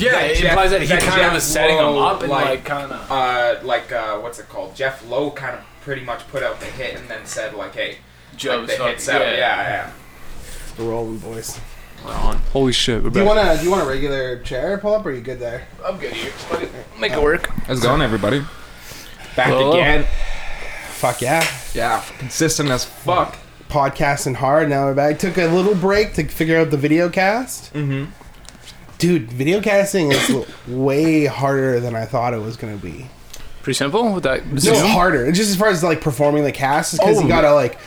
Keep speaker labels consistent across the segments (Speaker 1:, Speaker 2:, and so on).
Speaker 1: implies that he
Speaker 2: that
Speaker 1: kind of
Speaker 2: Jeff
Speaker 1: was setting him
Speaker 2: Lowe,
Speaker 1: up and like, kind of.
Speaker 2: uh, like uh, what's it called? Jeff Lowe kind of pretty much put out the hit and then said like, "Hey,
Speaker 3: Joe's
Speaker 2: like the
Speaker 3: fucking-
Speaker 2: hit's out." Yeah, yeah.
Speaker 4: We're rolling, boys.
Speaker 3: We're on.
Speaker 1: Holy shit! We're
Speaker 4: Do you want to do you want a regular chair pull up, or are you good there?
Speaker 3: I'm good here. Make it work.
Speaker 5: How's it going, everybody?
Speaker 2: Back
Speaker 3: Hello.
Speaker 2: again.
Speaker 4: Fuck yeah!
Speaker 5: Yeah, consistent as fuck.
Speaker 4: Podcasting hard. Now we're back. Took a little break to figure out the video cast. Mm-hmm. Dude, video casting is l- way harder than I thought it was gonna be.
Speaker 3: Pretty simple with that.
Speaker 4: No,
Speaker 3: Zoom?
Speaker 4: harder. It's Just as far as like performing the cast, because
Speaker 3: Oh.
Speaker 4: you gotta like.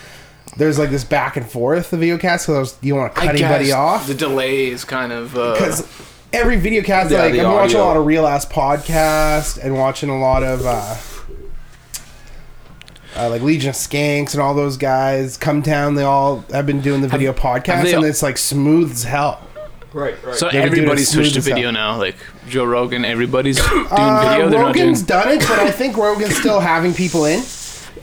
Speaker 4: There's like this back and forth the video cast because you want to
Speaker 3: I
Speaker 4: cut anybody
Speaker 3: guess
Speaker 4: off
Speaker 3: The delay is kind of. Uh,
Speaker 4: because every video cast
Speaker 5: Yeah,
Speaker 4: like
Speaker 5: the
Speaker 4: I've been watching a
Speaker 5: audio.
Speaker 4: lot of real ass podcast and watching a lot of uh, uh, like Legion of Skanks and all those guys come town. They all have been doing the video podcast
Speaker 3: they-
Speaker 4: and it's like smooth as hell.
Speaker 5: Right, right.
Speaker 3: so
Speaker 4: doing it
Speaker 3: everybody's switched to
Speaker 4: smooth as
Speaker 3: video
Speaker 4: hell.
Speaker 3: now. Like Joe Rogan, everybody's doing
Speaker 4: Uh,
Speaker 3: video. They're
Speaker 4: Rogan's
Speaker 3: not
Speaker 4: done it, but I think Rogan's still having people in.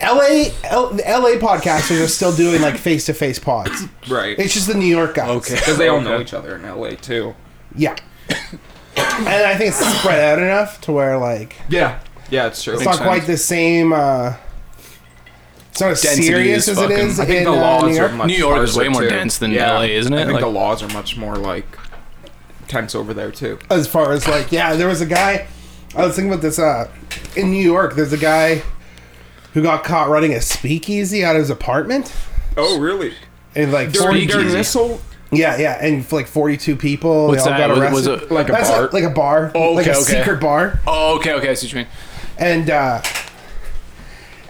Speaker 4: LA L, the LA podcasters are still doing like face to face pods.
Speaker 5: Right.
Speaker 4: It's just the New York guys.
Speaker 5: Because they all know each other in LA too.
Speaker 4: Yeah. and I think it's spread out enough to where like
Speaker 5: Yeah. Yeah, it's true.
Speaker 4: it's not quite the same. Uh, it's not as
Speaker 3: Density
Speaker 4: serious
Speaker 3: is
Speaker 4: as it
Speaker 3: fucking-
Speaker 4: is
Speaker 5: I think
Speaker 4: in
Speaker 5: the
Speaker 4: uh,
Speaker 5: laws
Speaker 4: New York.
Speaker 5: are much
Speaker 3: New York is
Speaker 5: harsher,
Speaker 3: way more
Speaker 5: too.
Speaker 3: dense than LA, isn't
Speaker 5: I
Speaker 3: it?
Speaker 5: think the
Speaker 3: Like-
Speaker 5: laws are much more like tense over there too.
Speaker 4: as far as like, yeah, there was a guy. I was thinking about this uh, in New York. There's a guy who got caught running a speakeasy out of his apartment,
Speaker 5: Oh, really?
Speaker 4: and like,
Speaker 3: During-
Speaker 4: 40,
Speaker 3: Speakeasy. during this
Speaker 5: this whole
Speaker 4: yeah, yeah, and like 42 people.
Speaker 3: What's
Speaker 4: they all
Speaker 3: that?
Speaker 4: got
Speaker 3: Was- was
Speaker 4: arrested.
Speaker 3: it
Speaker 5: like a
Speaker 4: That's
Speaker 5: bar.
Speaker 4: like, like a bar,
Speaker 3: Oh,
Speaker 4: like a
Speaker 3: okay, okay.
Speaker 4: secret bar,
Speaker 3: Oh, okay, okay. I see what you mean.
Speaker 4: and. uh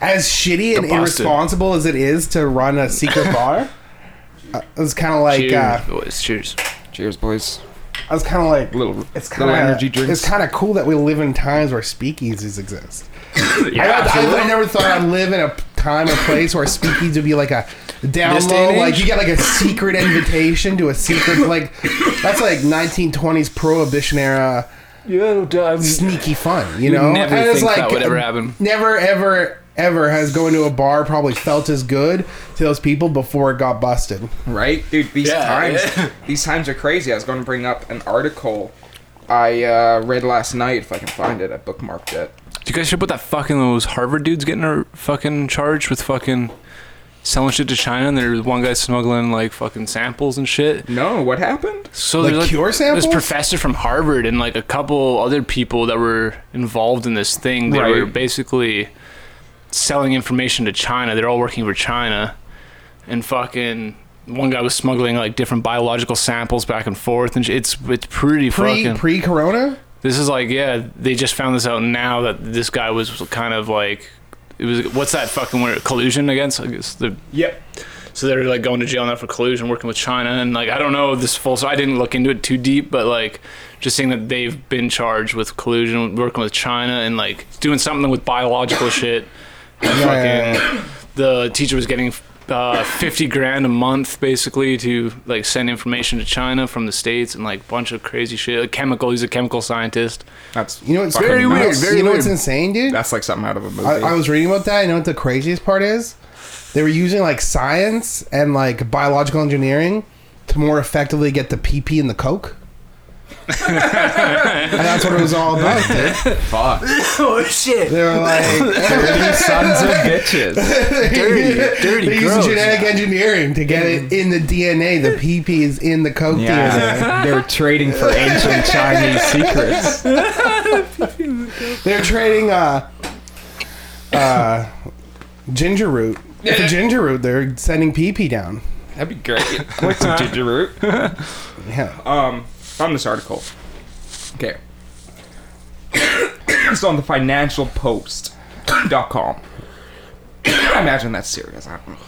Speaker 4: as shitty and
Speaker 3: Got busted.
Speaker 4: irresponsible as it is to run a secret bar, uh, it was kind of like
Speaker 3: Cheers,
Speaker 4: uh,
Speaker 3: boys. Cheers.
Speaker 5: Cheers, boys.
Speaker 4: I was kind of like
Speaker 5: Little
Speaker 4: It's kind
Speaker 5: little
Speaker 4: of
Speaker 5: energy drinks.
Speaker 4: It's kind of cool that we live in times where speakeasies exist. I, I, I never thought I'd live in a time or place where speakeasy would be like a down
Speaker 3: This day
Speaker 4: low,
Speaker 3: and
Speaker 4: like
Speaker 3: age?
Speaker 4: you get like a secret invitation to a secret, like that's like 1920s prohibition era
Speaker 3: Yeah,
Speaker 4: sneaky fun, you know.
Speaker 3: never
Speaker 4: And it's uh,
Speaker 3: think that would ever happen.
Speaker 4: Never ever ever has going to a bar probably felt as good to those people before it got busted.
Speaker 5: Right, dude. These
Speaker 3: Yeah,
Speaker 5: times,
Speaker 3: yeah.
Speaker 5: these times are crazy. I was going to bring up an article I uh, read last night. If I can find it, I bookmarked it.
Speaker 3: You guys should put that fucking those Harvard dudes getting a fucking charged with fucking selling shit to China, and there's one guy smuggling like fucking samples and shit.
Speaker 5: No, what happened?
Speaker 3: So
Speaker 4: Like
Speaker 3: there's like
Speaker 4: cure samples?
Speaker 3: This professor from Harvard and like a couple other people that were involved in this thing. They
Speaker 5: Right.
Speaker 3: were basically selling information to China. They're all working for China, and fucking one guy was smuggling like different biological samples back and forth, and sh- it's it's pretty
Speaker 4: Pre
Speaker 3: fucking.
Speaker 4: pre Corona.
Speaker 3: This is like, yeah, they just found this out now that this guy was kind of like, it was what's that fucking word collusion against? I guess the,
Speaker 5: Yep.
Speaker 3: so they're like going to jail now for collusion, working with China, and like I don't know this full. So I didn't look into it too deep, but like just seeing that they've been charged with collusion, working with China, and like doing something with biological shit. And
Speaker 4: yeah,
Speaker 3: fucking, the teacher was getting. Uh, 50 grand a month basically to like send information to China from the states and like bunch of crazy shit. Like chemical, he's a chemical scientist.
Speaker 5: That's
Speaker 4: You know what's
Speaker 5: fucking
Speaker 4: very
Speaker 5: nuts.
Speaker 4: weird. you know what's
Speaker 5: That's-
Speaker 4: insane, dude.
Speaker 5: That's like something out of a movie.
Speaker 4: I, I was reading about that. You know what the craziest part is? They were using like science and like biological engineering to more effectively get the PP in the coke. and that's what it was all about. Dude.
Speaker 5: Fuck.
Speaker 3: Oh shit!
Speaker 4: They were like,
Speaker 5: Sons of bitches.
Speaker 3: dirty, dirty,
Speaker 4: they're using
Speaker 3: gross.
Speaker 4: genetic engineering to get it in the DNA. The PP is in the coke DNA.
Speaker 5: Yeah, they're trading for ancient Chinese secrets.
Speaker 4: They're trading uh, uh, ginger root. For ginger root, they're sending PP down.
Speaker 5: That'd be great. Like some ginger root.
Speaker 4: Yeah.
Speaker 5: um, on this article. Okay. it's on the financialpost.com. I imagine that's serious. I don't know.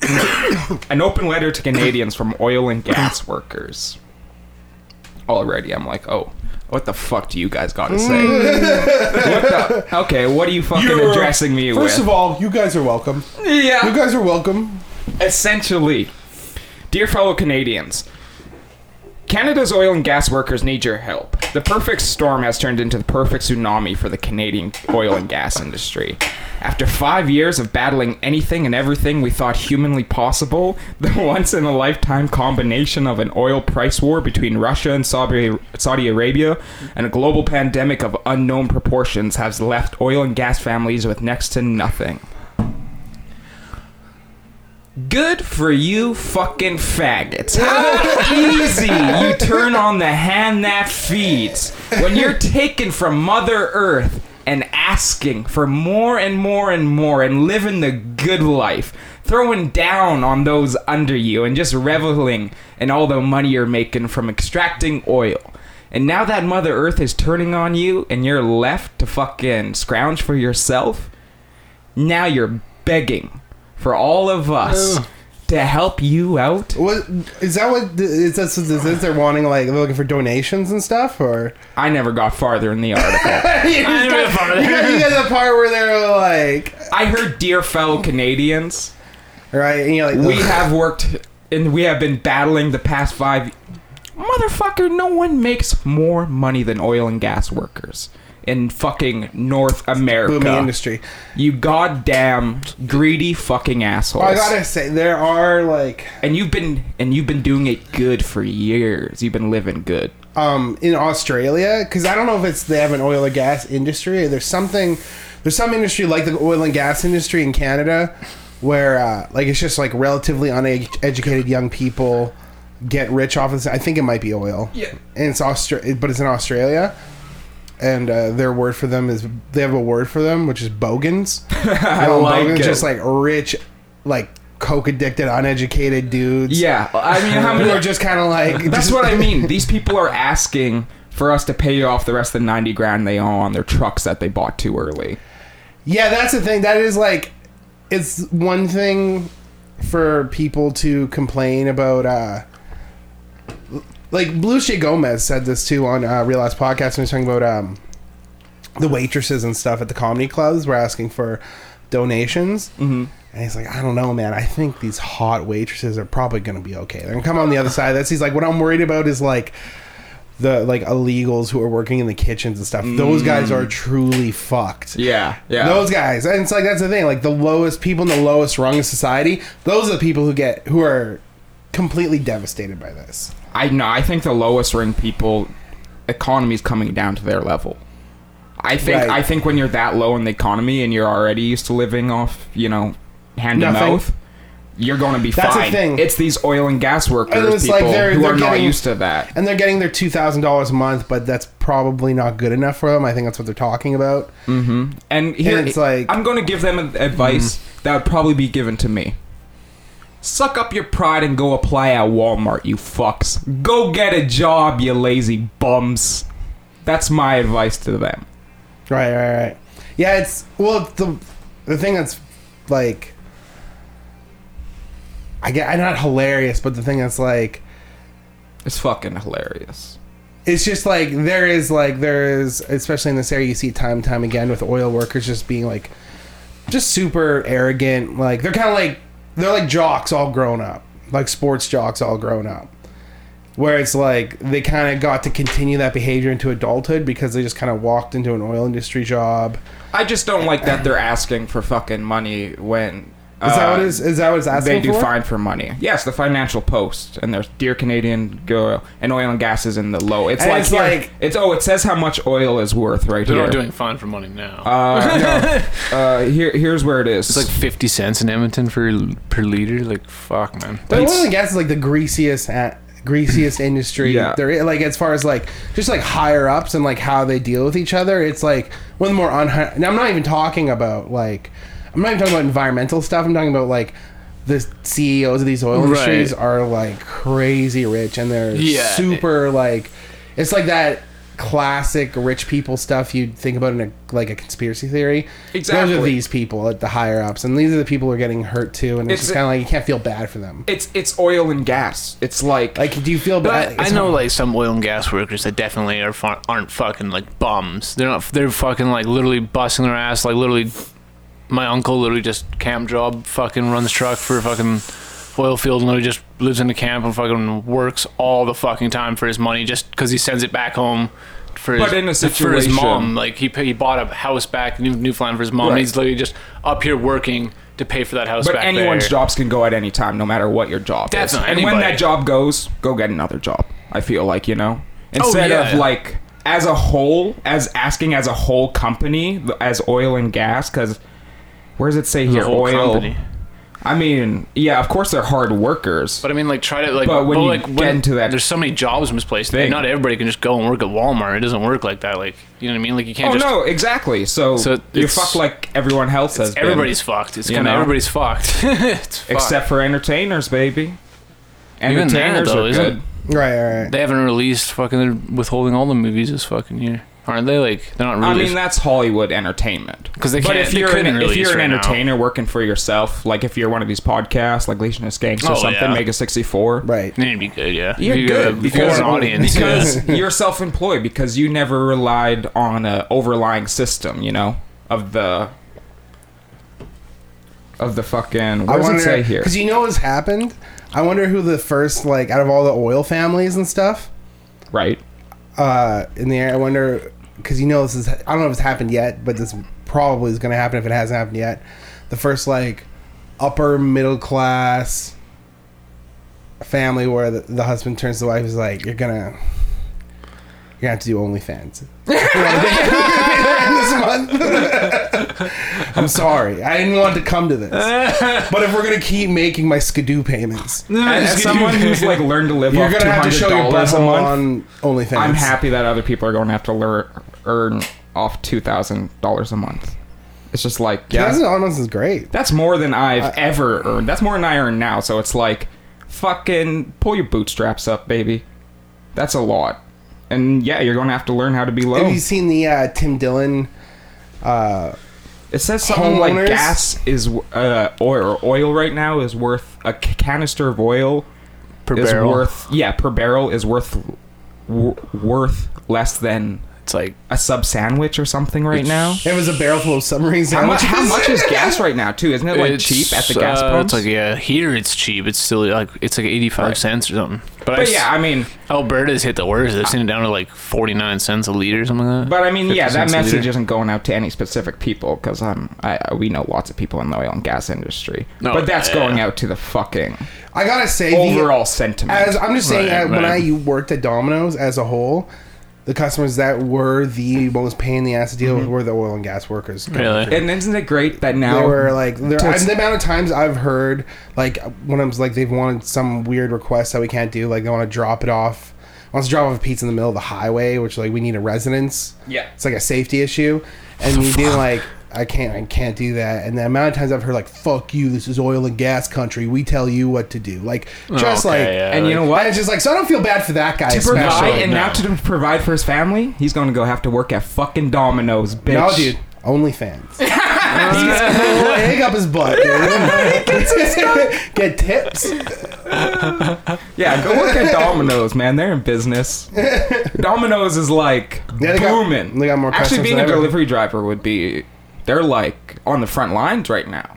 Speaker 5: An open letter to Canadians from oil and gas workers. Already, I'm like, oh, what the fuck do you guys got to say? what the? Okay, what are you fucking
Speaker 4: You're-
Speaker 5: addressing me with?
Speaker 4: First of all, you guys are welcome.
Speaker 5: yeah.
Speaker 4: You guys are welcome.
Speaker 5: Essentially, dear fellow Canadians, Canada's oil and gas workers need your help. The perfect storm has turned into the perfect tsunami for the Canadian oil and gas industry. After five years of battling anything and everything we thought humanly possible, the once in a lifetime combination of an oil price war between Russia and Saudi Saudi Arabia and a global pandemic of unknown proportions has left oil and gas families with next to nothing. Good for you, fucking faggots. How easy you turn on the hand that feeds when you're taken from Mother Earth and asking for more and more and more and living the good life, throwing down on those under you and just reveling in all the money you're making from extracting oil. And now that Mother Earth is turning on you and you're left to fucking scrounge for yourself, now you're begging for all of us
Speaker 4: Ugh.
Speaker 5: to help you out.
Speaker 4: What is that? What th- is that? So this is they're wanting like they're looking for donations and stuff, or
Speaker 5: I never got farther in the article.
Speaker 4: you
Speaker 3: never got the part of that.
Speaker 4: got- you got the part where they're like,
Speaker 5: I heard, dear fellow Canadians,
Speaker 4: right? And you're like,
Speaker 5: we
Speaker 4: ugh.
Speaker 5: have worked and we have been battling the past five. Motherfucker, no one makes more money than oil and gas workers in fucking North America.
Speaker 4: booming industry.
Speaker 5: You goddamn greedy fucking assholes.
Speaker 4: I gotta say, there are like,
Speaker 5: and you've been and you've been doing it good for years. You've been living good.
Speaker 4: um, in Australia, because I don't know if it's they have an oil or gas industry. Or there's something, there's some industry like the oil and gas industry in Canada, where uh, like it's just like relatively uneducated young people get rich off of this. I think it might be oil.
Speaker 5: Yeah.
Speaker 4: and it's Austra- but it's in Australia. And uh, their word for them is they have a word for them, which is bogans.
Speaker 5: I
Speaker 4: Well,
Speaker 5: like
Speaker 4: bogans
Speaker 5: it.
Speaker 4: just like rich, like coke addicted, uneducated dudes.
Speaker 5: Yeah, I mean, how
Speaker 4: who
Speaker 5: many
Speaker 4: are just kind of like
Speaker 5: That's
Speaker 4: just-
Speaker 5: what I mean. These people are asking for us to pay off the rest of the 90 grand they owe on their trucks that they bought too early.
Speaker 4: Yeah, that's the thing. That is like, it's one thing for people to complain about. uh Like Lucia Gomez said this too on uh, Real Last Podcast when he was talking about um the waitresses and stuff at the comedy clubs were asking for donations. Mm-hmm. And he's like, I don't know, man. I think these hot waitresses are probably going to be okay. They're going to come on the other side of this. He's like, what I'm worried about is like the like illegals who are working in the kitchens and stuff. Those guys are truly fucked.
Speaker 5: Yeah, yeah.
Speaker 4: Those guys. And it's like that's the thing. Like the lowest people in the lowest rung of society, those are the people who get who are completely devastated by this.
Speaker 5: I know. I think the lowest ring people economy's coming down to their level. I think
Speaker 4: Right.
Speaker 5: I think when you're that low in the economy and you're already used to living off, you know, hand to
Speaker 4: Nothing.
Speaker 5: mouth, you're going to be
Speaker 4: That's the
Speaker 5: fine.
Speaker 4: thing.
Speaker 5: It's these oil and gas workers
Speaker 4: And it's
Speaker 5: people
Speaker 4: like they're-
Speaker 5: who
Speaker 4: they're
Speaker 5: are not
Speaker 4: getting-
Speaker 5: used to that.
Speaker 4: And they're getting their two thousand dollars a month, but that's probably not good enough for them. I think that's what they're talking about.
Speaker 5: And here,
Speaker 4: it's like- Mm-hmm.
Speaker 5: I'm going to give them ad- advice that would probably be given to me. Suck up your pride and go apply at Walmart, you fucks. Go get a job, you lazy bums. That's my advice to them.
Speaker 4: Right, right, right. Yeah, it's well it's the the thing that's like I get I'm not hilarious, but the thing that's like
Speaker 5: It's fucking hilarious.
Speaker 4: it's just like there is like there is especially in this area you see it time and time again with oil workers just being like just super arrogant like they're kind of like they're like jocks all grown up like sports jocks all grown up where it's like they kind of got to continue that behavior into adulthood because they just kind of walked into an oil industry job is
Speaker 5: I just don't like that they're asking for fucking money when. Is
Speaker 4: that what is is that what it's asking
Speaker 5: Uh, they do
Speaker 4: for?
Speaker 5: fine for money. Yes, the Financial Post and their dear Canadian girl and oil and gas is in the low. It's
Speaker 4: And
Speaker 5: like
Speaker 4: it's
Speaker 5: here-
Speaker 4: like-
Speaker 5: it's oh, it says how much oil is worth right
Speaker 3: They're
Speaker 5: here.
Speaker 3: not doing fine for money now.
Speaker 5: Uh, no. uh, here, here's where it is.
Speaker 3: it's like fifty cents in Edmonton for per liter. Like fuck, man.
Speaker 4: But oil and gas is like the greasiest at greasiest industry
Speaker 5: Yeah.
Speaker 4: there is, like as far as like just like higher ups and like how they deal with each other it's like one of the more unhi- and i'm not even talking about like i'm not even talking about environmental stuff i'm talking about like the ceos of these oil
Speaker 3: Right.
Speaker 4: industries are like crazy rich and they're
Speaker 3: Yeah.
Speaker 4: super like it's like that classic rich people stuff you'd think about in a like a conspiracy theory those are
Speaker 5: Exactly.
Speaker 4: these people at the higher ups and these are the people who are getting hurt too and it's,
Speaker 5: It's-
Speaker 4: just kind of like you can't feel bad for them
Speaker 5: it's it's oil and gas. It's like,
Speaker 4: like, do you feel bad?
Speaker 3: But I, I know like some oil and gas workers that definitely are fu- aren't fucking like bums. They're not. They're fucking like literally busting their ass. Like literally, my uncle literally just camp job fucking runs truck for fucking oil field and literally just lives in the camp and fucking works all the fucking time for his money just because he sends it back home for his,
Speaker 5: But in a
Speaker 3: for his
Speaker 5: situation-
Speaker 3: mom. Like he pa- he bought a house back in New- Newfoundland for his mom.
Speaker 5: Right.
Speaker 3: And he's literally just up here working to pay for that house
Speaker 5: But
Speaker 3: back
Speaker 5: anyone's
Speaker 3: there.
Speaker 5: jobs can go at any time, no matter what your job is.
Speaker 3: Definitely,
Speaker 5: And when
Speaker 3: anybody. Oh,
Speaker 5: that job goes, go get another job. I feel like you know, instead
Speaker 3: yeah.
Speaker 5: of like as a whole, as asking as a whole company, as oil and gas, because where does it say
Speaker 3: The
Speaker 5: here?
Speaker 3: whole
Speaker 5: oil.
Speaker 3: company.
Speaker 5: I mean, yeah, of course they're hard workers.
Speaker 3: But I mean, like, try to like.
Speaker 5: But when you
Speaker 3: like,
Speaker 5: get into that
Speaker 3: there's so many jobs misplaced.
Speaker 5: thing.
Speaker 3: Not everybody can just go and work at Walmart. It doesn't work like that. Like, you know what I mean? Like, you can't
Speaker 5: oh
Speaker 3: just.
Speaker 5: no, exactly. So,
Speaker 3: So
Speaker 5: you
Speaker 3: it's-
Speaker 5: fuck like everyone else has. been.
Speaker 3: Everybody's fucked. It's
Speaker 5: You
Speaker 3: kind of
Speaker 5: know?
Speaker 3: everybody's fucked. It's fucked.
Speaker 5: except for entertainers, baby.
Speaker 3: Even that,
Speaker 5: Entertainers
Speaker 3: though,
Speaker 5: are
Speaker 3: isn't-
Speaker 5: good.
Speaker 4: Right, right, right.
Speaker 3: they haven't released fucking. They're withholding all the movies this fucking year, aren't they? Like, they're not
Speaker 5: I
Speaker 3: released.
Speaker 5: mean, that's Hollywood entertainment.
Speaker 3: 'Cause they
Speaker 5: but
Speaker 3: can't-
Speaker 5: if
Speaker 3: they
Speaker 5: you're an,
Speaker 3: couldn't
Speaker 5: if
Speaker 3: release
Speaker 5: you're an
Speaker 3: right now.
Speaker 5: entertainer working for yourself, like if you're one of these podcasts, like Legionist Gangs or
Speaker 3: Oh,
Speaker 5: something,
Speaker 3: yeah.
Speaker 5: Mega sixty four.
Speaker 4: Right.
Speaker 3: They need to be good, yeah.
Speaker 5: You're
Speaker 3: If you got a- if
Speaker 5: good
Speaker 3: you got
Speaker 5: because,
Speaker 3: an audience.
Speaker 5: because
Speaker 3: yeah.
Speaker 5: you're self-employed because you never relied on a overlying system, you know, of the of the fucking. What
Speaker 4: I
Speaker 5: does
Speaker 4: wonder
Speaker 5: it say here?
Speaker 4: because you know what's happened. I wonder who the first like out of all the oil families and stuff
Speaker 5: Right.
Speaker 4: uh, in the air. I wonder because you know this is. I don't know if it's happened yet, but this probably is going to happen if it hasn't happened yet. The first like upper middle class family where the, the husband turns to the wife is like, "You're gonna." You're gonna have to do OnlyFans. this month. I'm sorry. I didn't want to come to this. But if we're gonna keep making my skidoo payments,
Speaker 5: As, as someone who's like learned to live
Speaker 4: you're
Speaker 5: off
Speaker 4: gonna
Speaker 5: two
Speaker 4: have to show
Speaker 5: hundred
Speaker 4: your
Speaker 5: dollars a
Speaker 4: butthole
Speaker 5: month,
Speaker 4: on OnlyFans.
Speaker 5: I'm happy that other people are going to have to learn, earn off two thousand dollars a month. It's just like
Speaker 4: Thousand
Speaker 5: yeah,
Speaker 4: dollars is great.
Speaker 5: that's more than I've
Speaker 3: Uh,
Speaker 5: ever earned. That's more than I earn now. So it's like, fucking pull your bootstraps up, baby. That's a lot, and yeah, you're going to have to learn how to be low.
Speaker 4: Have you seen the uh, Tim Dillon? Uh,
Speaker 5: It says something like
Speaker 4: Homeowners?
Speaker 5: gas is uh, oil. Oil right now is worth a c- canister of oil
Speaker 3: per
Speaker 5: is
Speaker 3: barrel.
Speaker 5: worth yeah per barrel is worth w- worth less than
Speaker 3: it's like
Speaker 5: a sub sandwich or something right now.
Speaker 4: it was a barrel full of submarine
Speaker 5: How much,
Speaker 4: sandwiches.
Speaker 5: how much is gas right now too? Isn't it like
Speaker 3: it's,
Speaker 5: cheap at the gas
Speaker 3: uh,
Speaker 5: pumps?
Speaker 3: It's like yeah, here it's cheap. It's still like it's like eighty five cents or something. But, I
Speaker 5: but
Speaker 3: s-
Speaker 5: yeah, I mean,
Speaker 3: Alberta's hit the worst. They've seen it down to like forty nine cents a liter, or something like that.
Speaker 5: but I mean,
Speaker 3: 50
Speaker 5: yeah, that
Speaker 3: cents a
Speaker 5: message
Speaker 3: liter.
Speaker 5: isn't going out to any specific people because I'm, I, I- we know lots of people in the oil and gas industry.
Speaker 3: No,
Speaker 5: but that's
Speaker 3: yeah.
Speaker 5: going out to the fucking
Speaker 4: I gotta say, the-
Speaker 5: overall sentiment.
Speaker 4: as I'm just saying,
Speaker 3: Right,
Speaker 4: uh, when
Speaker 3: right.
Speaker 4: I worked at Domino's as a whole, the customers that were the most pain in the ass to deal
Speaker 5: Mm-hmm.
Speaker 4: with were the oil and gas workers.
Speaker 3: Really?
Speaker 5: and isn't it great that now
Speaker 4: They were like, there,
Speaker 5: To
Speaker 4: I,
Speaker 5: ex-
Speaker 4: the amount of times I've heard, like, when I'm like, they've wanted some weird request that we can't do, like, they want to drop it off, wants to drop off a pizza in the middle of the highway, which, like, we need a residence.
Speaker 5: Yeah.
Speaker 4: It's like a safety issue. And you do, like, I can't, I can't do that. And the amount of times I've heard, like, fuck you, this is oil and gas country, we tell you what to do. Like, just
Speaker 3: okay,
Speaker 4: like,
Speaker 3: yeah,
Speaker 5: and you know
Speaker 4: and
Speaker 5: what?
Speaker 4: it's just like, so I don't feel bad for that guy.
Speaker 5: To provide
Speaker 4: especially.
Speaker 5: and now
Speaker 3: no.
Speaker 5: to provide for his family, he's going to go have to work at fucking Domino's, bitch.
Speaker 4: No, dude. OnlyFans. He's gonna hang up his butt, dude. Get tips.
Speaker 5: Yeah, go work at Domino's, man. They're in business. Domino's is like
Speaker 4: Yeah, they got-
Speaker 5: booming.
Speaker 4: they got more
Speaker 5: Actually,
Speaker 4: customers
Speaker 5: being a
Speaker 4: than ever.
Speaker 5: delivery driver would be. They're like on the front lines right now.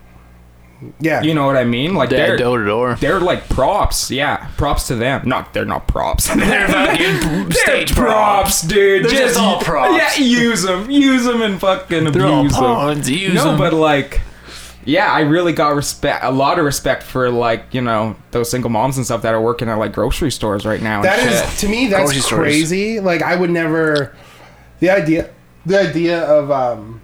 Speaker 4: Yeah.
Speaker 5: You know what I mean? Like
Speaker 3: Dead
Speaker 5: they're
Speaker 3: door to door.
Speaker 5: they're like props. Yeah, props to them. Not they're not props. they're
Speaker 3: fucking
Speaker 5: props, dude.
Speaker 3: They're just all props.
Speaker 5: Yeah, use them, use them, and fucking
Speaker 3: They're all
Speaker 5: abuse 'em.
Speaker 3: pawns. Use
Speaker 5: no,
Speaker 3: 'em.
Speaker 5: but like, yeah, I really got respect, a lot of respect for like you know those single moms and stuff that are working at like grocery stores right now. and
Speaker 4: That
Speaker 5: shit.
Speaker 4: is to me that's
Speaker 3: Grocery stores.
Speaker 4: crazy. Like I would never the idea the idea of um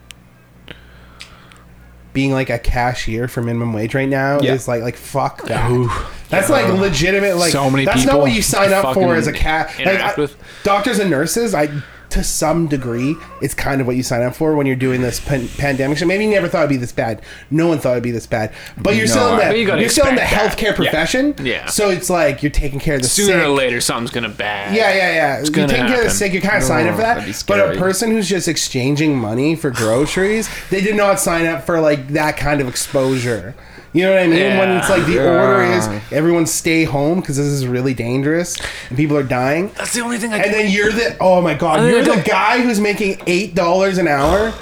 Speaker 4: being like a cashier for minimum wage right now
Speaker 5: Yeah.
Speaker 4: is like like fuck that. That's like legitimate like
Speaker 3: So many
Speaker 4: that's not
Speaker 3: people
Speaker 4: what you sign
Speaker 3: to
Speaker 4: up for
Speaker 3: fucking
Speaker 4: as a cat like
Speaker 3: interact
Speaker 4: I-
Speaker 3: with.
Speaker 4: doctors and nurses I to some degree it's kind of what you sign up for when you're doing this pan- pandemic shit. Maybe you never thought it'd be this bad. No one thought it'd be this bad. But you're
Speaker 5: No,
Speaker 4: still in
Speaker 5: I-
Speaker 4: that
Speaker 3: But you
Speaker 4: you
Speaker 3: gotta
Speaker 4: are still in the
Speaker 3: expect
Speaker 4: healthcare profession.
Speaker 3: Yeah.
Speaker 4: So it's like you're taking care of the
Speaker 3: Sooner
Speaker 4: sick.
Speaker 3: or later, something's gonna bad.
Speaker 4: Yeah, yeah, yeah. you
Speaker 3: gonna
Speaker 4: take care of the
Speaker 3: happen.
Speaker 4: sick, you kind of sign up for
Speaker 5: that'd be
Speaker 4: that. But
Speaker 5: scary.
Speaker 4: a person who's just exchanging money for groceries, they did not sign up for like that kind of exposure. You know what I mean? When
Speaker 3: Yeah.
Speaker 4: it's like the
Speaker 5: Yeah.
Speaker 4: order is everyone stay home because this is really dangerous and people are dying.
Speaker 3: That's the only thing I
Speaker 4: And then you're the oh my god,
Speaker 3: then
Speaker 4: you're
Speaker 3: I
Speaker 4: the
Speaker 3: don't-
Speaker 4: guy who's making eight dollars an hour.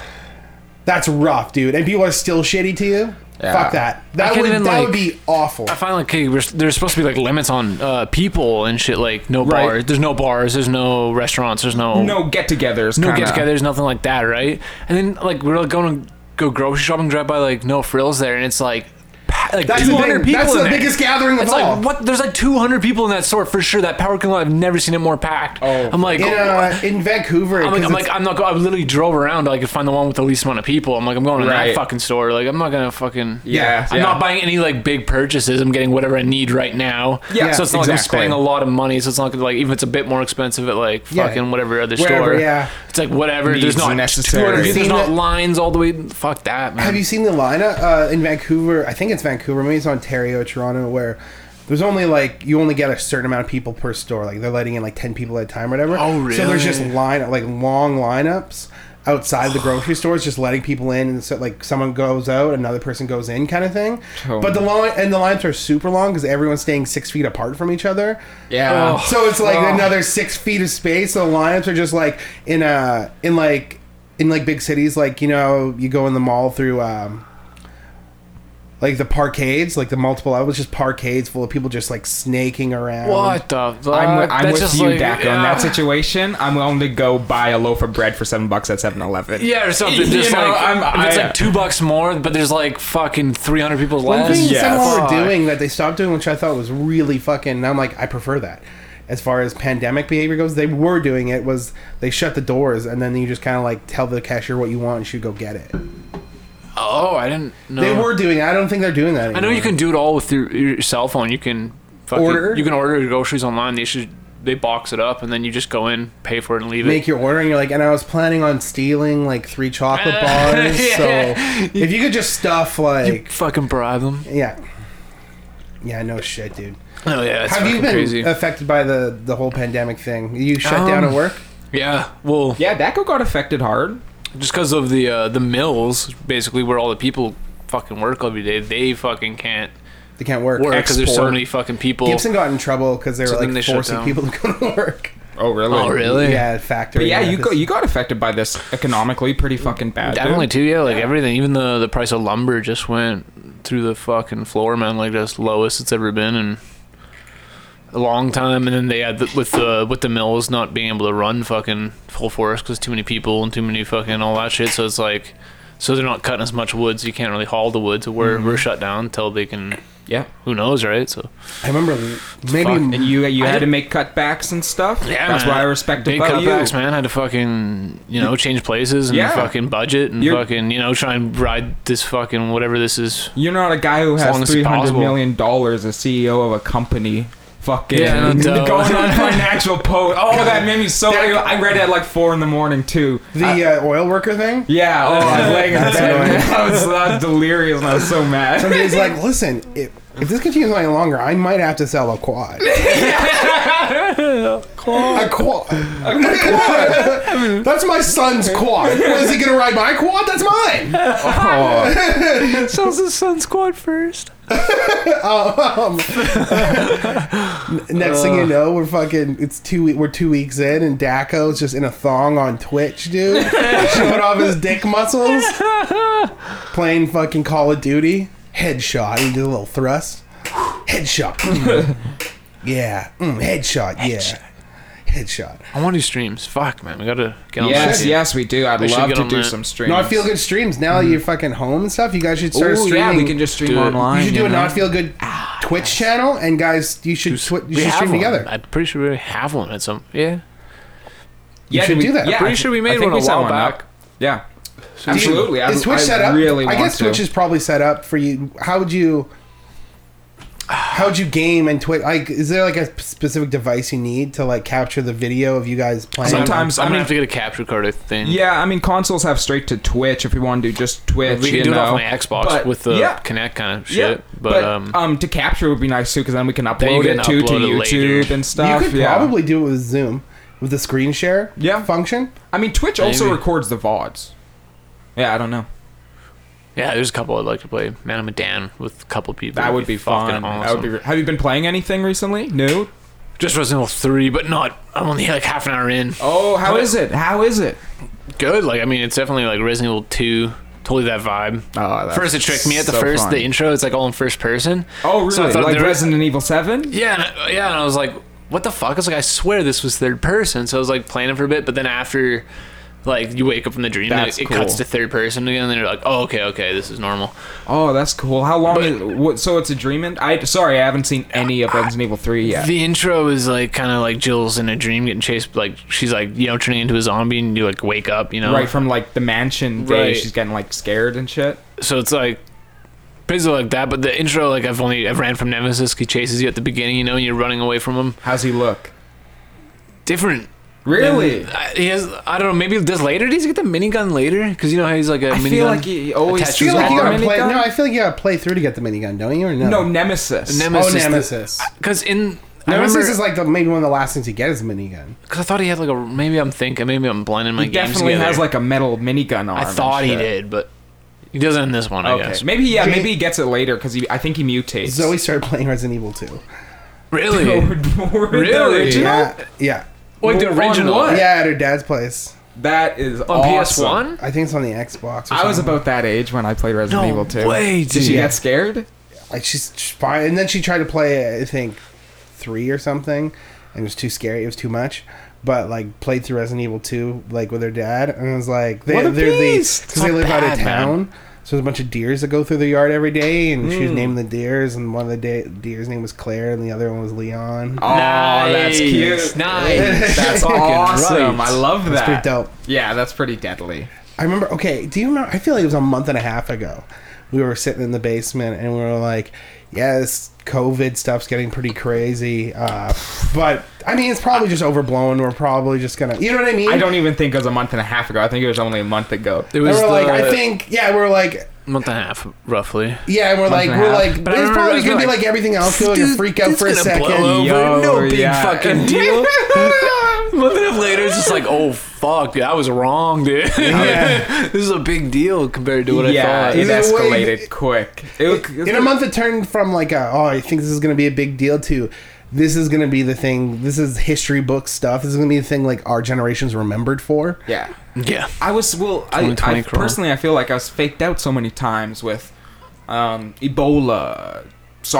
Speaker 4: That's rough, dude. And people are still shitty to you.
Speaker 5: Yeah.
Speaker 4: Fuck that. That
Speaker 3: could've
Speaker 4: would
Speaker 3: been,
Speaker 4: that would
Speaker 3: like-
Speaker 4: be awful.
Speaker 3: I find like okay, we're, there's supposed to be like limits on uh, people and shit. Like no
Speaker 5: Right.
Speaker 3: bars, there's no bars, there's no restaurants, there's no
Speaker 5: No get-togethers.
Speaker 3: no
Speaker 5: kinda.
Speaker 3: get-togethers, nothing like that, right? And then like we're like, going to go grocery shopping, drive by like no frills there, and it's like pa- like
Speaker 4: That's the
Speaker 3: 200
Speaker 4: thing.
Speaker 3: people.
Speaker 4: That's
Speaker 3: in
Speaker 4: the
Speaker 3: there.
Speaker 4: biggest gathering of
Speaker 3: It's
Speaker 4: all.
Speaker 3: like what? There's like 200 people in that store for sure. That power King lot, I've never seen it more packed.
Speaker 5: Oh.
Speaker 3: I'm like.
Speaker 4: in, uh, in Vancouver.
Speaker 3: I'm like,
Speaker 4: 'cause
Speaker 3: I'm like, I'm not. go- I literally drove around. till I could find the one with the least amount of people. I'm like, I'm going to
Speaker 5: Right.
Speaker 3: that fucking store. Like, I'm not gonna fucking.
Speaker 5: Yeah,
Speaker 3: I'm
Speaker 5: yeah.
Speaker 3: not buying any like big purchases. I'm getting whatever I need right now.
Speaker 5: Yeah,
Speaker 3: So it's not like I'm
Speaker 5: exactly.
Speaker 3: spending a lot of money. So it's not gonna, like even if it's a bit more expensive at like
Speaker 4: Yeah.
Speaker 3: fucking whatever other
Speaker 4: Wherever,
Speaker 3: store.
Speaker 4: yeah.
Speaker 3: It's like whatever.
Speaker 5: Needs
Speaker 3: there's not
Speaker 5: necessary.
Speaker 3: 200 people, There's
Speaker 4: Seen
Speaker 3: not
Speaker 4: it.
Speaker 3: lines all the way. Fuck that, man.
Speaker 4: Have you seen the lineup uh, in Vancouver? I think it's Vancouver, maybe it's Ontario, Toronto, where there's only like you only get a certain amount of people per store. Like they're letting in like ten people at a time, or whatever.
Speaker 3: Oh,
Speaker 4: So there's just
Speaker 3: really?
Speaker 4: line like long lineups outside the grocery stores, just letting people in, and so like someone goes out, another person goes in, kind of thing.
Speaker 5: Oh.
Speaker 4: But the line and the lines are super long because everyone's staying six feet apart from each other.
Speaker 5: Yeah.
Speaker 3: Oh.
Speaker 4: So it's like
Speaker 5: Oh.
Speaker 4: another six feet of space. So the lineups are just like in uh in like in like big cities, like you know, you go in the mall through um like the parkades, like the multiple outlets, just parkades full of people just like snaking around.
Speaker 3: What the? Fuck?
Speaker 5: I'm with, I'm
Speaker 3: That's
Speaker 5: with
Speaker 3: just
Speaker 5: you,
Speaker 3: like-
Speaker 5: Daco. In
Speaker 3: yeah.
Speaker 5: that situation, I'm willing to go buy a loaf of bread for seven bucks at 7-Eleven.
Speaker 3: Yeah, or something.
Speaker 5: You
Speaker 3: Just
Speaker 5: know,
Speaker 3: like
Speaker 5: I'm-
Speaker 3: if it's
Speaker 5: I-
Speaker 3: like two bucks more, but there's like fucking three hundred people
Speaker 4: One
Speaker 3: less.
Speaker 4: thing
Speaker 5: Yes.
Speaker 4: some people
Speaker 3: Fuck.
Speaker 4: were doing that they stopped doing, which I thought was really fucking. I'm like, I prefer that. As far as pandemic behavior goes, they were doing it. Was they shut the doors and then you just kind of like tell the cashier what you want and she would go get it.
Speaker 3: Oh, I didn't know.
Speaker 4: They were doing. it. I don't think they're doing that.
Speaker 3: I know
Speaker 4: anymore.
Speaker 3: you can do it all with your, your cell phone. You can fucking,
Speaker 4: Order?
Speaker 3: You can order your groceries online. They should they box it up and then you just go in, pay for it, and leave
Speaker 4: make your order and you're like and i was planning on stealing like three chocolate bars
Speaker 3: Yeah.
Speaker 4: so if you could just stuff
Speaker 3: it.
Speaker 4: like
Speaker 3: Fucking bribe them.
Speaker 4: yeah yeah no shit dude
Speaker 3: Oh yeah, it's
Speaker 4: have you
Speaker 3: fucking
Speaker 4: been
Speaker 3: crazy.
Speaker 4: affected by the the whole pandemic thing you shut down
Speaker 3: Um,
Speaker 4: at work
Speaker 3: yeah, well,
Speaker 5: Yeah, Daco got affected hard.
Speaker 3: just because of the uh, the mills, basically where all the people fucking work every day, they fucking can't
Speaker 4: they can't work,
Speaker 3: work because there's so
Speaker 5: Export.
Speaker 3: many fucking people.
Speaker 4: gibson got in trouble because they were
Speaker 3: So then
Speaker 4: like
Speaker 3: they shut
Speaker 4: forcing
Speaker 3: down.
Speaker 4: people to go to work
Speaker 5: Oh, really?
Speaker 3: Oh really?
Speaker 4: yeah at factory
Speaker 5: But yeah, you got,
Speaker 4: 'cause-
Speaker 5: you got affected by this economically pretty fucking bad. dude.
Speaker 3: Definitely too, yeah. Like everything, even the the price of lumber just went through the fucking floor, man. Like that's lowest it's ever been in a long time. And then they had the, with the with the mills not being able to run fucking full force because too many people and too many fucking all that shit. So it's like, so they're not cutting as much wood, so you can't really haul the wood. So we're we're shut down until they can.
Speaker 5: Yeah.
Speaker 3: Who knows, right? So
Speaker 4: i remember maybe
Speaker 5: And you you
Speaker 3: I
Speaker 5: had to
Speaker 3: did-
Speaker 5: make cutbacks and stuff.
Speaker 3: yeah,
Speaker 5: That's
Speaker 3: man,
Speaker 5: why I respect
Speaker 3: big
Speaker 5: about you.
Speaker 3: cutbacks, man. Had to fucking you know change places and
Speaker 5: Yeah.
Speaker 3: fucking budget and
Speaker 5: You're-
Speaker 3: fucking you know try and ride this fucking whatever this is
Speaker 5: You're not a guy who
Speaker 3: long
Speaker 5: has
Speaker 3: as
Speaker 5: three hundred
Speaker 3: possible.
Speaker 5: million dollars as CEO of a company. Fucking
Speaker 3: Yeah, no doubt.
Speaker 5: going on financial post. Oh, that made me so. I read it at like four in the morning too. I-
Speaker 4: the uh, oil worker thing
Speaker 5: yeah. Oh, I was laying in
Speaker 4: That's
Speaker 5: bed.
Speaker 4: annoying.
Speaker 5: I was, I was delirious and I was so mad.
Speaker 4: He's like, listen, if, if this continues any longer, I might have to sell a quad. A quad. That's my son's quad. What, Is he gonna ride my quad? That's mine.
Speaker 3: sells his son's quad first.
Speaker 4: Um, Next thing you know, we're fucking. It's two. we- We're two weeks in, and Daco's just in a thong on Twitch, dude, showing off his dick muscles, playing fucking Call of Duty. Headshot. He did a little thrust. Headshot. Mm. yeah. Mm, headshot. Yeah. Headshot.
Speaker 3: I want to do streams. Fuck, man, we gotta get on.
Speaker 5: Yes,
Speaker 3: that.
Speaker 5: yes, we do. I'd
Speaker 3: Oh, We should
Speaker 5: love
Speaker 3: get
Speaker 5: to
Speaker 3: on
Speaker 5: do
Speaker 3: that.
Speaker 5: some streams.
Speaker 4: No, I feel good streams. Now that you're fucking home and stuff, you guys should start
Speaker 5: Mm. Ooh,
Speaker 4: streaming.
Speaker 5: yeah, we can just stream
Speaker 3: Do it.
Speaker 5: online.
Speaker 4: you should do a
Speaker 5: know? Ah,
Speaker 4: not feel good Twitch channel, and guys, you should twi- you
Speaker 3: We
Speaker 4: should
Speaker 3: have
Speaker 4: stream
Speaker 3: one.
Speaker 4: together.
Speaker 3: I'm pretty sure we have one at some. Yeah,
Speaker 5: Yeah,
Speaker 4: should
Speaker 5: we-
Speaker 4: do that. I'm
Speaker 5: Yeah,
Speaker 3: pretty sure we made
Speaker 5: I think
Speaker 3: one a
Speaker 5: we set
Speaker 3: while
Speaker 5: one
Speaker 3: back.
Speaker 5: up. Yeah,
Speaker 4: Do you-
Speaker 5: absolutely. I,
Speaker 4: is Twitch
Speaker 5: I
Speaker 4: set up?
Speaker 5: Really
Speaker 4: I
Speaker 5: want
Speaker 4: guess
Speaker 5: to.
Speaker 4: Twitch is probably set up for you. How would you? How would you game and Twitch? Like, is there like a specific device you need to like capture the video of you guys playing?
Speaker 5: Sometimes-
Speaker 3: I'm
Speaker 5: I'm
Speaker 3: gonna
Speaker 5: gonna-
Speaker 3: have to get a capture card I think.
Speaker 5: Yeah, I mean consoles have straight to Twitch if we want to do just Twitch.
Speaker 3: we can
Speaker 5: you
Speaker 3: do it off
Speaker 5: know.
Speaker 3: my Xbox
Speaker 5: But-
Speaker 3: with the
Speaker 5: yeah,
Speaker 3: Kinect kind of
Speaker 5: yeah, uh,
Speaker 3: shit. but, um,
Speaker 5: to capture would be nice too because then we can
Speaker 3: you
Speaker 5: upload
Speaker 3: can
Speaker 5: it too to
Speaker 3: upload it
Speaker 5: YouTube
Speaker 3: later.
Speaker 5: and
Speaker 4: you
Speaker 5: stuff.
Speaker 4: could
Speaker 5: yeah.
Speaker 4: probably do it with Zoom with the screen share
Speaker 5: Yeah.
Speaker 4: function.
Speaker 5: I mean, Twitch also
Speaker 3: Maybe.
Speaker 5: records the vods. Yeah, I don't know.
Speaker 3: yeah, there's a couple I'd like to play. Man, I'm a Dan with a couple people.
Speaker 5: That
Speaker 3: It'd
Speaker 5: would be
Speaker 3: fucking
Speaker 5: fun. That
Speaker 3: awesome.
Speaker 5: would be. Re- have you been playing anything recently? No.
Speaker 3: just Resident Evil Three, but not. I'm only like half an hour in.
Speaker 5: Oh, how
Speaker 3: But-
Speaker 5: is it? How is it?
Speaker 3: Good. Like I mean, it's definitely like Resident Evil Two. totally that vibe.
Speaker 5: Oh, that's
Speaker 3: first, it tricked me at the
Speaker 5: so
Speaker 3: first
Speaker 5: fun.
Speaker 3: the intro. It's like all in first person.
Speaker 5: Oh, really?
Speaker 3: So I thought
Speaker 5: like
Speaker 3: there-
Speaker 5: Resident Evil Seven?
Speaker 3: Yeah, and I, yeah, and I was like, what the fuck? I was like, I swear this was third person. So I was like playing it for a bit, but then after, like, you wake up from the dream,
Speaker 5: That's
Speaker 3: it, it cuts
Speaker 5: cool.
Speaker 3: to third person again, and then you're like, oh, okay, okay, this is normal.
Speaker 5: Oh, that's cool. How long?
Speaker 3: But-
Speaker 5: is, what, so it's a dream. In, I sorry, I haven't seen any of Resident Evil Three yet.
Speaker 3: The intro is like kind of like Jill's in a dream getting chased, like she's like you know turning into a zombie, and you like wake up, you know.
Speaker 5: Right from like the mansion day,
Speaker 3: Oh. Right.
Speaker 5: she's getting like scared and shit.
Speaker 3: So it's like basically like that, but the intro like I've only I've ran from Nemesis. He chases you at the beginning, you know, and you're running away from him.
Speaker 5: How's he look?
Speaker 3: Different.
Speaker 5: Really?
Speaker 3: than- I- uh, he has. I don't know. Maybe does later? Does he get the minigun later? Because you know how he's like a
Speaker 5: I
Speaker 3: minigun.
Speaker 5: feel like he always
Speaker 3: attached
Speaker 4: I
Speaker 3: to
Speaker 4: feel
Speaker 3: his
Speaker 4: like you
Speaker 3: arm.
Speaker 4: gotta play.
Speaker 5: Minigun?
Speaker 4: No, I feel like you gotta play through to get the minigun, don't you? Or no?
Speaker 5: no, Nemesis.
Speaker 3: Nem-
Speaker 4: oh,
Speaker 3: Nemesis.
Speaker 4: Nemesis.
Speaker 3: Because in I
Speaker 4: Nemesis
Speaker 3: remember,
Speaker 4: is like the maybe one of the last things you get is a minigun.
Speaker 3: cause I thought he had like a. Maybe I'm thinking. Maybe I'm blending my
Speaker 5: he
Speaker 3: games
Speaker 5: definitely
Speaker 3: together.
Speaker 5: has like a metal minigun arm.
Speaker 3: I
Speaker 5: and
Speaker 3: thought he
Speaker 5: shit.
Speaker 3: did, but he doesn't in this one. I
Speaker 5: Okay,
Speaker 3: guess.
Speaker 5: maybe yeah,
Speaker 4: Okay.
Speaker 5: maybe he gets it later because he. I think he mutates.
Speaker 4: Zoe started playing Resident Evil 2.
Speaker 3: Really? Really?
Speaker 4: Yeah, yeah,
Speaker 3: like the
Speaker 5: On
Speaker 3: original.
Speaker 5: what?
Speaker 4: yeah. At her dad's place.
Speaker 5: That is
Speaker 3: On
Speaker 5: awesome.
Speaker 3: PS1?
Speaker 4: I think it's on the Xbox. Or
Speaker 5: I was
Speaker 4: something.
Speaker 5: about that age when I played Resident
Speaker 3: No
Speaker 5: Evil 2.
Speaker 3: way,
Speaker 5: Did she
Speaker 3: dude.
Speaker 5: get scared?
Speaker 4: like she's she's fine, and then she tried to play I think three or something, and it was too scary. It was too much. But like played through Resident Evil two like with her dad, and it was like they
Speaker 5: What a
Speaker 4: they're
Speaker 5: beast!
Speaker 4: because they
Speaker 3: Not
Speaker 4: live out
Speaker 3: bad, man.
Speaker 4: of town. So there's a bunch of deers that go through the yard every day, and she was naming the deers, and one of the da- deers' name was Claire, and the other one was Leon.
Speaker 5: Oh, that's cute.
Speaker 3: Nice.
Speaker 5: That's
Speaker 3: Fucking
Speaker 5: awesome.
Speaker 3: right.
Speaker 5: I love that.
Speaker 4: That's pretty dope.
Speaker 5: Yeah, that's pretty deadly.
Speaker 4: I remember. Okay, do you remember? I feel like it was a month and a half ago. We were sitting in the basement and we were like, "Yeah, this COVID stuff's getting pretty crazy." Uh, but I mean, it's probably just overblown. We're probably just gonna, you know what I mean?
Speaker 5: I don't even think it was a month and a half ago. I think it was only a month ago.
Speaker 3: It
Speaker 4: And
Speaker 3: was
Speaker 4: we're like,
Speaker 3: the
Speaker 4: I think, yeah, we're like,
Speaker 3: month and a half, roughly.
Speaker 4: yeah, and we're like,
Speaker 5: and a
Speaker 4: we're
Speaker 5: half.
Speaker 4: like,
Speaker 3: But I
Speaker 4: it's
Speaker 3: remember I
Speaker 4: probably
Speaker 3: was
Speaker 4: gonna be
Speaker 3: like,
Speaker 4: like everything else. You're like a
Speaker 3: Dude,
Speaker 4: freak out
Speaker 3: it's
Speaker 4: for a
Speaker 3: gonna
Speaker 4: second.
Speaker 3: blow over. no big
Speaker 5: yeah.
Speaker 3: fucking deal. month and a half later, it's just like, oh fuck, dude, I was wrong, dude.
Speaker 4: Yeah.
Speaker 3: this is a big deal compared to what
Speaker 5: yeah,
Speaker 3: I
Speaker 5: it
Speaker 3: thought.
Speaker 4: Either way,
Speaker 5: escalated
Speaker 4: it-
Speaker 5: quick. It, was-
Speaker 4: In a month, it turned from like, a, oh, I think this is going to be a big deal to this is going to be the thing. This is history book stuff. This is going to be the thing like our generation's remembered for.
Speaker 5: Yeah.
Speaker 3: Yeah.
Speaker 5: I was well. I,
Speaker 3: 2020
Speaker 5: I
Speaker 3: corona.
Speaker 5: personally, I feel like I was faked out so many times with um, Ebola,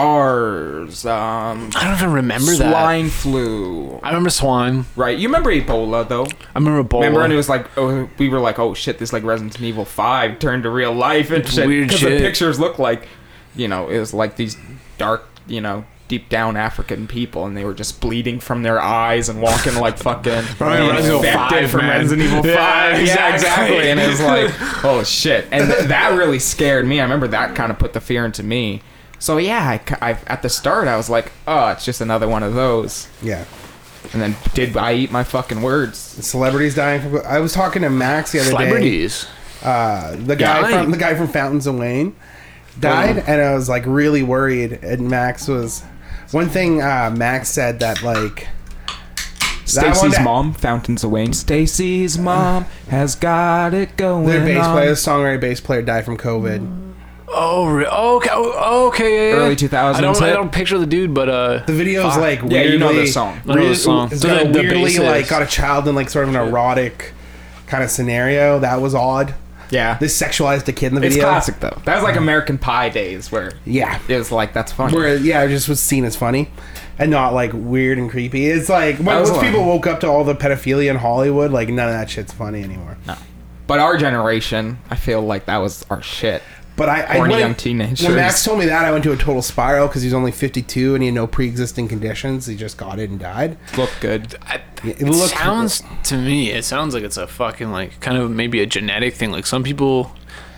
Speaker 5: SARS, um,
Speaker 3: I don't even remember that.
Speaker 5: swine flu.
Speaker 3: I remember swine.
Speaker 5: Right? You remember Ebola though?
Speaker 3: I remember Ebola.
Speaker 5: Remember, and it was like, oh, we were like, oh shit, this like Resident Evil Five turned to real life and
Speaker 3: It's
Speaker 5: shit.
Speaker 3: weird
Speaker 5: the
Speaker 3: shit.
Speaker 5: pictures look like, you know, it was like these dark, you know, deep down African people, and they were just bleeding from their eyes and walking like fucking
Speaker 3: Resident Evil
Speaker 5: infected
Speaker 3: 5,
Speaker 5: from
Speaker 3: man.
Speaker 5: Resident Evil Five.
Speaker 3: Yeah,
Speaker 5: Yeah, exactly.
Speaker 3: exactly.
Speaker 5: And it was like, oh shit, and th- that really scared me. I remember that kind of put the fear into me. So yeah, I, ki- I, at the start I was like, oh, it's just another one of those.
Speaker 4: Yeah.
Speaker 5: And then did I eat my fucking words?
Speaker 4: celebrities dying from I was talking to Max the other day.
Speaker 3: celebrities.
Speaker 4: Uh the guy
Speaker 3: Dying.
Speaker 4: from the guy from Fountains of Wayne died and I was like really worried and Max was one thing uh Max said that like that one
Speaker 5: Stacy's
Speaker 4: that-
Speaker 5: mom, Fountains of Wayne. Stacy's mom has got it going
Speaker 4: their bass
Speaker 5: on.
Speaker 4: player, songwriter bass player died from COVID.
Speaker 3: Oh, re- oh, okay, oh, okay, yeah, yeah.
Speaker 5: Early 2000s
Speaker 3: I don't, I
Speaker 5: hit.
Speaker 3: don't picture the dude, but uh,
Speaker 4: The video's
Speaker 5: Fuck.
Speaker 4: like
Speaker 5: Yeah,
Speaker 4: weirdly,
Speaker 5: you know the song.
Speaker 3: I know the
Speaker 4: weird-
Speaker 3: song.
Speaker 4: It's
Speaker 3: So
Speaker 4: got a
Speaker 3: the- the
Speaker 4: weirdly
Speaker 3: bassist.
Speaker 4: like got a child in like sort of an erotic kind of scenario. That was odd.
Speaker 5: Yeah.
Speaker 4: They sexualized a kid in the
Speaker 5: it's
Speaker 4: video.
Speaker 5: classic, though. That was like American Pie days where
Speaker 4: Yeah.
Speaker 5: it was like, that's funny.
Speaker 4: where yeah, it just was seen as funny and not like weird and creepy. It's like when,
Speaker 5: That was
Speaker 4: once
Speaker 5: one.
Speaker 4: people woke up to all the pedophilia in Hollywood, like none of that shit's funny anymore.
Speaker 5: but our generation, I feel like that was our shit.
Speaker 4: But I, I
Speaker 5: Horny
Speaker 4: went-
Speaker 5: young teenagers.
Speaker 4: When Max told me that, I went to a total spiral because he was only fifty-two and he had no pre-existing conditions. He just got it and died.
Speaker 5: Looked good.
Speaker 3: I,
Speaker 4: It
Speaker 3: it,
Speaker 4: looked-
Speaker 3: sounds to me, it sounds like it's a fucking like kind of maybe a genetic thing. Like some people,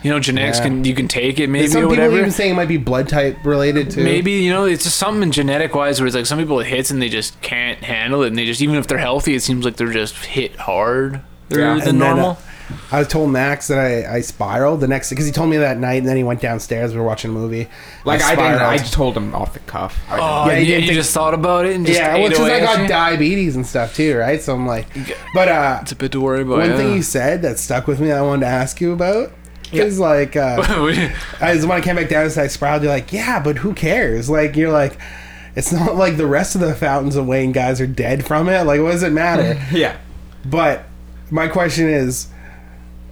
Speaker 3: you know, genetics
Speaker 4: Yeah.
Speaker 3: can you can take it maybe or
Speaker 4: Some people
Speaker 3: whatever.
Speaker 4: even saying it might be blood type related to
Speaker 3: Maybe you know it's just something genetic wise where it's like some people it hits and they just can't handle it and they just even if they're healthy it seems like they're just hit harder
Speaker 5: Yeah.
Speaker 3: than
Speaker 4: And then,
Speaker 3: normal.
Speaker 4: uh, I was told Max that I, I spiraled the next because he told me that night, and then he went downstairs. We were watching a movie.
Speaker 5: Like, I, didn't. I
Speaker 4: spiraled.
Speaker 5: just told him off the cuff. I didn't-
Speaker 3: oh, and
Speaker 4: yeah, you
Speaker 3: you,
Speaker 4: didn't
Speaker 3: you
Speaker 4: think-
Speaker 3: just thought about it and just
Speaker 4: yeah,
Speaker 3: ate
Speaker 4: well, because
Speaker 3: away
Speaker 4: I
Speaker 3: at
Speaker 4: got
Speaker 3: you?
Speaker 4: diabetes and stuff too, right? So I'm like, but uh,
Speaker 3: It's a bit to worry about.
Speaker 4: One
Speaker 3: yeah.
Speaker 4: thing you said that stuck with me that I wanted to ask you about is like, uh, is when I came back down and said I spiraled, you're like, yeah, but who cares? Like, you're like, it's not like the rest of the Fountains of Wayne guys are dead from it. Like, what does it matter?
Speaker 5: yeah.
Speaker 4: but my question is,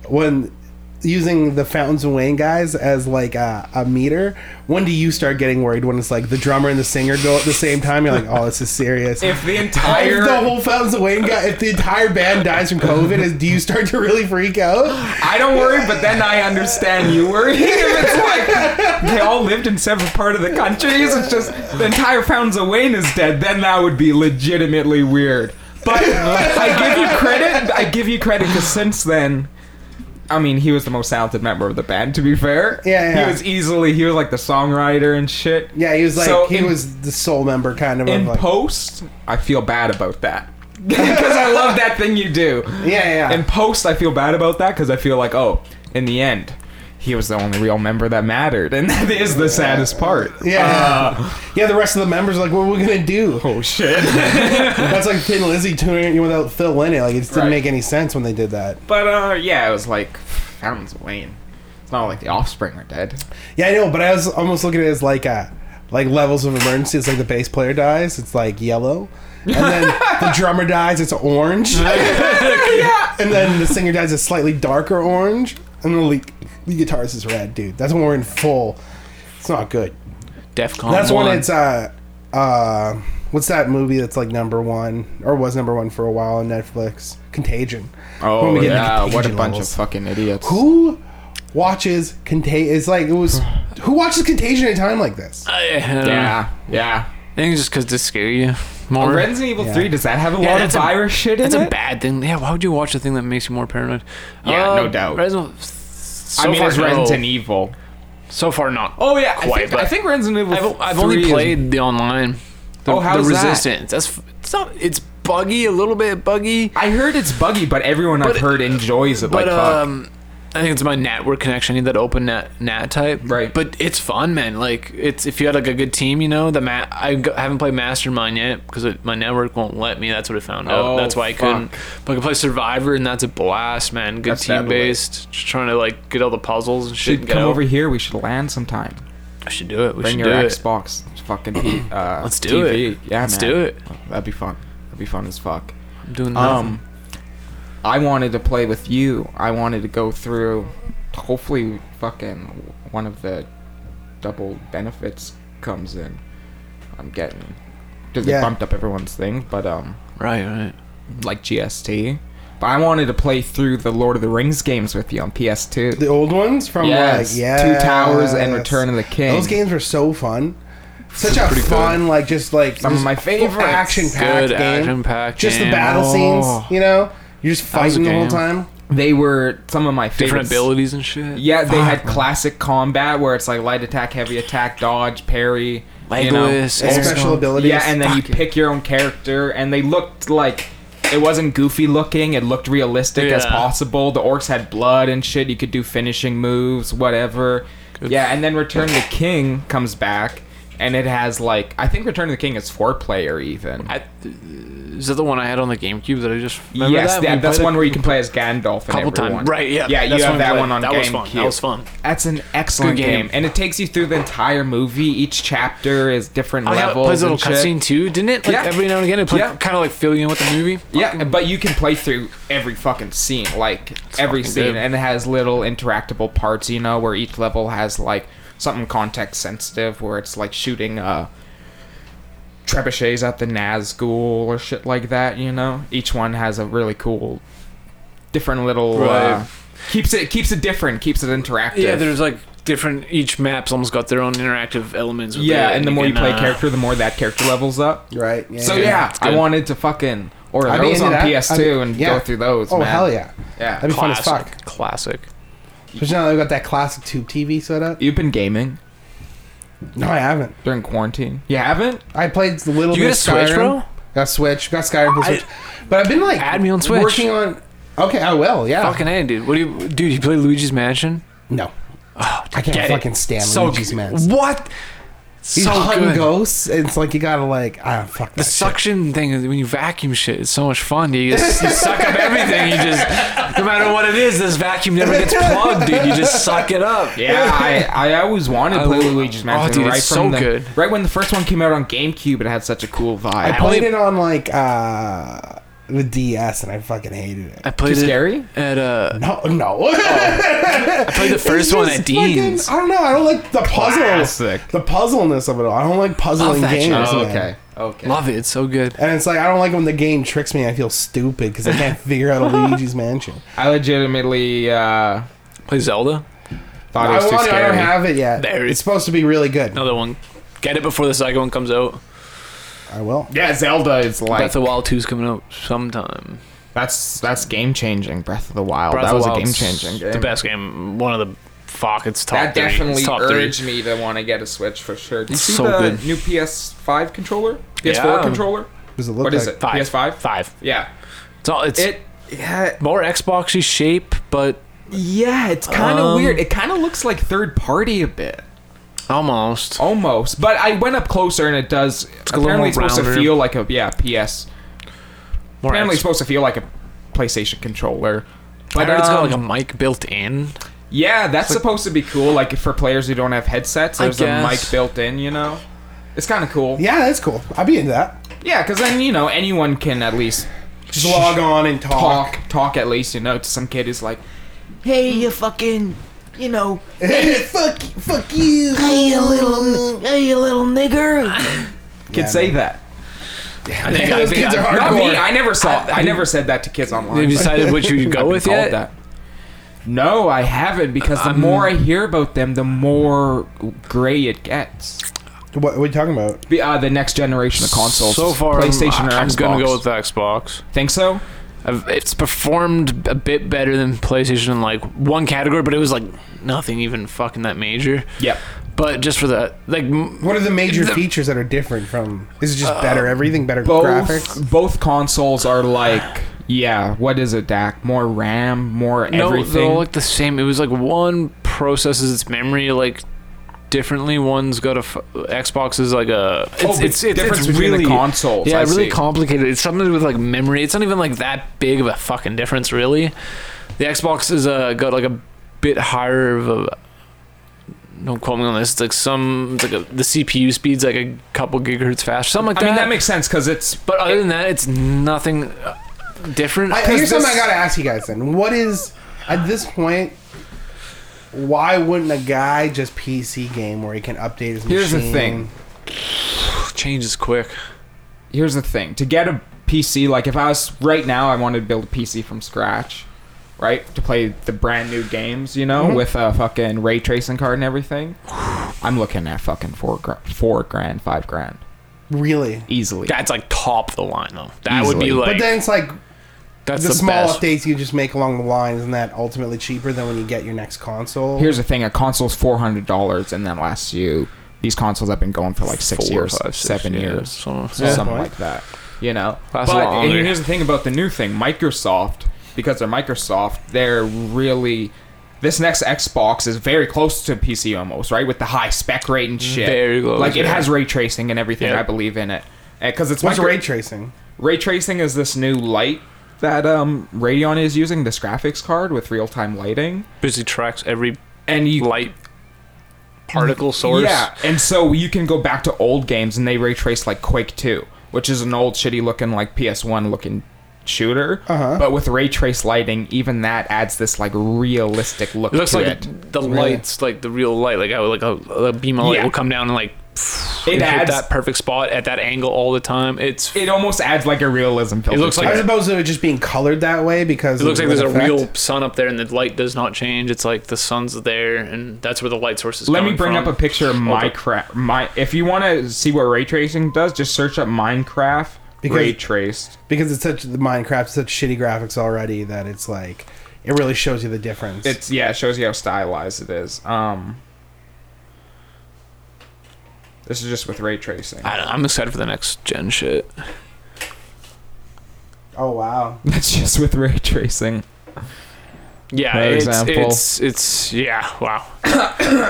Speaker 4: when using the Fountains of Wayne guys as like a, a meter, when do you start getting worried when it's like the drummer and the singer go at the same time? You're like, oh, this is serious.
Speaker 5: If the
Speaker 4: If
Speaker 5: entire
Speaker 4: the whole Fountains of Wayne guy, if the entire band dies from COVID, is, do you start to really freak out?
Speaker 5: I don't worry, but then I understand you worry. it's like they all lived in separate part of the countries. It's just the entire Fountains of Wayne is dead. Then that would be legitimately weird. But I give you credit. I give you credit because since then, I mean, he was the most talented member of the band. To be fair,
Speaker 4: Yeah, yeah.
Speaker 5: he was easily he was like the songwriter and shit.
Speaker 4: Yeah, he was like,
Speaker 5: So
Speaker 4: he
Speaker 5: in-
Speaker 4: was the soul member kind of.
Speaker 5: In
Speaker 4: of like,
Speaker 5: post, I feel bad about that because I love that thing you do.
Speaker 4: yeah, yeah.
Speaker 5: In post, I feel bad about that because I feel like, oh, in the end, he was the only real member that mattered, and that is the saddest part.
Speaker 4: yeah,
Speaker 5: uh,
Speaker 4: yeah. The rest of the members are like, what are we gonna do?
Speaker 5: Oh shit!
Speaker 4: That's like Thin Lizzy tuning in without Phil in it. Like it just didn't
Speaker 5: Right.
Speaker 4: make any sense when they did that.
Speaker 5: but uh, yeah, it was like Fountains of Wayne. It's not like the Offspring are dead.
Speaker 4: Yeah, I know, but I was almost looking at it as like a like levels of emergency. It's like the bass player dies, it's like yellow, and then the drummer dies, it's orange, and then the singer dies, it's slightly darker orange, and the lead, lead guitarist is red, dude. That's when we're in full. It's not good.
Speaker 3: Defcon.
Speaker 4: That's
Speaker 3: one.
Speaker 4: when it's uh uh what's that movie that's like number one or was number one for a while on Netflix? Contagion. When we get into
Speaker 5: Oh, what a
Speaker 4: Contagion
Speaker 5: bunch
Speaker 4: levels.
Speaker 5: of fucking idiots.
Speaker 4: Who watches Contagion? It's like it was. Who watches Contagion at a time like this?
Speaker 3: I, I don't know.
Speaker 5: Yeah, yeah.
Speaker 3: I think it's just because to scare you more.
Speaker 5: Resident Evil
Speaker 4: Yeah.
Speaker 5: Three does that have a
Speaker 3: Yeah,
Speaker 5: lot of
Speaker 3: that's a-
Speaker 5: virus shit in
Speaker 3: That's
Speaker 5: it?
Speaker 3: a bad thing. Yeah, why would you watch a thing that makes you more paranoid?
Speaker 5: Yeah, no doubt.
Speaker 3: Resident, so
Speaker 5: I mean,
Speaker 3: far,
Speaker 5: it's
Speaker 3: no.
Speaker 5: Resident Evil.
Speaker 3: So far, not.
Speaker 5: Oh yeah, I
Speaker 3: Quite,
Speaker 5: think,
Speaker 3: but-
Speaker 5: I think Resident Evil.
Speaker 3: I've, I've
Speaker 5: 3
Speaker 3: only
Speaker 5: is-
Speaker 3: played the online. The,
Speaker 5: Oh, how's
Speaker 3: the
Speaker 5: that?
Speaker 3: resistance. That's f- it's not. It's buggy a little bit buggy,
Speaker 5: I heard it's buggy, but everyone I've
Speaker 3: But-
Speaker 5: heard enjoys it.
Speaker 3: but
Speaker 5: like fuck.
Speaker 3: um, I think it's my network connection. I need that open net NAT type.
Speaker 5: Right.
Speaker 3: But it's fun, man. Like it's if you had like a good team, you know. The mat. I g- haven't played Mastermind yet because my network won't let me. That's what I found out.
Speaker 5: Oh,
Speaker 3: that's why I couldn't.
Speaker 5: fuck.
Speaker 3: But I can play Survivor, and that's a blast, man. Good
Speaker 5: That's
Speaker 3: team
Speaker 5: deadly.
Speaker 3: based. Just trying to like get all the puzzles and shit.
Speaker 5: Dude,
Speaker 3: and get
Speaker 5: come
Speaker 3: out.
Speaker 5: over here. We should land sometime.
Speaker 3: I should do it. We
Speaker 5: Bring
Speaker 3: should
Speaker 5: your
Speaker 3: do it.
Speaker 5: Xbox. Fucking P- uh,
Speaker 3: Let's do
Speaker 5: TV.
Speaker 3: it.
Speaker 5: Yeah,
Speaker 3: Let's
Speaker 5: man.
Speaker 3: do it.
Speaker 5: That'd be fun. That'd be fun as fuck.
Speaker 3: I'm doing that.
Speaker 5: Um, I wanted to play with you. I wanted to go through. Hopefully, fucking one of the double benefits comes in. I'm getting. Cause
Speaker 4: Yeah.
Speaker 5: they bumped up everyone's thing, but um,
Speaker 3: right, right.
Speaker 5: like GST. But I wanted to play through the Lord of the Rings games with you on PS2.
Speaker 4: The old ones from
Speaker 5: Yes,
Speaker 4: like yeah,
Speaker 5: Two Towers and Return of the King.
Speaker 4: Those games were so fun. Such a
Speaker 5: Pretty good.
Speaker 4: fun, like just like
Speaker 5: Some of my favorites.
Speaker 4: action packed
Speaker 3: Good
Speaker 4: game.
Speaker 3: action packed.
Speaker 4: just the
Speaker 3: game.
Speaker 4: battle
Speaker 5: Oh.
Speaker 4: scenes, you know. You're just
Speaker 3: was a
Speaker 4: fighting the whole
Speaker 3: game.
Speaker 4: time.
Speaker 5: They were some of my
Speaker 3: different
Speaker 5: favorites.
Speaker 3: abilities and shit.
Speaker 5: Yeah, they had classic combat where it's like light attack, heavy attack, dodge, parry. you know.
Speaker 3: Legolas,
Speaker 4: And special abilities.
Speaker 5: Yeah, and then you pick your own character, and they looked like it wasn't goofy looking. It looked realistic as
Speaker 3: Yeah.
Speaker 5: possible. The orcs had blood and shit. You could do finishing moves, whatever. Yeah, and then Return of the King comes back, and it has like I think Return of the King is four player even.
Speaker 3: I, is that the one I had on the GameCube that I just remember
Speaker 5: yes,
Speaker 3: that?
Speaker 5: that-
Speaker 3: We
Speaker 5: that's
Speaker 3: played
Speaker 5: one
Speaker 3: it
Speaker 5: where you can play as Gandalf.
Speaker 3: a couple times. Right, yeah.
Speaker 5: Yeah, you
Speaker 3: that's
Speaker 5: have
Speaker 3: when we
Speaker 5: that
Speaker 3: played.
Speaker 5: one on
Speaker 3: That was fun.
Speaker 5: GameCube.
Speaker 3: That was fun.
Speaker 5: That's an excellent
Speaker 3: Good
Speaker 5: game.
Speaker 3: game.
Speaker 5: and it takes you through the entire movie. Each chapter is different
Speaker 3: Oh, yeah, it
Speaker 5: levels.
Speaker 3: plays a little
Speaker 5: and shit.
Speaker 3: cutscene too, didn't it? Like
Speaker 5: Yeah.
Speaker 3: every now and again, it played,
Speaker 5: Yeah.
Speaker 3: kind of like fill you in with the movie.
Speaker 5: Yeah, but you can play through every fucking scene, like every
Speaker 3: fucking
Speaker 5: scene,
Speaker 3: good.
Speaker 5: and it has little interactable parts, you know, where each level has like something context sensitive, where it's like shooting uh trebuchets at the Nazgul or shit like that, you know. Each one has a really cool, different little. Uh,
Speaker 3: Right.
Speaker 5: keeps it keeps it different, keeps it interactive.
Speaker 3: Yeah, there's like different. Each map's almost got their own interactive elements. With
Speaker 5: yeah,
Speaker 3: it,
Speaker 5: and the more you
Speaker 3: can,
Speaker 5: play
Speaker 3: uh,
Speaker 5: character, the more that character levels up.
Speaker 4: Right. Yeah,
Speaker 5: So
Speaker 4: yeah.
Speaker 5: yeah,
Speaker 3: It's
Speaker 5: I
Speaker 3: good.
Speaker 5: wanted to fucking order
Speaker 4: I'd be
Speaker 5: those
Speaker 4: into
Speaker 5: on
Speaker 4: that. I'd
Speaker 5: PS2
Speaker 4: be-
Speaker 5: and
Speaker 4: yeah.
Speaker 5: go through those.
Speaker 4: Oh
Speaker 5: man.
Speaker 4: hell yeah!
Speaker 5: Yeah.
Speaker 4: That'd be fun as
Speaker 3: Classic,
Speaker 4: fuck.
Speaker 3: classic.
Speaker 4: Especially now that we got that classic tube TV set up.
Speaker 5: You've been gaming
Speaker 4: No, I haven't.
Speaker 5: during quarantine. You haven't?
Speaker 4: I played a little
Speaker 3: You
Speaker 4: bit
Speaker 3: got
Speaker 4: of
Speaker 3: a Switch,
Speaker 4: Skyrim.
Speaker 3: bro?
Speaker 4: Got Switch. Got Skyrim for
Speaker 3: I-
Speaker 4: Switch. But I've been like
Speaker 3: Add me on Switch.
Speaker 4: Working on. Okay, I will. Yeah.
Speaker 3: Fucking a, dude. What do you, dude? You play Luigi's Mansion?
Speaker 4: No. I can't
Speaker 3: Oh, Get it.
Speaker 4: fucking stand
Speaker 3: So
Speaker 4: Luigi's
Speaker 3: good.
Speaker 4: Mansion.
Speaker 3: What?
Speaker 4: He's
Speaker 3: so
Speaker 4: hunting
Speaker 3: good.
Speaker 4: ghosts. and It's like you gotta like ah fuck
Speaker 3: The
Speaker 4: that. shit.
Speaker 3: suction thing is when you vacuum shit, it's so much fun. dude. You just you suck up everything. You just no matter what it is, this vacuum never gets plugged, dude. You just suck it up.
Speaker 5: Yeah, I, I always wanted to
Speaker 3: I
Speaker 5: play
Speaker 3: love-
Speaker 5: Luigi's
Speaker 3: oh,
Speaker 5: Mansion.
Speaker 3: dude, it's
Speaker 5: right
Speaker 3: so
Speaker 5: from the,
Speaker 3: good.
Speaker 5: Right when the first one came out on GameCube, it had such a cool
Speaker 4: I
Speaker 5: vibe.
Speaker 3: pl-
Speaker 4: played it on like uh the DS, and I fucking hated it.
Speaker 3: I played
Speaker 6: Too
Speaker 3: it
Speaker 6: scary?
Speaker 3: at uh.
Speaker 4: No, no.
Speaker 3: I played the
Speaker 4: It's
Speaker 3: first one
Speaker 4: just
Speaker 3: at
Speaker 4: fucking-
Speaker 3: Dean's.
Speaker 4: I don't know. I don't like the puzzle.
Speaker 6: Classic.
Speaker 4: The puzzleness of it all. I don't like puzzling
Speaker 3: that
Speaker 4: games.
Speaker 3: shit.
Speaker 4: man.
Speaker 6: Oh, okay. Okay.
Speaker 3: Love it. It's so good.
Speaker 4: And it's like I don't like when the game tricks me. I feel stupid because I can't figure out a Luigi's Mansion.
Speaker 6: I legitimately uh,
Speaker 3: Play Zelda.
Speaker 6: thought it
Speaker 4: I,
Speaker 6: was too
Speaker 4: want it, I
Speaker 6: scary.
Speaker 4: don't have it yet.
Speaker 3: There it
Speaker 4: it's
Speaker 3: is.
Speaker 4: supposed to be really good.
Speaker 3: Another one. Get it before the second one comes out.
Speaker 4: I will.
Speaker 6: yeah, Zelda is like
Speaker 3: Breath of the Wild 2's coming out sometime.
Speaker 6: that's that's game changing. Breath of the Wild.
Speaker 3: Breath
Speaker 6: that
Speaker 3: of
Speaker 6: was
Speaker 3: the
Speaker 6: a game
Speaker 3: Wild's
Speaker 6: changing game.
Speaker 3: The best game. One of the fuck. It's top
Speaker 5: That
Speaker 3: three. It's
Speaker 5: definitely
Speaker 3: top
Speaker 5: urged
Speaker 3: three.
Speaker 5: me to want to get a Switch for sure. Did you
Speaker 3: It's
Speaker 5: see
Speaker 3: so
Speaker 5: the
Speaker 3: good.
Speaker 5: new PS5 controller? PS4
Speaker 3: Yeah.
Speaker 5: controller?
Speaker 4: Does it look
Speaker 5: What
Speaker 4: like?
Speaker 5: is it?
Speaker 3: Five.
Speaker 5: PS5?
Speaker 3: Five.
Speaker 5: Yeah.
Speaker 3: It's all. It's
Speaker 5: It yeah,
Speaker 3: more Xboxy shape, but
Speaker 5: yeah, it's kind of
Speaker 3: Um,
Speaker 5: weird. It kind of looks like third party a bit.
Speaker 3: almost.
Speaker 5: Almost. But I went up closer and it does
Speaker 3: a little
Speaker 5: apparently
Speaker 3: more
Speaker 5: it's supposed to
Speaker 3: rounder.
Speaker 5: feel like a yeah, PS.
Speaker 3: More
Speaker 5: Apparently
Speaker 3: X-
Speaker 5: it's supposed to feel like a PlayStation controller.
Speaker 3: I
Speaker 5: But
Speaker 3: heard it's got
Speaker 5: um,
Speaker 3: like a mic built in.
Speaker 5: yeah, that's supposed to be cool. Like for players who don't have headsets,
Speaker 3: I
Speaker 5: there's a mic
Speaker 3: guess.
Speaker 5: built in. You know, it's kind of cool.
Speaker 4: Yeah, that's cool. I'd be into that.
Speaker 5: Yeah, because then you know anyone can at least
Speaker 4: Just log on and talk.
Speaker 5: talk, talk at least. You know, to some kid who's like, "Hey, you fucking, you know,
Speaker 4: fuck, fuck you.
Speaker 5: hey, you little nigger." Kids say that.
Speaker 3: I think,
Speaker 4: Those kids are
Speaker 5: Not
Speaker 4: hardcore.
Speaker 5: me. I never saw. I, never said that to kids online.
Speaker 3: Have you decided what you
Speaker 5: I've
Speaker 3: go
Speaker 5: been
Speaker 3: with
Speaker 5: called
Speaker 3: yet?
Speaker 5: that. No, I haven't because the more I hear about them, the more gray it gets.
Speaker 4: What, what are you talking about?
Speaker 5: Be- uh, the next generation of consoles.
Speaker 3: So far,
Speaker 5: PlayStation
Speaker 3: I'm,
Speaker 5: or
Speaker 3: I'm
Speaker 5: Xbox.
Speaker 3: gonna go with the Xbox.
Speaker 5: Think so?
Speaker 3: I've, it's performed a bit better than PlayStation in like one category, but it was like nothing even fucking that major.
Speaker 5: Yep.
Speaker 3: But just for the like, m-
Speaker 4: What are the major
Speaker 3: The-
Speaker 4: features that are different from? Is it just better everything? Better
Speaker 5: Both
Speaker 4: graphics?
Speaker 5: both consoles are like yeah. What is it, Dak? More RAM, more
Speaker 3: no, they
Speaker 5: everything.
Speaker 3: all look the same. It was like one processes its memory like differently. One's got a f- Xbox is like a it's
Speaker 5: but
Speaker 3: Oh, it's, it's, it's
Speaker 5: difference between the
Speaker 3: really
Speaker 5: consoles,
Speaker 3: Yeah,
Speaker 5: I
Speaker 3: really
Speaker 5: see.
Speaker 3: complicated. It's something with like memory. It's not even like that big of a fucking difference, really. The Xbox is uh, got like a bit higher of a. Don't quote me on this. It's like some it's like a, the CPU speed's like a couple gigahertz faster, something like
Speaker 5: I
Speaker 3: that.
Speaker 5: mean that makes sense because it's
Speaker 3: but other than that, it's nothing uh, different.
Speaker 4: I, here's something I gotta ask you guys then. What is at this point? Why wouldn't a guy just PC game where he can update his
Speaker 5: Here's the
Speaker 4: machine?
Speaker 5: thing.
Speaker 3: changes quick.
Speaker 5: here's the thing to get a PC. Like if I was right now, I wanted to build a PC from scratch, right? To play the brand new games, you
Speaker 3: Mm-hmm.
Speaker 5: know, with a fucking ray tracing card and everything. I'm looking at fucking four gra- four grand, five grand
Speaker 4: Really?
Speaker 5: easily.
Speaker 3: That's like top of the line though. That would be
Speaker 5: Easily.
Speaker 3: like
Speaker 4: but then it's like
Speaker 3: that's
Speaker 4: the,
Speaker 3: the,
Speaker 4: small
Speaker 3: best.
Speaker 4: updates you just make along the line isn't that ultimately cheaper than when you get your next console?
Speaker 5: Here's the thing: a console's four hundred dollars, and then lasts you. These consoles have been going for like six
Speaker 3: Four,
Speaker 5: years,
Speaker 3: five, six,
Speaker 5: seven
Speaker 3: yeah,
Speaker 5: years,
Speaker 3: something-
Speaker 5: so
Speaker 3: yeah.
Speaker 5: something
Speaker 4: Right.
Speaker 5: like that. You know,
Speaker 3: Lasts a lot
Speaker 5: but and
Speaker 3: longer.
Speaker 5: here's the thing about the new thing: Microsoft, because they're Microsoft, they're really this next Xbox is very close to PC almost, right? With the high spec rate and shit,
Speaker 3: Very close,
Speaker 5: Like it
Speaker 3: yeah.
Speaker 5: has ray tracing and everything.
Speaker 3: Yeah.
Speaker 5: I believe in it because it's
Speaker 4: What's
Speaker 5: micro-
Speaker 4: ray tracing?
Speaker 5: ray tracing is this new light that um, Radeon is using this graphics card with real time lighting,
Speaker 3: Busy tracks every
Speaker 5: and you
Speaker 3: light particle source.
Speaker 5: Yeah, and so you can go back to old games and they ray trace like Quake 2, which is an old shitty looking like PS1 looking shooter.
Speaker 4: Uh-huh.
Speaker 5: But with ray trace lighting, even that adds this like realistic look
Speaker 3: It looks
Speaker 5: to
Speaker 3: like
Speaker 5: it.
Speaker 3: the lights, like the real light, like how like a, a beam of light
Speaker 5: Yeah.
Speaker 3: will come down and like
Speaker 5: It
Speaker 3: hit
Speaker 5: adds
Speaker 3: that perfect spot at that angle all the time. It's it,
Speaker 5: it almost adds like a realism filter.
Speaker 3: looks
Speaker 5: to
Speaker 3: like-
Speaker 4: As opposed to it just being colored that way because
Speaker 3: looks
Speaker 4: of
Speaker 3: like there's
Speaker 4: the
Speaker 3: a
Speaker 4: effect?
Speaker 3: real sun up there and the light does not change. It's like the sun's there and that's where the light source is.
Speaker 5: Let me
Speaker 3: coming
Speaker 5: bring
Speaker 3: from.
Speaker 5: up a picture of
Speaker 3: Okay.
Speaker 5: Minecraft. My if you want to see what ray tracing does, just search up Minecraft
Speaker 4: Because-
Speaker 5: ray traced.
Speaker 4: because it's such the Minecraft such shitty graphics already that it's like it really shows you the difference.
Speaker 5: It's yeah, it shows you how stylized it is. Um This is just with ray tracing.
Speaker 3: I don't, I'm excited for the next gen shit.
Speaker 4: oh wow.
Speaker 5: That's just with ray tracing.
Speaker 3: Yeah,
Speaker 5: For
Speaker 3: it's,
Speaker 5: example.
Speaker 3: it's it's yeah, wow,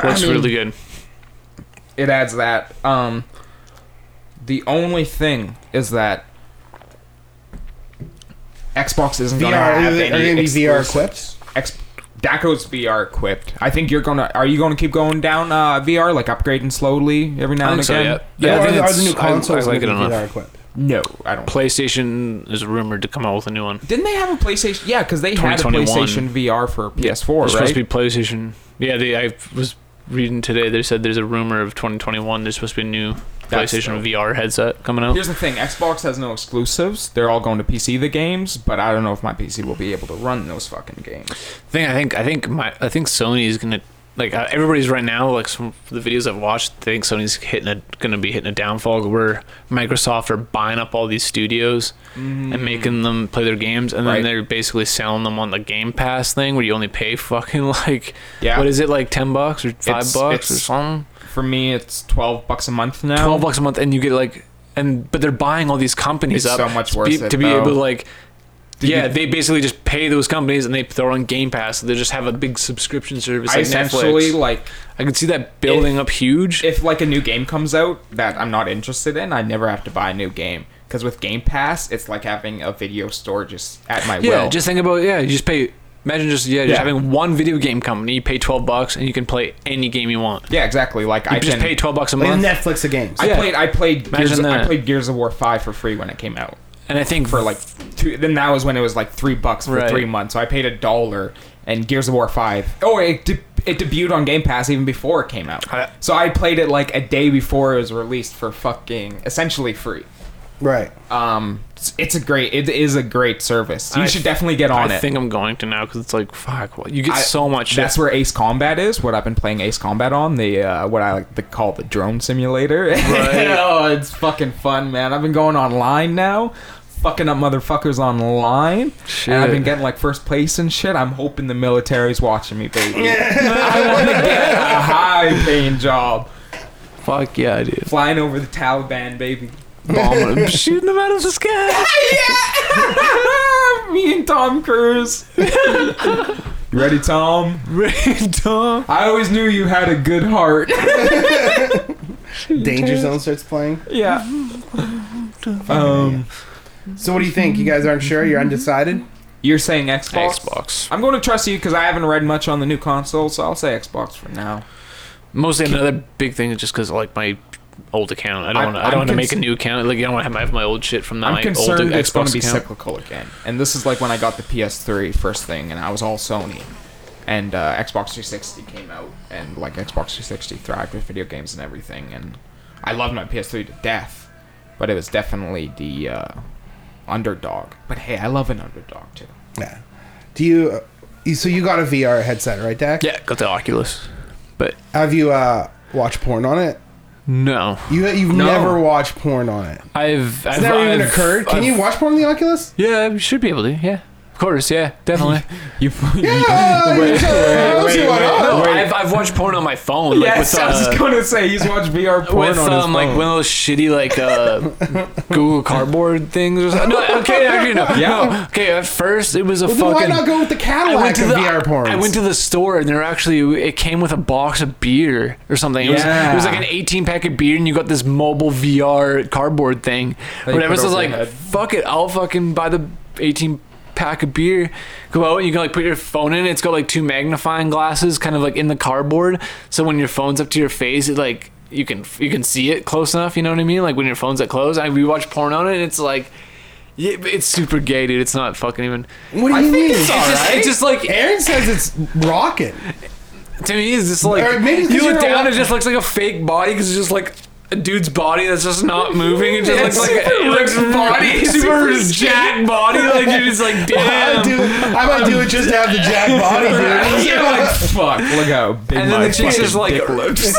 Speaker 3: looks really good.
Speaker 5: It adds that. Um, the only thing is that Xbox isn't gonna
Speaker 4: VR are
Speaker 5: have
Speaker 4: they,
Speaker 5: any
Speaker 4: are they gonna be VR
Speaker 5: exclusive-
Speaker 4: equipped?
Speaker 5: Ex- Daco's VR equipped. I think you're gonna. Are you gonna keep going down uh, VR, like upgrading slowly every now
Speaker 3: I
Speaker 5: and
Speaker 3: think so,
Speaker 5: again?
Speaker 3: yeah. Yeah, I
Speaker 4: Or
Speaker 3: think
Speaker 4: are, are
Speaker 3: it's-
Speaker 4: the new
Speaker 3: I- I
Speaker 4: consoles
Speaker 3: like
Speaker 4: gonna
Speaker 3: it
Speaker 4: be
Speaker 3: enough.
Speaker 4: VR equipped?
Speaker 5: No, I don't.
Speaker 3: PlayStation is rumored to come out with a new one.
Speaker 5: Didn't they have a PlayStation? Yeah, because they had a
Speaker 3: 2021.
Speaker 5: PlayStation VR for PS4,
Speaker 3: It's
Speaker 5: right?
Speaker 3: supposed to be PlayStation. Yeah, they, I was reading today. They said there's a rumor of 2021. There's supposed to be a new
Speaker 5: That's
Speaker 3: PlayStation
Speaker 5: dope.
Speaker 3: VR headset coming out.
Speaker 5: Here's the thing: Xbox has no exclusives. They're all going to PC the games, but I don't know if my PC will be able to run those fucking games.
Speaker 3: thing I think I think my I think Sony is gonna like uh, everybody's right now like some of the videos I've watched I think Sony's hitting a gonna be hitting a downfall where Microsoft are buying up all these studios and making them play their games and then
Speaker 5: Right.
Speaker 3: they're basically selling them on the Game Pass thing where you only pay fucking like
Speaker 5: Yeah.
Speaker 3: what is it like ten bucks or five
Speaker 5: It's-
Speaker 3: bucks or
Speaker 5: it's-
Speaker 3: something
Speaker 5: For me, it's twelve bucks a month now.
Speaker 3: twelve bucks a month and you get like and but they're buying all these companies
Speaker 5: It's
Speaker 3: up
Speaker 5: so much
Speaker 3: to
Speaker 5: worth
Speaker 3: be,
Speaker 5: it,
Speaker 3: to be
Speaker 5: though.
Speaker 3: able to like
Speaker 5: Did
Speaker 3: yeah,
Speaker 5: you-
Speaker 3: they basically just pay those companies and they throw on Game Pass. They just have a big subscription service
Speaker 5: I
Speaker 3: like
Speaker 5: essentially
Speaker 3: Netflix.
Speaker 5: like
Speaker 3: I can see that building up huge.
Speaker 5: if like a new game comes out that I'm not interested in, I never have to buy a new game. Because with Game Pass, it's like having a video store just at my
Speaker 3: yeah,
Speaker 5: will.
Speaker 3: just think about yeah. You just pay. Imagine just yeah, just
Speaker 5: Yeah.
Speaker 3: having one video game company. You pay twelve bucks and you can play any game you want.
Speaker 5: yeah, exactly. Like I
Speaker 3: You just
Speaker 5: can,
Speaker 3: pay twelve bucks a
Speaker 4: Like
Speaker 3: month.
Speaker 4: Netflix of games.
Speaker 5: I
Speaker 3: yeah.
Speaker 5: played. I played. Gears,
Speaker 3: Imagine
Speaker 5: I
Speaker 3: that.
Speaker 5: played Gears of War Five for free when it came out.
Speaker 3: and I think
Speaker 5: for like two. Then that was when it was like three bucks for
Speaker 3: Right.
Speaker 5: three months. So I paid a dollar. And Gears of War Five. Oh, it de- it debuted on Game Pass even before it came out.
Speaker 3: I-
Speaker 5: So I played it like a day before it was released for fucking essentially free.
Speaker 4: Right.
Speaker 5: Um, it's, it's a great. It is a great service. You
Speaker 3: I th-
Speaker 5: should definitely get on
Speaker 3: I
Speaker 5: it.
Speaker 3: think I'm going to now because it's like fuck. What, you get
Speaker 5: I-
Speaker 3: so much. shit.
Speaker 5: That's where Ace Combat is. What I've been playing Ace Combat on the uh, what I like to call the drone simulator. oh, it's fucking fun, man. I've been going online now, fucking up motherfuckers online. And I've been
Speaker 3: Shit.
Speaker 5: getting like first place and shit. I'm hoping the military's watching me, baby. I want to get a high paying job,
Speaker 3: fuck yeah, dude.
Speaker 5: flying over the Taliban, baby.
Speaker 3: Bomb, I'm shooting them out of the sky.
Speaker 5: me and Tom Cruise. you ready, Tom?
Speaker 3: Random.
Speaker 5: I always knew you had a good heart.
Speaker 4: Danger Zone starts playing.
Speaker 5: yeah. Um,
Speaker 4: So what do you think? You guys aren't sure? You're undecided?
Speaker 5: you're saying Xbox?
Speaker 3: Xbox.
Speaker 5: I'm going to trust you because I haven't read much on the new console, so I'll say Xbox for now.
Speaker 3: Mostly another big thing is just because like my old account. I don't
Speaker 5: I'm-
Speaker 3: want to. I
Speaker 5: I'm
Speaker 3: don't want to make a
Speaker 5: cons-
Speaker 3: new account. Like I don't want to have my, have my old shit from the
Speaker 5: I'm
Speaker 3: my old
Speaker 5: concerned it's going
Speaker 3: Xbox
Speaker 5: to be
Speaker 3: account.
Speaker 5: cyclical again. And this is like when I got the PS3 first thing, and I was all Sony. And uh, Xbox 360 came out, and like Xbox 360 thrived with video games and everything. And I loved my PS3 to death, but it was definitely the uh, underdog. But hey, I love an underdog too.
Speaker 4: Yeah. Do you, you? So you got a VR headset, right, Dak?
Speaker 3: Yeah, got the Oculus, but
Speaker 4: Have you uh watched porn on it?
Speaker 3: no,
Speaker 4: You you've
Speaker 5: No.
Speaker 4: never watched porn on it.
Speaker 3: I've.
Speaker 4: It's
Speaker 3: I've
Speaker 4: never
Speaker 3: I've,
Speaker 4: even occurred. Can
Speaker 3: I've-
Speaker 4: you watch porn on the Oculus?
Speaker 3: Yeah, we should be able to. Yeah, of course. Yeah, definitely.
Speaker 5: You,
Speaker 4: Yeah, Ah, you can. I'll see why not.
Speaker 3: no, I've, I've watched porn on my phone. Like, with,
Speaker 5: I was
Speaker 3: uh,
Speaker 5: just gonna say he's watched VR porn
Speaker 3: with
Speaker 5: on his
Speaker 3: um, like
Speaker 5: phone.
Speaker 3: one of those shitty like uh, Google Cardboard things or something. No, okay, actually no. no. Okay, at first it was a
Speaker 4: Then
Speaker 3: fucking.
Speaker 4: why not go with the
Speaker 3: I
Speaker 4: Cadillac
Speaker 3: went to
Speaker 4: of
Speaker 3: the
Speaker 4: VR porn?
Speaker 3: I went to the store and there actually it came with a box of beer or something. It, was,
Speaker 5: Yeah.
Speaker 3: it was like an 18 pack of beer and you got this mobile VR cardboard thing.
Speaker 5: That you
Speaker 3: Whatever.
Speaker 5: put
Speaker 3: So I was
Speaker 5: over
Speaker 3: like,
Speaker 5: your head.
Speaker 3: fuck it, I'll fucking buy the 18 pack of beer. Go out and you can like put your phone in. It's got like two magnifying glasses, kind of like in the cardboard. So when your phone's up to your face, it like you can you can see it close enough. You know what I mean? Like when your phone's at close. I we watch porn on it and it's like. Yeah, but it's super gay, dude. It's not fucking even.
Speaker 4: What do you mean?
Speaker 3: It's just, it's just like
Speaker 4: Aaron says it's rocking.
Speaker 3: to me it's just like
Speaker 4: Or maybe 'cause
Speaker 3: you
Speaker 4: you're
Speaker 3: look down
Speaker 4: a-
Speaker 3: it just looks like a fake body because it's just like a dude's body that's just not moving it just
Speaker 5: Yeah,
Speaker 3: looks like a
Speaker 5: super
Speaker 3: it looks
Speaker 5: ripped body,
Speaker 3: super,
Speaker 5: super
Speaker 3: jacked body like dude it's like
Speaker 4: I
Speaker 3: damn
Speaker 4: do. I might do it just to have the jack body, dude.
Speaker 5: yeah, like, fuck, look how big
Speaker 3: and
Speaker 5: my
Speaker 3: then the chick's
Speaker 5: fucking
Speaker 3: just like
Speaker 5: dick looks.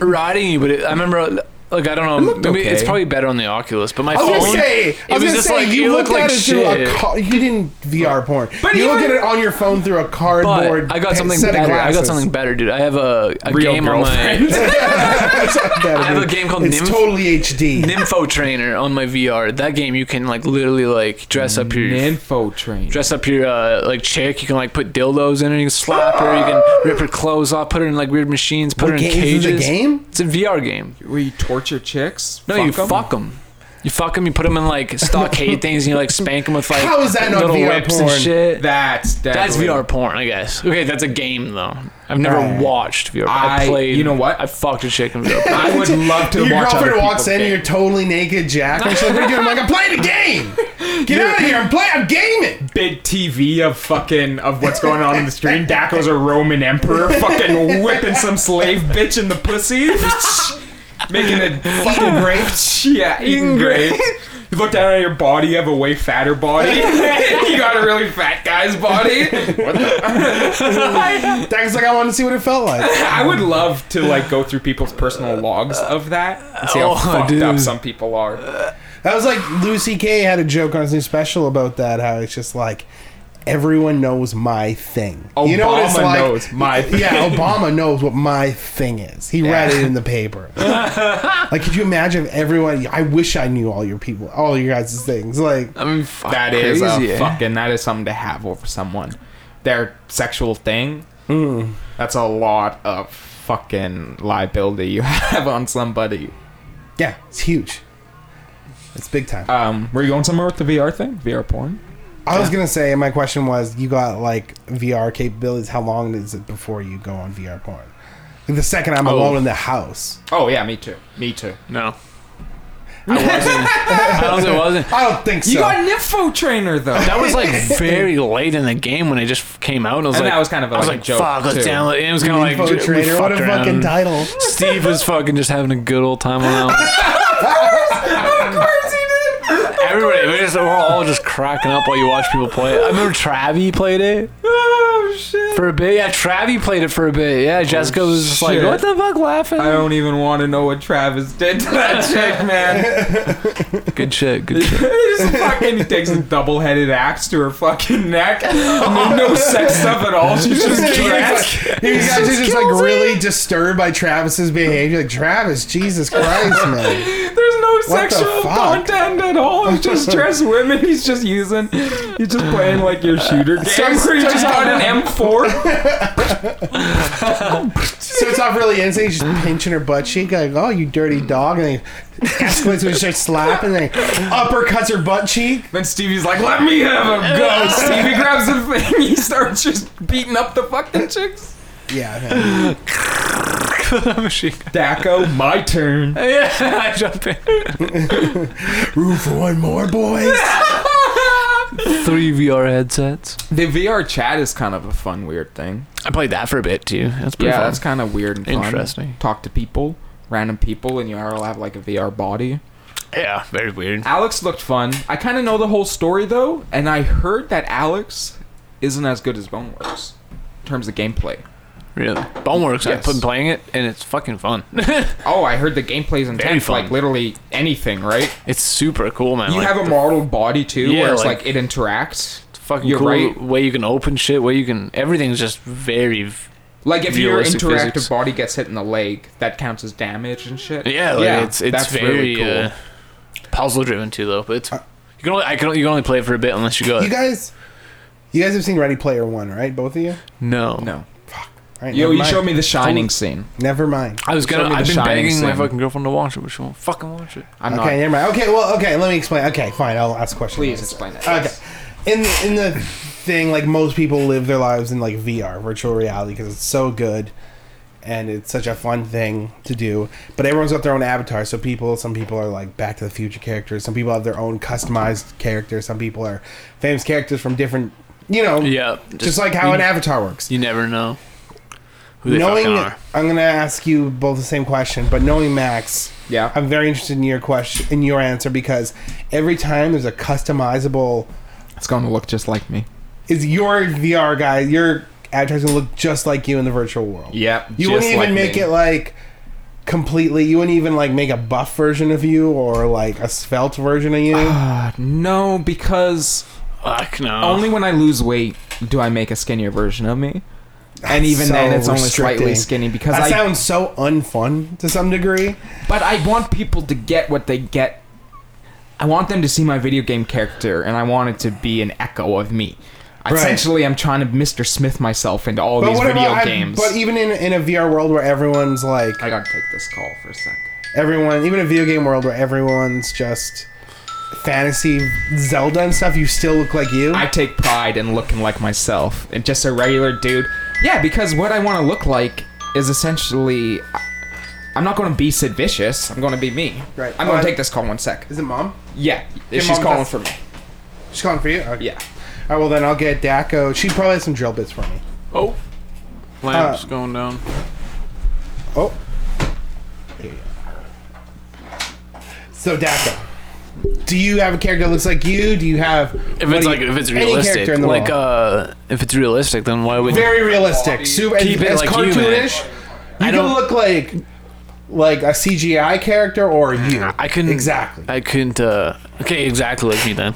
Speaker 3: riding you but it, I remember like I don't know
Speaker 5: looked
Speaker 3: maybe
Speaker 5: okay.
Speaker 3: it's probably better on the Oculus but my
Speaker 4: I was
Speaker 3: phone
Speaker 4: gonna say, I was,
Speaker 3: it was
Speaker 4: gonna
Speaker 3: just
Speaker 4: say,
Speaker 3: like
Speaker 4: you
Speaker 3: it
Speaker 4: looked
Speaker 3: looked like
Speaker 4: at it through
Speaker 3: shit
Speaker 4: a car. You didn't VR porn. But you look at
Speaker 5: even-
Speaker 4: it on your phone through a cardboard.
Speaker 3: but I got something
Speaker 4: set of
Speaker 3: better I got
Speaker 4: glasses.
Speaker 3: something better dude I have a, a
Speaker 5: Real
Speaker 3: game on my
Speaker 5: girlfriend.
Speaker 4: Better,
Speaker 3: I have a
Speaker 4: dude.
Speaker 3: game called
Speaker 4: It's
Speaker 3: Nymph-
Speaker 4: totally HD.
Speaker 3: Nympho Trainer on my VR that game you can like literally like dress up your
Speaker 5: Info train.
Speaker 3: dress up your uh, like chick. You can like put dildos in her. You can slap her. You can rip her clothes off. Put her in like weird machines. Put
Speaker 4: What
Speaker 3: her in
Speaker 4: game- is
Speaker 3: cages.
Speaker 4: this a game?
Speaker 3: It's a VR game.
Speaker 5: Where you torture chicks?
Speaker 3: No, you
Speaker 5: 'em?
Speaker 3: fuck 'em. fuck them. You fuck them, you put them in like stockade things, and you like spank them with like
Speaker 4: How is that not
Speaker 3: little
Speaker 4: VR
Speaker 3: whips
Speaker 4: porn?
Speaker 3: and shit.
Speaker 5: That's
Speaker 3: that's
Speaker 5: definitely-
Speaker 3: VR porn, I guess. Okay, that's a game though. I've never
Speaker 4: Alright.
Speaker 3: watched VR. I,
Speaker 5: I-
Speaker 3: played.
Speaker 5: you know what?
Speaker 3: I fucked a chick in VR. porn.
Speaker 5: I would love to
Speaker 4: Your
Speaker 5: watch other
Speaker 4: girlfriend walks
Speaker 5: people
Speaker 4: in,
Speaker 5: get-
Speaker 4: you're totally naked, Jack. And she's like, "What are you doing?" I'm like, "I'm playing a game. Get out of here! I'm playing. I'm gaming."
Speaker 5: big TV of fucking of what's going on in the screen. Daco's a Roman emperor, fucking whipping some slave bitch in the pussy, making a fucking grape. Yeah, eating grape. You look down at your body, you have a way fatter body. you got a really fat guy's body. What the?
Speaker 4: That's like I want to see what it felt like.
Speaker 5: I would love to like go through people's personal logs of that and see how
Speaker 3: Oh,
Speaker 5: fucked up
Speaker 3: dude.
Speaker 5: some people are.
Speaker 4: That was like Lucy K had a joke on his new special about that. How it's just like everyone knows my thing.
Speaker 5: Obama
Speaker 4: you know what it's like?
Speaker 5: knows my thing.
Speaker 4: Yeah, Obama knows what my thing is. He read it in the paper. like, could you imagine if everyone? I wish I knew all your people, all your guys' things. Like,
Speaker 3: I mean, fuck,
Speaker 5: That is
Speaker 3: crazy, eh?
Speaker 5: a fucking that is something to have over someone. Their sexual thing. That's a lot of fucking liability you have on somebody.
Speaker 4: yeah, it's huge. It's big time.
Speaker 5: Um, were you going somewhere with the VR thing? VR porn?
Speaker 4: I was gonna say, my question was, you got like VR capabilities. How long is it before you go on VR porn? Like, the second I'm alone in the house,
Speaker 5: Oh yeah, me too. Me too.
Speaker 3: No. I wasn't. I don't- it wasn't.
Speaker 4: I don't think so.
Speaker 5: You got an info trainer though.
Speaker 3: That was like very late in the game when it just came out. And I was
Speaker 5: And
Speaker 3: like,
Speaker 5: that was kind of
Speaker 3: I was
Speaker 5: like a
Speaker 3: like,
Speaker 5: joke,
Speaker 3: fuck, let's
Speaker 5: too.
Speaker 3: download. it. It was kind of like,
Speaker 4: Info
Speaker 3: dude, we
Speaker 4: Trader, what a
Speaker 3: fucked around.
Speaker 4: fucking title.
Speaker 3: Steve was fucking just having a good old time on that. one. Everybody, we just, we're all just cracking up while you watch people play it. I remember Travi played it
Speaker 5: oh shit.
Speaker 3: for a bit. Yeah, Travi played it for a bit. Yeah, Jessica was just like,
Speaker 5: shit.
Speaker 3: what the fuck, laughing?
Speaker 5: I don't even want to know what Travis did to that chick, man.
Speaker 3: Good shit, good
Speaker 5: he
Speaker 3: shit.
Speaker 5: just fucking he takes a double-headed axe to her fucking neck. No, no sex stuff at all. She's just dressed.
Speaker 4: You guys are just like really disturbed by Travis's behavior. Like Travis, Jesus Christ, man!
Speaker 5: There's no
Speaker 4: What the
Speaker 5: sexual
Speaker 4: fuck?
Speaker 5: content at all. He's just dressed women. He's just using. He's just playing like your shooter game.
Speaker 4: Starts-
Speaker 5: where he
Speaker 4: starts
Speaker 5: just got an M4.
Speaker 4: So it's not really insane. She's pinching her butt cheek, like, "Oh, you dirty dog!" And then he escalates when she starts slapping. And then uppercuts her butt cheek.
Speaker 5: Then Stevie's like, "Let me have a go." Stevie grabs the thing. He starts just beating up the fucking chicks.
Speaker 4: Yeah, man.
Speaker 3: Machine gun.
Speaker 5: Daco, my turn.
Speaker 3: yeah, I jump in.
Speaker 4: room for one more, boys.
Speaker 3: Three VR headsets.
Speaker 5: The VR chat is kind of a fun, weird thing.
Speaker 3: I played that for a bit too. That's pretty
Speaker 5: Yeah,
Speaker 3: fun.
Speaker 5: that's kind of weird and fun.
Speaker 3: Interesting.
Speaker 5: Talk to people, random people, and you all have like a VR body.
Speaker 3: yeah, very weird.
Speaker 5: Alex looked fun. I kind of know the whole story though, and I heard that Alex isn't as good as Boneworks in terms of gameplay.
Speaker 3: Really, Boneworks.
Speaker 5: Yes.
Speaker 3: I've been playing it, and it's fucking fun.
Speaker 5: Oh, I heard the gameplay's intense,
Speaker 3: fun.
Speaker 5: like literally anything, right?
Speaker 3: it's super cool, man.
Speaker 5: You
Speaker 3: Like,
Speaker 5: have a
Speaker 3: the
Speaker 5: model body too,
Speaker 3: Yeah,
Speaker 5: where it's
Speaker 3: like-
Speaker 5: like, it interacts.
Speaker 3: fucking
Speaker 5: you're
Speaker 3: cool
Speaker 5: right.
Speaker 3: way you can open shit, way you can everything's just very. v-
Speaker 5: Like if your
Speaker 3: Realistic
Speaker 5: interactive
Speaker 3: physics.
Speaker 5: body gets hit in the leg, that counts as damage and shit.
Speaker 3: Yeah, like it's it's
Speaker 5: that's
Speaker 3: very
Speaker 5: really cool. Uh,
Speaker 3: uh, puzzle driven too, though. But it's you can only I can only- you can only play it for a bit unless you go.
Speaker 4: You guys, you guys have seen Ready Player One, right? Both of you.
Speaker 3: no,
Speaker 5: no,
Speaker 4: All right,
Speaker 5: yo,
Speaker 4: never
Speaker 5: you
Speaker 4: mind.
Speaker 5: showed me the Shining scene.
Speaker 4: Never mind.
Speaker 3: I was
Speaker 5: Show
Speaker 3: gonna.
Speaker 5: me
Speaker 3: I've
Speaker 5: the
Speaker 3: been
Speaker 5: Shining
Speaker 3: begging my
Speaker 5: scene.
Speaker 3: fucking girlfriend to watch it, but she won't fucking watch it.
Speaker 5: I'm
Speaker 4: Okay,
Speaker 5: not.
Speaker 4: never mind. Okay, well, okay. Let me explain. Okay, fine. I'll ask questions.
Speaker 5: Please explain it.
Speaker 4: Okay. In in the thing, like most people live their lives in like VR, virtual reality, because it's so good, and it's such a fun thing to do. But everyone's got their own avatar. So people, some people are like Back to the Future characters. Some people have their own customized characters. Some people are famous characters from different, you know,
Speaker 3: Yeah,
Speaker 4: just, like how
Speaker 3: you,
Speaker 4: an avatar works.
Speaker 3: you never know who they
Speaker 4: knowing,
Speaker 3: fucking are.
Speaker 4: I'm gonna ask you both the same question, but knowing Max,
Speaker 5: Yeah.
Speaker 4: I'm very interested in your question, in your answer, because every time there's a customizable
Speaker 5: It's going to look just like me.
Speaker 4: is your VR guy, your avatar's gonna look just like you in the virtual world.
Speaker 5: Yep.
Speaker 4: You wouldn't even make it like completely. You wouldn't even like make a buff version of you or like a svelte version of you.
Speaker 5: Uh, no, because
Speaker 3: Fuck no.
Speaker 5: only when I lose weight do I make a skinnier version of me. And even
Speaker 4: So
Speaker 5: then, it's only slightly
Speaker 4: restricting.
Speaker 5: skinny because
Speaker 4: that
Speaker 5: I.
Speaker 4: sounds so unfun to some degree.
Speaker 5: but I want people to get what they get. I want them to see my video game character, and I want it to be an echo of me.
Speaker 4: Right.
Speaker 5: Essentially, I'm trying to Mr. Smith myself into all
Speaker 4: But e
Speaker 5: these
Speaker 4: what
Speaker 5: video
Speaker 4: about? I-
Speaker 5: games.
Speaker 4: but even in in a VR world where everyone's like,
Speaker 5: I gotta take this call for a sec.
Speaker 4: everyone, even a video game world where everyone's just fantasy Zelda and stuff, you still look like you.
Speaker 5: I take pride in looking like myself and just a regular dude. Yeah, because what I want to look like is essentially. I'm not going to be Sid Vicious. I'm going to be me.
Speaker 4: Right.
Speaker 5: I'm going
Speaker 4: Well,
Speaker 5: to take this call one sec.
Speaker 4: Is it mom?
Speaker 5: Yeah.
Speaker 4: Your
Speaker 5: She's
Speaker 4: mom
Speaker 5: calling
Speaker 4: does-
Speaker 5: for me.
Speaker 4: She's calling for you. Okay.
Speaker 5: Yeah.
Speaker 4: All right. Well, then I'll get Daco. She probably has some drill bits for me.
Speaker 3: Oh,
Speaker 4: Uh,
Speaker 3: lamp's going down.
Speaker 4: Oh. So Daco, do you have a character that looks like you? Do you have
Speaker 3: If
Speaker 4: what
Speaker 3: it's
Speaker 4: do
Speaker 3: like
Speaker 4: you-
Speaker 3: if it's
Speaker 4: any
Speaker 3: realistic,
Speaker 4: character in the
Speaker 3: like
Speaker 4: world?
Speaker 3: uh, if it's realistic, then why would
Speaker 4: very realistic, super
Speaker 3: Keep
Speaker 4: as,
Speaker 3: it
Speaker 4: as
Speaker 3: like you, man.
Speaker 4: cartoonish. You,
Speaker 3: I
Speaker 4: can
Speaker 3: don't-
Speaker 4: look like like a CGI character or you.
Speaker 3: I couldn't
Speaker 4: exactly.
Speaker 3: I couldn't. uh Okay, exactly like me then.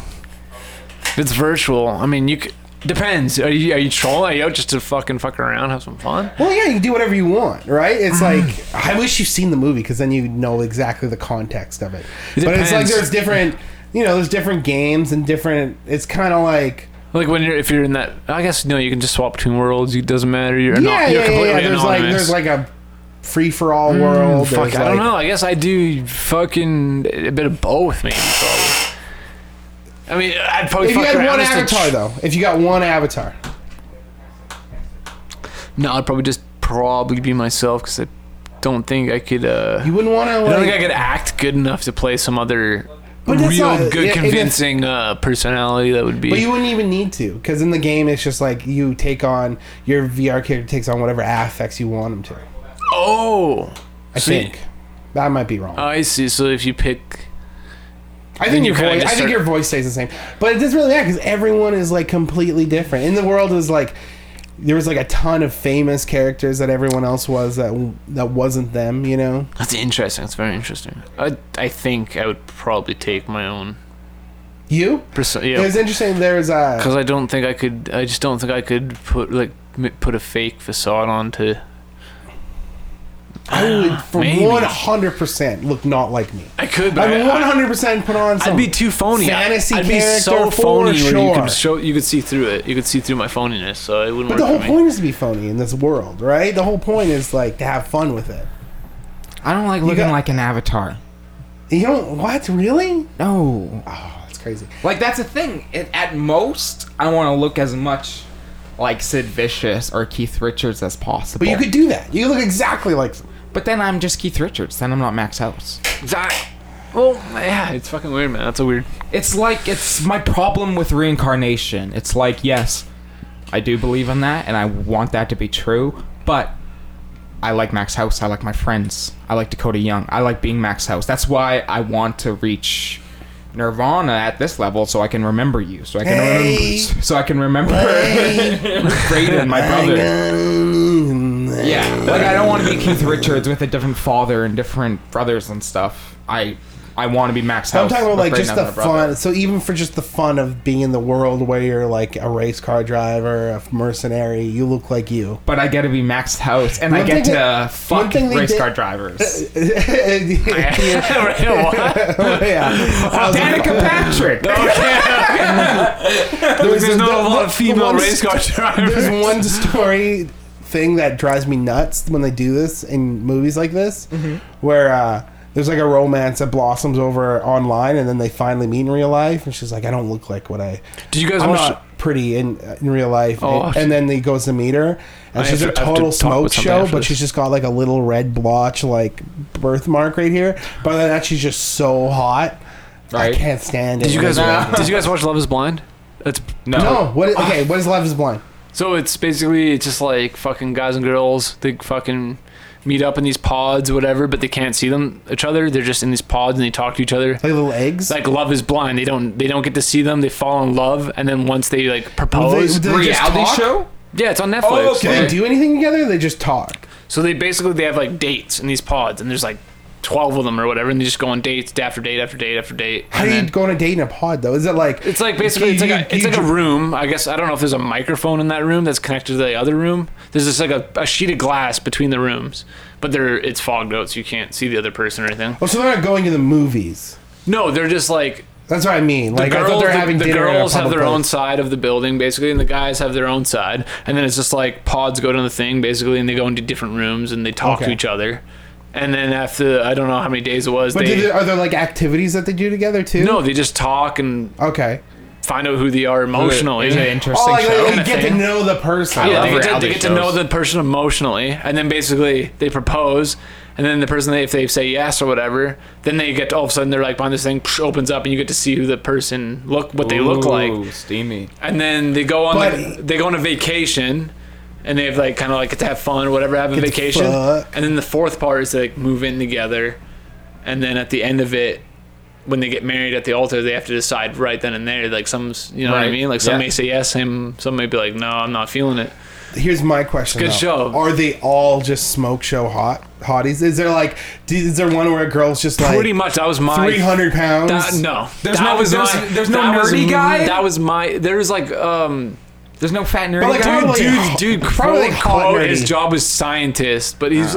Speaker 3: If it's virtual, I mean, you c depends. Are you are you trolling? Are you out just to fucking fuck around, have some fun?
Speaker 4: Well, yeah, you can do whatever you want, right?
Speaker 3: Mm.
Speaker 4: It's like I wish you've seen the movie because then you know exactly the context of it.
Speaker 3: It
Speaker 4: but it's like
Speaker 3: depends.
Speaker 4: there's different, you know, there's different games and different. It's kind of like
Speaker 3: Like when you're if you're in that, I guess no, you can just swap between worlds. It doesn't matter. You're
Speaker 4: yeah,
Speaker 3: not. You're
Speaker 4: yeah, yeah,
Speaker 3: completely
Speaker 4: yeah. There's like
Speaker 3: anonymous. Mm,
Speaker 4: there's like a free for all world.
Speaker 3: Fuck,
Speaker 4: there's
Speaker 3: I don't
Speaker 4: like-
Speaker 3: know. I guess I do fucking a bit of both, maybe. Probably. I mean, I'd probably.
Speaker 4: If you
Speaker 3: fuck
Speaker 4: had
Speaker 3: around
Speaker 4: one
Speaker 3: just to
Speaker 4: avatar
Speaker 3: tr-
Speaker 4: though, if you got one avatar,
Speaker 3: no, I'd probably just probably be myself because I don't think I could. uh
Speaker 4: you wouldn't want to.
Speaker 3: I
Speaker 4: Like,
Speaker 3: don't think I could act good enough to play some other
Speaker 4: But
Speaker 3: real
Speaker 4: that's not-
Speaker 3: good,
Speaker 4: yeah, and
Speaker 3: convincing uh, personality that would be.
Speaker 4: but you wouldn't even need to because in the game it's just like you take on your VR character takes on whatever affects you want him to.
Speaker 3: oh,
Speaker 4: I
Speaker 3: See.
Speaker 4: think that might be wrong.
Speaker 3: I see. So if you pick,
Speaker 4: I
Speaker 3: Then
Speaker 4: think
Speaker 3: you
Speaker 4: your
Speaker 3: kinda
Speaker 4: voice. I
Speaker 3: just
Speaker 4: think
Speaker 3: start-
Speaker 4: your voice stays the same, but it doesn't really matter because everyone is like completely different. In the world is like there was like a ton of famous characters that everyone else was that that wasn't them. You know,
Speaker 3: that's interesting. That's very interesting. I I think I would probably take my own.
Speaker 4: you.
Speaker 3: Perso-
Speaker 4: It
Speaker 3: yeah,
Speaker 4: was interesting. There's uh,
Speaker 3: because I don't think I could. I just don't think I could put like m- put a fake facade on to.
Speaker 4: I would for
Speaker 3: Maybe.
Speaker 4: one hundred percent look not like me.
Speaker 3: I could, but
Speaker 4: I would
Speaker 3: I,
Speaker 4: one
Speaker 3: I,
Speaker 4: hundred percent put on. Some,
Speaker 3: I'd be too phony. I-
Speaker 4: fantasy
Speaker 3: I'd be so
Speaker 4: character for
Speaker 3: phony where you
Speaker 4: sure.
Speaker 3: could show you could see through it. You could see through my phoniness, so it wouldn't work
Speaker 4: But the whole
Speaker 3: for me.
Speaker 4: point is to be phony in this world, right? The whole point is like to have fun with it.
Speaker 5: I don't like looking
Speaker 4: got-
Speaker 5: like an avatar.
Speaker 4: You don't what really?
Speaker 5: No.
Speaker 4: Oh, that's crazy.
Speaker 5: Like that's a thing. It, at most, I want to look as much like Sid Vicious or Keith Richards as possible.
Speaker 4: But
Speaker 3: Oh.
Speaker 4: you could do that. You look exactly like them.
Speaker 5: But then I'm just Keith Richards. Then I'm not Max House.
Speaker 3: Exactly. Well, yeah, it's fucking weird, man. That's a weird.
Speaker 5: It's like it's my problem with reincarnation. It's like yes, I do believe in that, and I want that to be true. But I like Max House. I like my friends. I like Dakota Young. I like being Max House. That's why I want to reach Nirvana at this level, so I can remember you. So I can
Speaker 4: Hey.
Speaker 5: remember. So I can remember Braden, my brother. Yeah, like I don't want to be Keith Richards with a different father and different brothers and stuff. I I want to be Max
Speaker 4: I'm
Speaker 5: House.
Speaker 4: talking about
Speaker 5: with
Speaker 4: like
Speaker 5: Braden
Speaker 4: just
Speaker 5: as
Speaker 4: the
Speaker 5: my brother.
Speaker 4: fun. So even for just the fun of being in the world where you're like a race car driver, a mercenary, you look like you.
Speaker 5: but I get to be maxed house, and I
Speaker 4: One
Speaker 5: get
Speaker 4: thing
Speaker 5: to
Speaker 4: that- one
Speaker 5: fuck
Speaker 4: thing they
Speaker 5: race
Speaker 4: did-
Speaker 5: car drivers.
Speaker 4: yeah.
Speaker 3: What?
Speaker 4: I was like, "Oh,
Speaker 5: Danica Patrick.
Speaker 3: There's
Speaker 4: the-
Speaker 3: not
Speaker 4: the-
Speaker 3: a lot
Speaker 4: the
Speaker 3: of female
Speaker 4: one-
Speaker 3: race car drivers.
Speaker 4: There's one story thing that drives me nuts when they do this in movies like this, where uh, there's like a romance that blossoms over online, and then they finally meet in real life, and she's like, "I don't look like what I.
Speaker 3: Did you guys
Speaker 4: I'm
Speaker 3: watch?
Speaker 4: not pretty in uh, in real life."
Speaker 3: Oh,
Speaker 4: and, and then he goes to meet her, and
Speaker 3: I
Speaker 4: she's
Speaker 3: have
Speaker 4: a
Speaker 3: to- I have
Speaker 4: total
Speaker 3: to talk
Speaker 4: smoke
Speaker 3: with somebody
Speaker 4: show,
Speaker 3: after
Speaker 4: but
Speaker 3: this.
Speaker 4: she's just got like a little red blotch, like birthmark right here. But other than that, she's just so hot.
Speaker 5: Right.
Speaker 4: I can't stand it.
Speaker 3: did you guys?
Speaker 5: No.
Speaker 3: Did you guys watch Love Is Blind? That's
Speaker 4: No. What? Okay. What is Love Is Blind?
Speaker 3: so it's basically it's just like fucking guys and girls. They fucking meet up in these pods, whatever, but they can't see them each other. They're just in these pods and they talk to each other.
Speaker 4: Like little
Speaker 3: It's
Speaker 4: eggs.
Speaker 3: like Love Is Blind. They don't they don't get to see them. They fall in love, and then once they like propose,
Speaker 4: do they just
Speaker 5: reality
Speaker 4: talk?
Speaker 5: show.
Speaker 3: yeah, it's on Netflix.
Speaker 5: Oh, okay.
Speaker 4: Do they do anything together? Or they just talk.
Speaker 3: So they basically they have like dates in these pods, and there's like twelve of them or whatever, and they just go on dates day after date after date after date.
Speaker 4: How
Speaker 3: and
Speaker 4: do
Speaker 3: then-
Speaker 4: you go on a date in a pod though? Is it like
Speaker 3: It's like basically it's like
Speaker 4: you-
Speaker 3: a, it's
Speaker 4: you
Speaker 3: like a
Speaker 4: ju-
Speaker 3: room. I guess I don't know if there's a microphone in that room that's connected to the other room. There's just like a, a sheet of glass between the rooms, but they're it's fogged out, so you can't see the other person or anything.
Speaker 4: Oh, so they're not going to the movies.
Speaker 3: No, they're just like
Speaker 4: That's what I mean.
Speaker 3: the
Speaker 4: Like I
Speaker 3: girls.
Speaker 4: thought they're
Speaker 3: the-
Speaker 4: having
Speaker 3: the,
Speaker 4: dinner.
Speaker 3: girls
Speaker 4: in
Speaker 3: have
Speaker 4: a public
Speaker 3: their
Speaker 4: place.
Speaker 3: own side of the building basically, and the guys have their own side, and then it's just like pods go to the thing basically, and they go into different rooms and they talk
Speaker 4: Okay.
Speaker 3: to each other. And then after I don't know how many days it was,
Speaker 4: But
Speaker 3: they
Speaker 4: do there, are there like activities that they do together too?
Speaker 3: no, they just talk and
Speaker 4: Okay.
Speaker 3: find out who they are emotionally.
Speaker 5: It's an
Speaker 4: Oh,
Speaker 5: interesting
Speaker 4: like,
Speaker 5: show.
Speaker 4: like, you
Speaker 3: Kinda
Speaker 4: get to
Speaker 3: thing.
Speaker 4: know the person.
Speaker 3: Yeah,
Speaker 6: love
Speaker 3: they get, to,
Speaker 6: reality
Speaker 3: they get to know
Speaker 6: shows.
Speaker 3: the person emotionally, and then basically they propose, and then the person, they, if they say yes or whatever, then they get to, all of a sudden they're like behind this thing psh, opens up, and you get to see who the person look what they look like,
Speaker 5: Ooh, steamy.
Speaker 3: and then they go on
Speaker 4: But-
Speaker 3: like, they go on a vacation, and they have like kind of like get to have fun or whatever, have a
Speaker 4: Get
Speaker 3: vacation,
Speaker 4: fucked.
Speaker 3: and then the fourth part is they like move in together, and then at the end of it. When they get married at the altar, they have to decide right then and there. Like some, you know what I
Speaker 5: Right.
Speaker 3: mean. Like some
Speaker 5: Yeah.
Speaker 3: may say yes, him. Some may be like, no, I'm not feeling it.
Speaker 4: Here's my question.
Speaker 3: Good
Speaker 4: though.
Speaker 3: show.
Speaker 4: Are they all just smoke show hot hotties? Is there like, do- is there one where a girl's just like
Speaker 3: Pretty much, that was my
Speaker 4: 300 pounds?
Speaker 3: That, no,
Speaker 5: There's
Speaker 3: that
Speaker 5: no- there's- there's no
Speaker 3: that was
Speaker 5: nerdy
Speaker 3: m-
Speaker 5: guy?
Speaker 3: That was my. There's like um,
Speaker 5: There's no fat nerdy
Speaker 4: But, like,
Speaker 5: guy.
Speaker 4: totally-
Speaker 3: dude,
Speaker 4: h-
Speaker 3: dude.
Speaker 4: probably
Speaker 3: Probably
Speaker 4: hot
Speaker 3: quote,
Speaker 4: nerdy.
Speaker 3: his job was scientist, but he's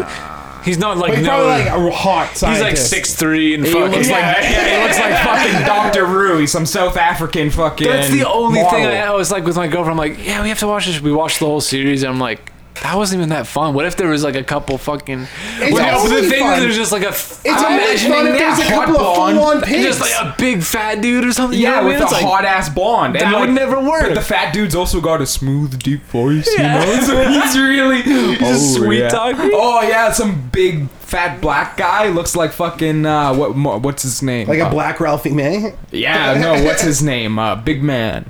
Speaker 3: he's not like
Speaker 4: But he's
Speaker 3: no.
Speaker 4: probably like a hot
Speaker 3: he's like
Speaker 4: scientist.
Speaker 3: six three and fucking.
Speaker 5: looks
Speaker 3: like,
Speaker 5: like, yeah, he looks like fucking Doctor Roo. He's some South African fucking.
Speaker 3: that's the only thing
Speaker 5: model.
Speaker 3: I, I was like with my girlfriend. I'm like, yeah, we have to watch this. We watched the whole series. And I'm like. That wasn't even that fun. What if there was like a couple fucking? What if-
Speaker 4: only
Speaker 3: the thing
Speaker 4: fun.
Speaker 3: is, there's just like a. It's
Speaker 4: It's
Speaker 5: I'm
Speaker 4: only
Speaker 5: imagining
Speaker 4: fun if
Speaker 5: that
Speaker 4: there's a
Speaker 5: hot
Speaker 4: couple of
Speaker 5: blonde.
Speaker 4: full-on pigs.
Speaker 3: just like a big fat dude or something.
Speaker 5: Yeah,
Speaker 3: you know what I
Speaker 5: with
Speaker 3: mean?
Speaker 5: a
Speaker 3: It's like-
Speaker 5: hot ass blonde.
Speaker 3: that would never work.
Speaker 5: But the fat dude's also got a smooth, deep voice, you know? So he's really he's
Speaker 3: just sweet talking.
Speaker 5: Oh yeah, some big fat black guy looks like fucking uh what mo- what's his name?
Speaker 4: like a
Speaker 5: Uh,
Speaker 4: black Ralphie May.
Speaker 5: Yeah, no, what's his name? Uh big man.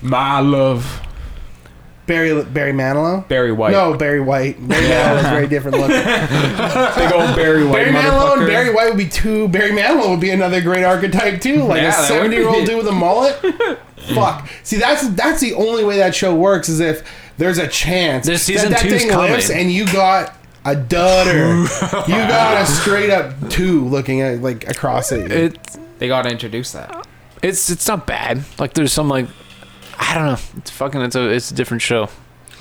Speaker 5: My love
Speaker 4: Barry Barry Manilow.
Speaker 5: Barry White.
Speaker 4: No, Barry White. Barry Manilow is a very different look.
Speaker 5: big old Barry White.
Speaker 4: Barry Manilow and
Speaker 5: motherfucker.
Speaker 4: Barry White would be two. Barry Manilow would be another great archetype too, like
Speaker 5: Yeah,
Speaker 4: a
Speaker 5: that would
Speaker 4: seventy-year-old
Speaker 5: be-
Speaker 4: dude with a mullet. Fuck. See, that's that's the only way that show works is if there's a chance
Speaker 3: This season
Speaker 4: that, that
Speaker 3: two's
Speaker 4: thing
Speaker 3: coming.
Speaker 4: lives and you got a dudder. you got a straight up two looking at like across at you.
Speaker 3: It's
Speaker 5: They got to introduce that.
Speaker 3: it's it's not bad. Like there's some like I don't know. It's fucking it's a it's a different show.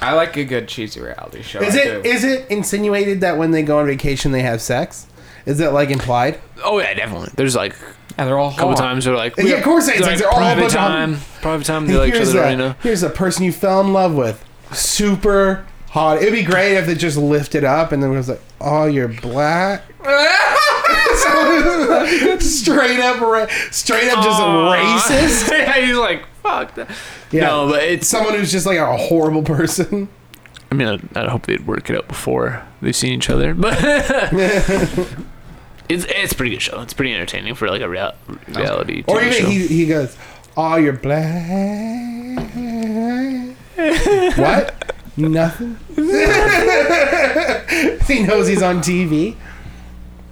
Speaker 5: I like a good cheesy reality show.
Speaker 4: Is
Speaker 5: I
Speaker 4: it
Speaker 5: do.
Speaker 4: is it insinuated that when they go on vacation they have sex? Is it like implied?
Speaker 3: Oh yeah, definitely. There's like
Speaker 5: yeah, they're all
Speaker 3: a couple
Speaker 5: hot.
Speaker 3: times they're like
Speaker 4: Yeah, of course they- it's like they're all a
Speaker 3: private
Speaker 4: bunch of-
Speaker 3: time, private time. They like each
Speaker 4: here's,
Speaker 3: other right
Speaker 4: a,
Speaker 3: now.
Speaker 4: here's a person you fell in love with. Super hot. It'd be great if they just lifted up and then it was like, oh, you're black. straight up, ra- straight up, just a racist.
Speaker 3: yeah, he's like fuck. That.
Speaker 4: Yeah.
Speaker 3: No, but it's.
Speaker 4: Someone who's just like a horrible person.
Speaker 3: I mean, I, I hope they'd work it out before they've seen each other, but. It's, it's a pretty good show. It's pretty entertaining for like a real, reality
Speaker 4: Or
Speaker 3: TV show.
Speaker 4: even he, he goes, oh, you're black. what? Nothing. he knows he's on TV.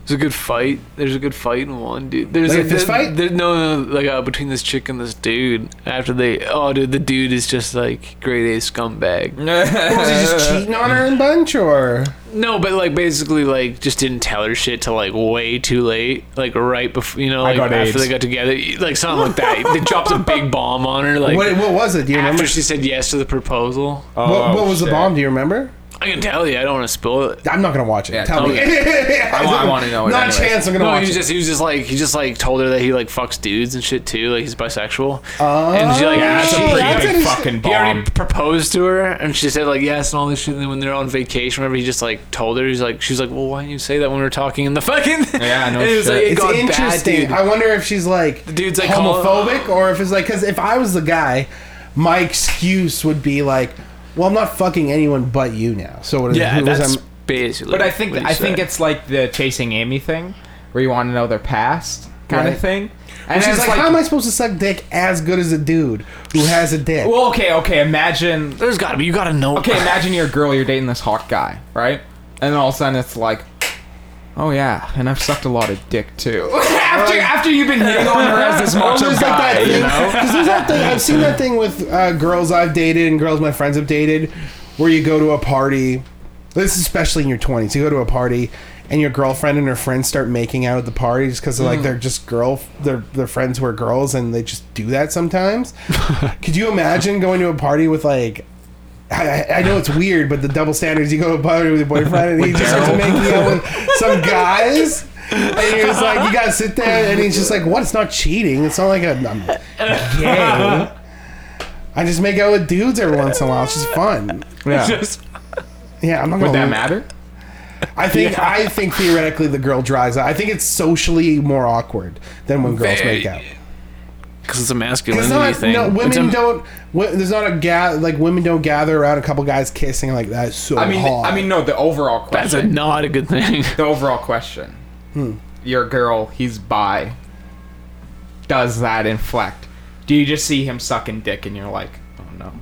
Speaker 3: There's a good fight. There's a good fight in one, dude. There's
Speaker 4: Like
Speaker 3: a
Speaker 4: a fist
Speaker 3: there-
Speaker 4: fight?
Speaker 3: there- no, no, like uh, between this chick and this dude. After they, oh, dude, the dude is just like grade A scumbag.
Speaker 5: Oh,
Speaker 4: Was he just cheating on her in a bunch or?
Speaker 3: No, but like basically, like just didn't tell her shit till like way too late, like right before you know, like
Speaker 5: got
Speaker 3: after
Speaker 5: AIDS.
Speaker 3: they got together, like something like that. they dropped a big bomb on her, like
Speaker 4: What, Oh. what was it? Do you remember?
Speaker 3: after she said yes to the proposal.
Speaker 4: What,
Speaker 5: Oh,
Speaker 4: what was the bomb? Do you remember?
Speaker 3: I can tell you, I don't want to spoil it.
Speaker 4: I'm not gonna watch it.
Speaker 5: Yeah,
Speaker 4: Tell
Speaker 5: tell
Speaker 4: me.
Speaker 5: me. I wa- I wanna know it
Speaker 4: Not a
Speaker 5: anyways.
Speaker 4: chance. I'm gonna
Speaker 3: No, he
Speaker 4: watch
Speaker 3: was
Speaker 4: it.
Speaker 3: just he was just like he just like told her that he like fucks dudes and shit too, like he's bisexual.
Speaker 4: Oh.
Speaker 3: and she like
Speaker 4: Yeah,
Speaker 5: That's a
Speaker 3: she-
Speaker 5: pretty
Speaker 4: That's
Speaker 5: big
Speaker 4: an-
Speaker 5: fucking
Speaker 3: He already
Speaker 5: bomb.
Speaker 3: proposed to her, and she said like yes and all this shit. And then when they're on vacation, whenever he just like told her, he's like, she's like, well, why didn't you say that when we were talking in the fucking?
Speaker 5: Yeah, no
Speaker 3: And it was,
Speaker 5: shit.
Speaker 3: like, it
Speaker 4: it's
Speaker 3: got
Speaker 4: interesting.
Speaker 3: Bad, dude.
Speaker 4: I wonder if she's like
Speaker 3: The dude's like
Speaker 4: homophobic or if it's like because if I was the guy, my excuse would be like, well, I'm not fucking anyone but you now. So what?
Speaker 3: yeah,
Speaker 4: who was
Speaker 3: that's
Speaker 4: I'm-
Speaker 3: basically.
Speaker 5: But I think
Speaker 3: what he
Speaker 5: I think
Speaker 3: said.
Speaker 5: it's like the chasing Amy thing, where you want to know their past kind
Speaker 4: Right.
Speaker 5: of thing. And
Speaker 4: she's
Speaker 5: it's
Speaker 4: like, how am I supposed to suck dick as good as a dude who has a dick?
Speaker 5: well, okay, okay. Imagine,
Speaker 3: there's gotta be you gotta know.
Speaker 5: okay, imagine you're a girl, you're dating this hot guy, right? And all of a sudden, it's like, oh yeah, and I've sucked a lot of dick too. after after you've been hitting on her as this macho
Speaker 4: There's like
Speaker 5: guy,
Speaker 4: that
Speaker 5: you
Speaker 4: thing.
Speaker 5: know?
Speaker 4: 'cause there's that thing. I've seen that thing with uh, girls I've dated and girls my friends have dated, where you go to a party. This is especially in your twenties. You go to a party, and your girlfriend and her friends start making out at the party just because like they're just girl, they're they're friends who are girls, and they just do that sometimes. Could you imagine going to a party with like? I, I- I know it's weird, but the double standards. You go to a party with your boyfriend, and he just starts making out with some guys, and you're just like, you gotta sit there, and he's just like, "What? It's not cheating. It's not like a, I'm gay. I just make out with dudes every once in a while. It's just fun.
Speaker 5: Yeah.
Speaker 3: Just,
Speaker 4: Yeah, I'm not
Speaker 5: Would
Speaker 4: gonna
Speaker 5: that
Speaker 4: look-
Speaker 5: matter?
Speaker 4: I think I think theoretically the girl dries out. I think it's socially more awkward than when girls
Speaker 3: Very-
Speaker 4: make out.
Speaker 3: because it's a
Speaker 4: It's
Speaker 3: masculinity
Speaker 4: not,
Speaker 3: thing.
Speaker 4: no,
Speaker 3: It's
Speaker 4: women
Speaker 3: a-
Speaker 4: don't. wo- There's not a ga- like women don't gather around a couple guys kissing like that. So
Speaker 5: I mean,
Speaker 4: hot.
Speaker 5: I mean, no. The overall
Speaker 3: That's a
Speaker 5: question.
Speaker 3: not a good thing.
Speaker 5: the overall question. Hmm. Your girl, he's bi. Does that inflect? Do you just see him sucking dick and you're like, oh no,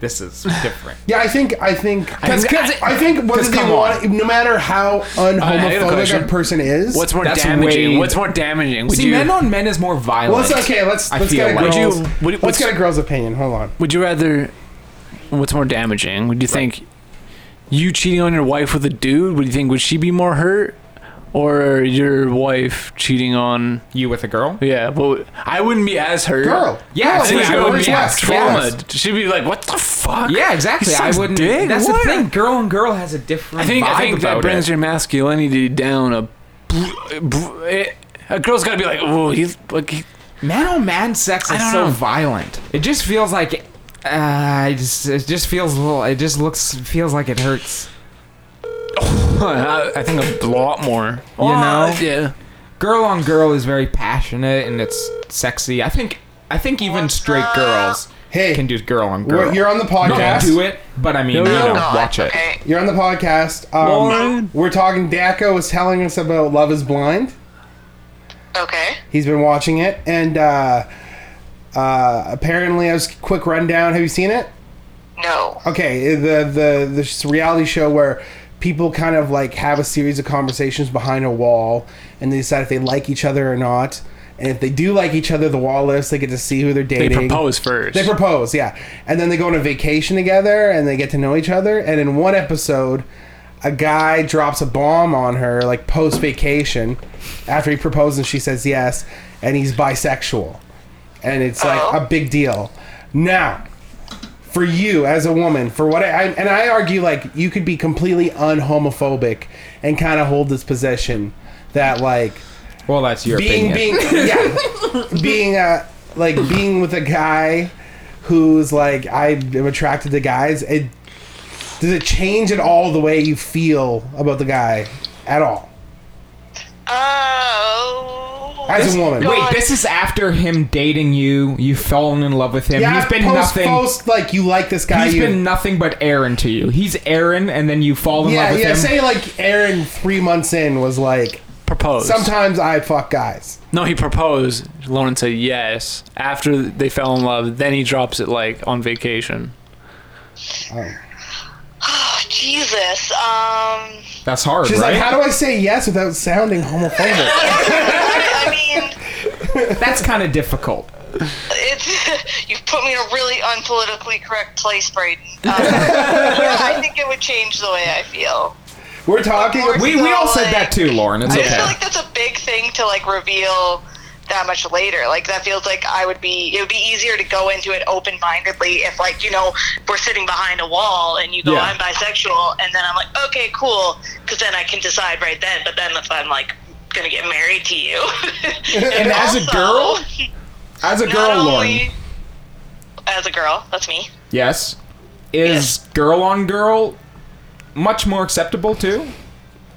Speaker 5: this is different.
Speaker 4: yeah, I think I think
Speaker 3: Because-
Speaker 4: I, I think whether
Speaker 5: 'cause
Speaker 4: they
Speaker 5: come
Speaker 4: want, no matter how unhomophobic a
Speaker 3: question.
Speaker 4: person is,
Speaker 3: What's more
Speaker 5: That's
Speaker 3: damaging?
Speaker 5: way-
Speaker 3: What's more damaging? Would
Speaker 5: See,
Speaker 3: you
Speaker 5: men on men is more
Speaker 4: Well,
Speaker 5: violent.
Speaker 4: let's okay. Let's
Speaker 5: I
Speaker 4: let's
Speaker 5: feel
Speaker 4: get a
Speaker 5: like-
Speaker 3: would you
Speaker 4: girl's.
Speaker 3: would, you-
Speaker 4: let's
Speaker 3: what's,
Speaker 4: get a girl's opinion. Hold on.
Speaker 3: would you rather? What's more damaging? Would you think you cheating on your wife with a dude? Would you think would she be more hurt, or your wife cheating on?
Speaker 5: you with a girl?
Speaker 3: Yeah, but I wouldn't be as hurt.
Speaker 4: Girl.
Speaker 5: Yeah,
Speaker 4: Girl,
Speaker 3: I think
Speaker 4: yeah,
Speaker 3: I would
Speaker 4: worst
Speaker 3: be
Speaker 4: yes,
Speaker 3: trauma.
Speaker 4: yes.
Speaker 3: She'd be like, "What the fuck?"
Speaker 5: Yeah, exactly.
Speaker 3: He
Speaker 5: I
Speaker 3: sucks
Speaker 5: wouldn't.
Speaker 3: dick?
Speaker 5: That's
Speaker 3: What?
Speaker 5: the thing. Girl and girl has a different.
Speaker 3: I think
Speaker 5: vibe
Speaker 3: I think that
Speaker 5: about
Speaker 3: brings
Speaker 5: it.
Speaker 3: your masculinity down a. br- br- eh, A girl's gotta be like, oh, he's like, he,
Speaker 5: man on man sex
Speaker 3: I
Speaker 5: is
Speaker 3: don't
Speaker 5: so
Speaker 3: know.
Speaker 5: violent. It just feels like. Uh, it just it just feels a little. It just looks feels like it hurts. Uh,
Speaker 3: I, I think a lot more.
Speaker 5: You know?
Speaker 3: Yeah.
Speaker 5: girl on girl is very passionate and it's sexy. I think I think even straight girls
Speaker 4: Hey,
Speaker 5: can do girl on
Speaker 4: we're-
Speaker 5: girl.
Speaker 4: you're on the
Speaker 5: Don't
Speaker 4: podcast.
Speaker 5: do it, but I
Speaker 3: No,
Speaker 5: mean, you
Speaker 3: no.
Speaker 5: know,
Speaker 3: No,
Speaker 5: watch it.
Speaker 4: You're on the podcast. Um,
Speaker 3: Lauren.
Speaker 4: we're talking. Daco was telling us about Love Is Blind.
Speaker 1: Okay.
Speaker 4: He's been watching it, and uh, uh, apparently, I was quick rundown. Have you seen it?
Speaker 1: No.
Speaker 4: Okay, eh, the the this reality show where people kind of like have a series of conversations behind a wall, and they decide if they like each other or not. And if they do like each other, the wall lifts. They get to see who they're
Speaker 3: They
Speaker 4: dating.
Speaker 3: propose first.
Speaker 4: They propose, yeah. And then they go on a vacation together and they get to know each other. And in one episode, a guy drops a bomb on her, like post vacation, after he proposes and she says yes, and he's bisexual. And it's like
Speaker 1: Oh.
Speaker 4: a big deal. Now, for you as a woman, for what I, I and I argue, like, you could be completely unhomophobic and kind of hold this position that, like,
Speaker 5: Well, that's your
Speaker 4: being
Speaker 5: opinion.
Speaker 4: being yeah being uh like being with a guy who's like I am attracted to guys it does it change at all the way you feel about the guy at all
Speaker 1: Oh.
Speaker 4: as a woman
Speaker 5: Wait, this is after him dating you. You've fallen in love with him.
Speaker 4: yeah
Speaker 5: he's been
Speaker 4: post,
Speaker 5: nothing.
Speaker 4: post like you like this guy
Speaker 5: He's
Speaker 4: you
Speaker 5: been nothing but Aaron to you. He's Aaron, and then you fall in
Speaker 4: yeah
Speaker 5: love with
Speaker 4: yeah
Speaker 5: him.
Speaker 4: say like Aaron three months in was like
Speaker 3: proposed.
Speaker 4: sometimes I fuck guys
Speaker 3: no, he proposed. Lauren said yes. After they fell in love, then he drops it like on vacation.
Speaker 1: Oh, Jesus. Um.
Speaker 5: that's hard,
Speaker 4: she's
Speaker 5: right?
Speaker 4: like how do I say yes without sounding homophobic
Speaker 1: I mean,
Speaker 5: that's kind of difficult.
Speaker 1: it's you've put me in a really unpolitically correct place, Brayden. Um, yeah, I think it would change the way I feel.
Speaker 4: we're talking
Speaker 1: Of course.
Speaker 5: We, we all said
Speaker 1: Like-
Speaker 5: that too, Lauren. It's
Speaker 1: I just
Speaker 5: okay.
Speaker 1: feel like that's a big thing to like reveal that much later. Like that feels like I would be. It would be easier to go into it open mindedly if like you know we're sitting behind a wall and you go
Speaker 5: Yeah.
Speaker 1: I'm bisexual and then I'm like okay cool because then I can decide right then. But then if I'm like gonna get married to you
Speaker 5: and as a
Speaker 1: also,
Speaker 5: girl, as a
Speaker 1: not
Speaker 5: girl, Lauren.
Speaker 1: only as a girl, that's me.
Speaker 5: Yes. Is girl on girl much more acceptable too?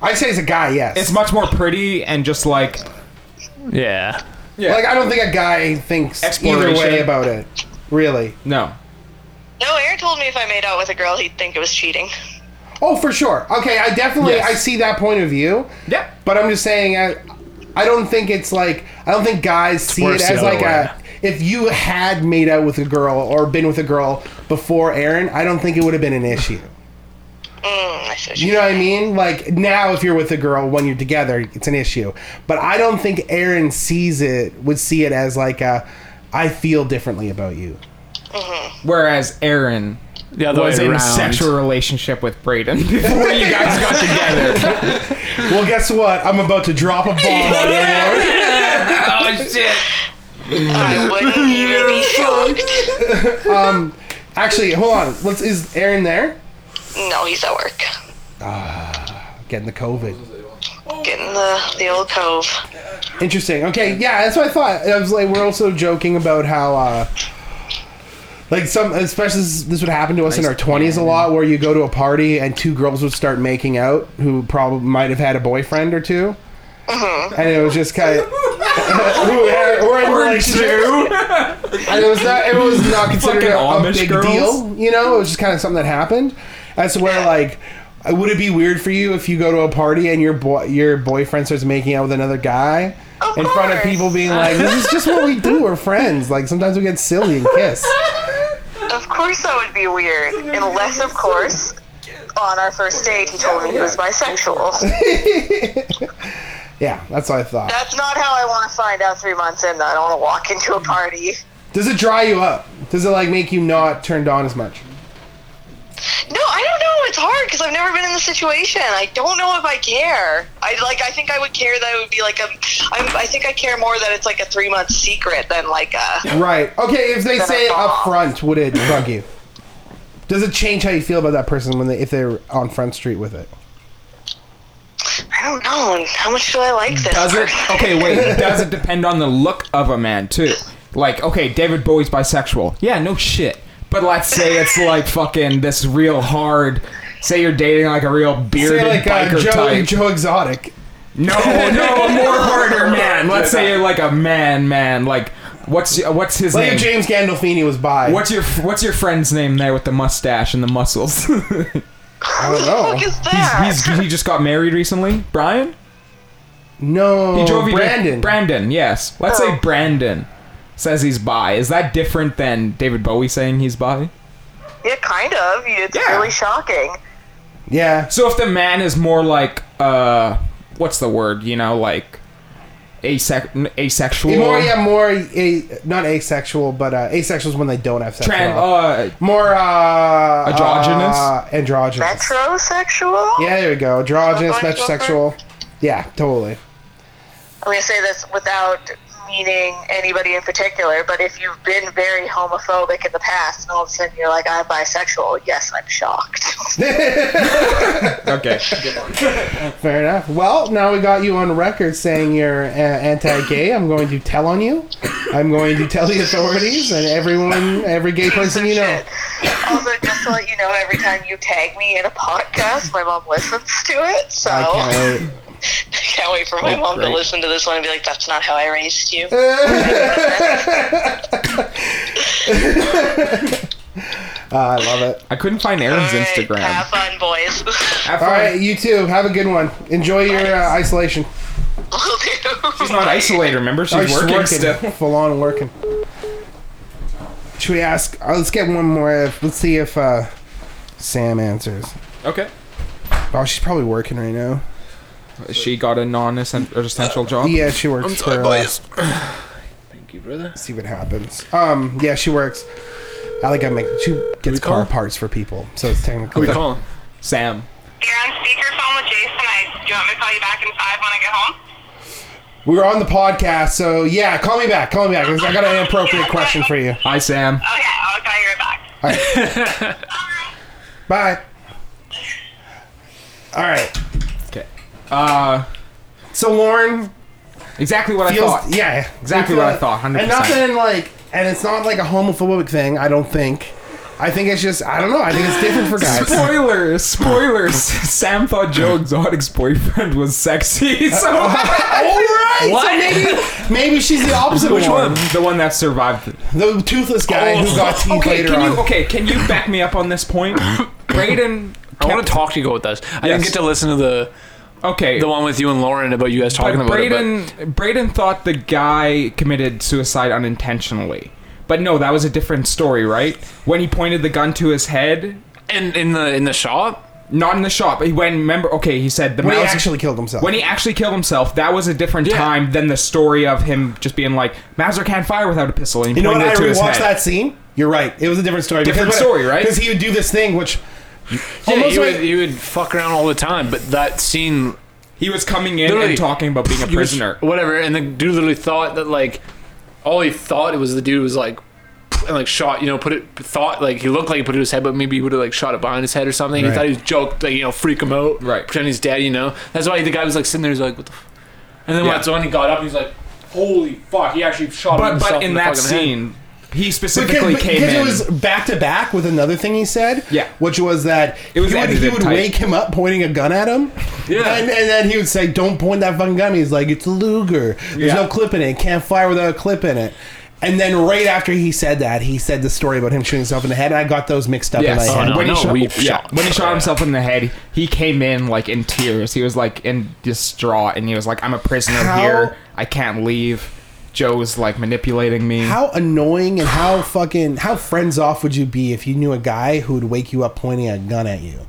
Speaker 4: I say as a guy yes
Speaker 5: It's much more pretty and just like
Speaker 3: Yeah.
Speaker 4: Like I don't think a guy thinks either
Speaker 5: Exploration.
Speaker 4: way about it. Really?
Speaker 5: no.
Speaker 1: No, Aaron told me if I made out with a girl, he'd think it was cheating.
Speaker 4: Oh, for sure. Okay, I definitely
Speaker 5: Yes.
Speaker 4: I see that point of view.
Speaker 5: Yeah.
Speaker 4: But I'm just saying I I don't think it's like I don't think guys see it
Speaker 3: worse the
Speaker 4: as
Speaker 3: other
Speaker 4: like a if you had made out with a girl or been with a girl before Aaron, I don't think it would have been an issue.
Speaker 1: Mm, I see what
Speaker 4: You know what I mean? Like now, if you're with a girl when you're together, it's an issue. But I don't think Aaron sees it would see it as like a I feel differently about you.
Speaker 5: Whereas Aaron
Speaker 3: The other
Speaker 5: was
Speaker 3: way
Speaker 5: in a
Speaker 3: around.
Speaker 5: sexual relationship with Brayden before you guys got together.
Speaker 4: Well, guess what? I'm about to drop a bomb on Aaron.
Speaker 5: oh shit.
Speaker 1: I wouldn't even be shocked.
Speaker 4: Actually, hold on. Let's is Aaron there?
Speaker 1: No, he's at work.
Speaker 4: Getting the COVID.
Speaker 1: Getting the, the old cove.
Speaker 4: Interesting. Okay, yeah, that's what I thought. I was like, we're also joking about how uh, Like some, especially this, this would happen to us in our twenties a lot, where you go to a party and two girls would start making out who probably might have had a boyfriend or 2 and it was just kind of who had, or in relationships. And it was not, it was not considered a, a
Speaker 5: Amish
Speaker 4: big
Speaker 5: girls.
Speaker 4: deal, you know. It was just kind of something that happened. That's where like. uh, Would it be weird for you if you go to a party and your boy, your boyfriend starts making out with another guy
Speaker 7: Of
Speaker 4: in front of
Speaker 7: course.
Speaker 4: people, being like, "This is just what we do. We're friends. Like sometimes we get silly and kiss."
Speaker 7: Of course that would be weird. Unless, of course, on our first date he told me he was bisexual.
Speaker 4: Yeah, that's what I thought.
Speaker 7: That's not how I want to find out three months in. I don't want to walk into a party.
Speaker 4: Does it dry you up? Does it like make you not turned on as much?
Speaker 7: No, I don't know. It's hard because I've never been in the situation. I don't know if I care. I like. I think I would care that it would be like a. I'm, I think I care more that it's like a three month secret than like a.
Speaker 4: Right. Okay, if they
Speaker 7: Then
Speaker 4: say it
Speaker 7: I
Speaker 4: up
Speaker 7: fall.
Speaker 4: front, would it bug you? Does it change how you feel about that person when they if they're on Front Street with it?
Speaker 7: I don't know. How much do I like this?
Speaker 5: Does it?
Speaker 7: person?
Speaker 5: Okay, wait. Does it depend on the look of a man too? Like, okay, David Bowie's bisexual. Yeah, no shit. But let's say it's like fucking this real hard. Say you're dating like a real bearded
Speaker 4: Say like uh,
Speaker 5: biker
Speaker 4: Joe,
Speaker 5: type.
Speaker 4: Joe Exotic.
Speaker 5: No, no, a more harder man. Let's say you're like a man, man. Like, what's what's his
Speaker 4: Like
Speaker 5: name?
Speaker 4: if James Gandolfini was by.
Speaker 5: What's your what's your friend's name there with the mustache and the muscles? he's,
Speaker 4: I don't
Speaker 7: What the
Speaker 4: know.
Speaker 7: fuck is that?
Speaker 5: Oh. he's he just got married recently. Brian?
Speaker 4: No,
Speaker 5: He drove you to-
Speaker 4: Brandon.
Speaker 5: Brandon, yes. Let's
Speaker 7: Oh.
Speaker 5: say Brandon says he's bi. Is that different than David Bowie saying he's bi?
Speaker 7: yeah, kind of. It's
Speaker 5: Yeah.
Speaker 7: really shocking.
Speaker 4: yeah.
Speaker 5: So if the man is more like uh what's the word, you know, like asex- asexual
Speaker 4: More, yeah, more a, not asexual, but uh, asexual is when they don't have sex.
Speaker 5: tran-
Speaker 4: at all.
Speaker 5: uh
Speaker 4: more uh,
Speaker 5: Androgynous?
Speaker 4: uh, androgynous.
Speaker 7: Metrosexual.
Speaker 4: Yeah, there we go. Androgynous,
Speaker 7: Body buffer?
Speaker 4: metrosexual. Yeah, totally.
Speaker 7: I'm going to say this without meaning anybody in particular, but if you've been very homophobic in the past and all of a sudden you're like, I'm bisexual, yes, I'm shocked.
Speaker 5: okay.
Speaker 4: Fair enough. Well, now we got you on record saying you're uh, anti-gay. I'm going to tell on you. I'm going to tell the authorities and everyone, every gay person you know.
Speaker 7: Shit. Also, just to let you know, every time you tag me in a podcast, my mom listens to it, so
Speaker 4: I
Speaker 7: Oh.
Speaker 4: can't wait.
Speaker 7: can't wait for my mom to listen to this one and be like, that's not how I raised you.
Speaker 4: I love it.
Speaker 5: I couldn't find Aaron's
Speaker 7: All right, Have
Speaker 5: Instagram.
Speaker 7: fun, boys.
Speaker 5: Have
Speaker 4: All
Speaker 5: fun.
Speaker 4: right, you too. Have a good one. Enjoy your uh, isolation.
Speaker 7: Will do.
Speaker 5: She's not isolated, remember? She's
Speaker 4: Oh,
Speaker 5: working, still.
Speaker 4: full on working. Should we ask? Oh, let's get one more. Let's see if uh, Sam answers.
Speaker 5: Okay.
Speaker 4: Oh, she's probably working right now.
Speaker 5: She got a non-essential job.
Speaker 4: Yeah, she works for. Uh,
Speaker 3: Thank you, brother.
Speaker 4: see what happens. Um, yeah, she works. I like I make she gets
Speaker 3: we call
Speaker 4: car
Speaker 3: her?
Speaker 4: parts for people, so it's
Speaker 3: Who
Speaker 4: technically
Speaker 3: we calling?
Speaker 5: Sam.
Speaker 8: You're on speakerphone with Jason. I, do you want me to call you back in five when I get home?
Speaker 4: we were on the podcast. So yeah, call me back. Call me back. 'cause I got an appropriate question for you.
Speaker 5: Hi, Sam.
Speaker 8: Oh yeah, I'll call you right back.
Speaker 4: Bye. All right.
Speaker 5: Okay. Uh,
Speaker 4: So Lauren
Speaker 5: exactly what
Speaker 4: feels
Speaker 5: I thought.
Speaker 4: yeah
Speaker 5: Exactly
Speaker 4: We feel
Speaker 5: what I
Speaker 4: it.
Speaker 5: thought, 100%.
Speaker 4: And nothing like and it's not like a homophobic thing. I don't think. I think it's just I don't know. I think it's different for guys.
Speaker 5: Spoilers, spoilers. Sam thought Joe Exotic's boyfriend was sexy. So
Speaker 4: Alright, so maybe, maybe she's the opposite
Speaker 5: Which one?
Speaker 4: one.
Speaker 5: The one that survived.
Speaker 4: The toothless guy who got teeth
Speaker 5: okay,
Speaker 4: later
Speaker 5: can
Speaker 4: on.
Speaker 5: you okay? Can you back me up on this point, Braden?
Speaker 3: I want to talk to you about this. I didn't
Speaker 5: Yes.
Speaker 3: get to listen to the
Speaker 5: Okay,
Speaker 3: the one with you and Lauren about you guys
Speaker 5: but
Speaker 3: talking about it.
Speaker 5: Braden, Braden thought the guy committed suicide unintentionally. But no, that was a different story, right? When he pointed the gun to his head,
Speaker 3: But in in the in the shop,
Speaker 5: not in the shop. He went. Remember? Okay, he said the
Speaker 4: when he
Speaker 5: mouse-
Speaker 4: actually killed himself.
Speaker 5: when he actually killed himself, that was a different
Speaker 3: Yeah.
Speaker 5: time than the story of him just being like, "Mauser can't fire without a pistol." And he
Speaker 4: You know what?
Speaker 5: pointed
Speaker 4: I
Speaker 5: it to his
Speaker 4: rewatched
Speaker 5: head.
Speaker 4: that scene. You're right. It was a different story.
Speaker 5: Different story, right?
Speaker 4: Because he would do this thing, which
Speaker 3: yeah,
Speaker 4: almost
Speaker 3: you
Speaker 4: like-
Speaker 3: would, you would fuck around all the time. But that scene
Speaker 5: He was coming in
Speaker 3: Literally,
Speaker 5: and talking about being a
Speaker 3: you were-
Speaker 5: prisoner.
Speaker 3: whatever. And the dude literally thought that like all he thought it was the dude was like and like shot, you know, put it thought like he looked like he put it in his head, but maybe he would have like shot it behind his head or something. He
Speaker 4: Right.
Speaker 3: thought he was joked, like you know, freak him out,
Speaker 5: Right.
Speaker 3: Pretend he's dead, you know. That's why the guy was like sitting there, he's like, what the. F-? And then
Speaker 5: Yeah.
Speaker 3: that's when he got up, he's like, holy fuck, he actually shot
Speaker 5: but
Speaker 3: himself
Speaker 5: but in,
Speaker 3: the
Speaker 5: that
Speaker 3: fucking head.
Speaker 5: scene, He specifically
Speaker 4: because,
Speaker 5: came
Speaker 4: because
Speaker 5: in.
Speaker 4: it was back to back with another thing he said.
Speaker 5: Yeah.
Speaker 4: which was that
Speaker 5: It was
Speaker 4: he would, he
Speaker 5: adjective
Speaker 4: would
Speaker 5: type.
Speaker 4: wake him up pointing a gun at him.
Speaker 3: Yeah.
Speaker 4: and, and then he would say, "Don't point that fucking gun." at me." He's like, "It's a Luger. There's
Speaker 5: Yeah.
Speaker 4: no clip in it. It Can't fire without a clip in it." And then right after he said that, he said the story about him shooting himself in the head, and I got those mixed up
Speaker 5: Yes.
Speaker 4: in my
Speaker 3: Oh,
Speaker 4: head.
Speaker 3: no,
Speaker 5: when,
Speaker 3: no,
Speaker 5: he shot,
Speaker 3: we
Speaker 5: yeah.
Speaker 3: shot.
Speaker 5: when he shot
Speaker 3: Yeah.
Speaker 5: himself in the head, he came in like in tears. He was like in distraught and he was like, I'm a prisoner
Speaker 4: How-
Speaker 5: here. I can't leave. Joe's like manipulating me.
Speaker 4: How annoying and how fucking how friends off would you be if you knew a guy who would wake you up pointing a gun at you?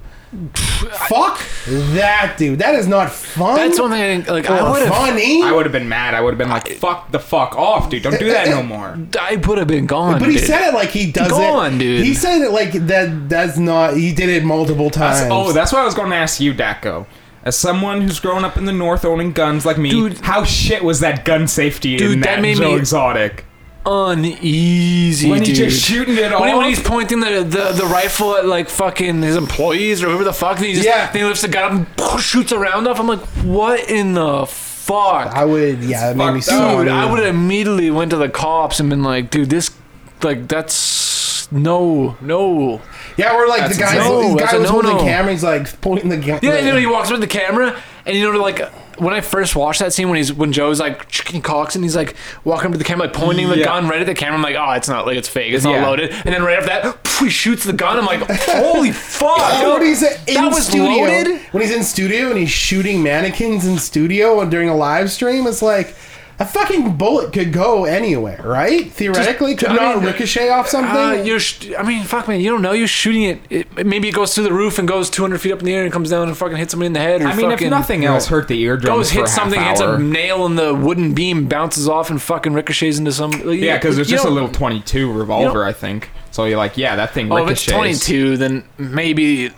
Speaker 4: Fuck that dude. That is not fun.
Speaker 3: That's one thing I didn't like. I
Speaker 4: or
Speaker 3: would have.
Speaker 4: funny.
Speaker 5: I would have been mad. I would have been like, fuck the fuck off, dude. Don't do that no more.
Speaker 3: I would have been gone.
Speaker 4: But he
Speaker 3: dude.
Speaker 4: said it like he does
Speaker 3: Go
Speaker 4: it.
Speaker 3: on, dude.
Speaker 4: He said it like that. That's not. He did it multiple times.
Speaker 5: That's- oh, that's what I was going to ask you, Daco. As someone who's grown up in the North owning guns like me,
Speaker 3: Dude.
Speaker 5: how shit was that gun safety in
Speaker 3: Dude,
Speaker 5: that,
Speaker 3: that made
Speaker 5: Joe
Speaker 3: me-
Speaker 5: Exotic?
Speaker 3: uneasy,
Speaker 5: When
Speaker 3: dude.
Speaker 5: he's just shooting it
Speaker 3: When, he- when
Speaker 5: off?
Speaker 3: he's pointing the, the, the rifle at like fucking his employees or whoever the fuck, and he just
Speaker 4: Yeah.
Speaker 3: then he lifts the gun up and shoots a round off. I'm like, what in the fuck?
Speaker 4: I would. Yeah, it made me
Speaker 5: fucked up.
Speaker 4: so.
Speaker 3: dude,
Speaker 4: angry.
Speaker 3: I would have immediately went to the cops and been like, dude, this, like, that's no, no.
Speaker 4: Yeah, we're like the
Speaker 5: That's
Speaker 4: guy.
Speaker 3: a no,
Speaker 4: the
Speaker 3: that's
Speaker 4: guy
Speaker 3: a
Speaker 4: was holding the
Speaker 3: no-no.
Speaker 4: camera. He's like pointing the gun.
Speaker 3: Yeah, you know, he walks with the camera, and you know, like when I first watched that scene when he's when Joe's like chicken cocks and he's like walking up to the camera, like pointing the
Speaker 5: Yeah.
Speaker 3: gun right at the camera. I'm like, oh, it's not like it's fake, it's not
Speaker 5: Yeah.
Speaker 3: loaded. And then right after that, poof, he shoots the gun. I'm like, holy fuck!
Speaker 4: Oh, when
Speaker 3: yo,
Speaker 4: he's in
Speaker 3: that was
Speaker 4: studio,
Speaker 3: loaded.
Speaker 4: when he's in studio and he's shooting mannequins in studio and during a live stream, it's like a fucking bullet could go anywhere, right? Theoretically, could
Speaker 3: I
Speaker 4: not
Speaker 3: mean,
Speaker 4: ricochet off something.
Speaker 3: Uh, you're, sh- I mean, fuck, man, you don't know. You're shooting it. it. Maybe it goes through the roof and goes 200 feet up in the air and comes down and fucking hits somebody in the head. Or
Speaker 5: I mean,
Speaker 3: fucking,
Speaker 5: if nothing else, hurt the eardrums
Speaker 3: goes
Speaker 5: for a
Speaker 3: hits
Speaker 5: half
Speaker 3: something, hits
Speaker 5: hour.
Speaker 3: a nail in the wooden beam, bounces off and fucking ricochets into some.
Speaker 5: Yeah, because there's
Speaker 3: you
Speaker 5: just a
Speaker 3: don't-
Speaker 5: little 22
Speaker 3: you
Speaker 5: revolver,
Speaker 3: don't-
Speaker 5: I think. So you're like, yeah, that thing
Speaker 3: Oh, if it's
Speaker 5: ricochets.
Speaker 3: 22, then maybe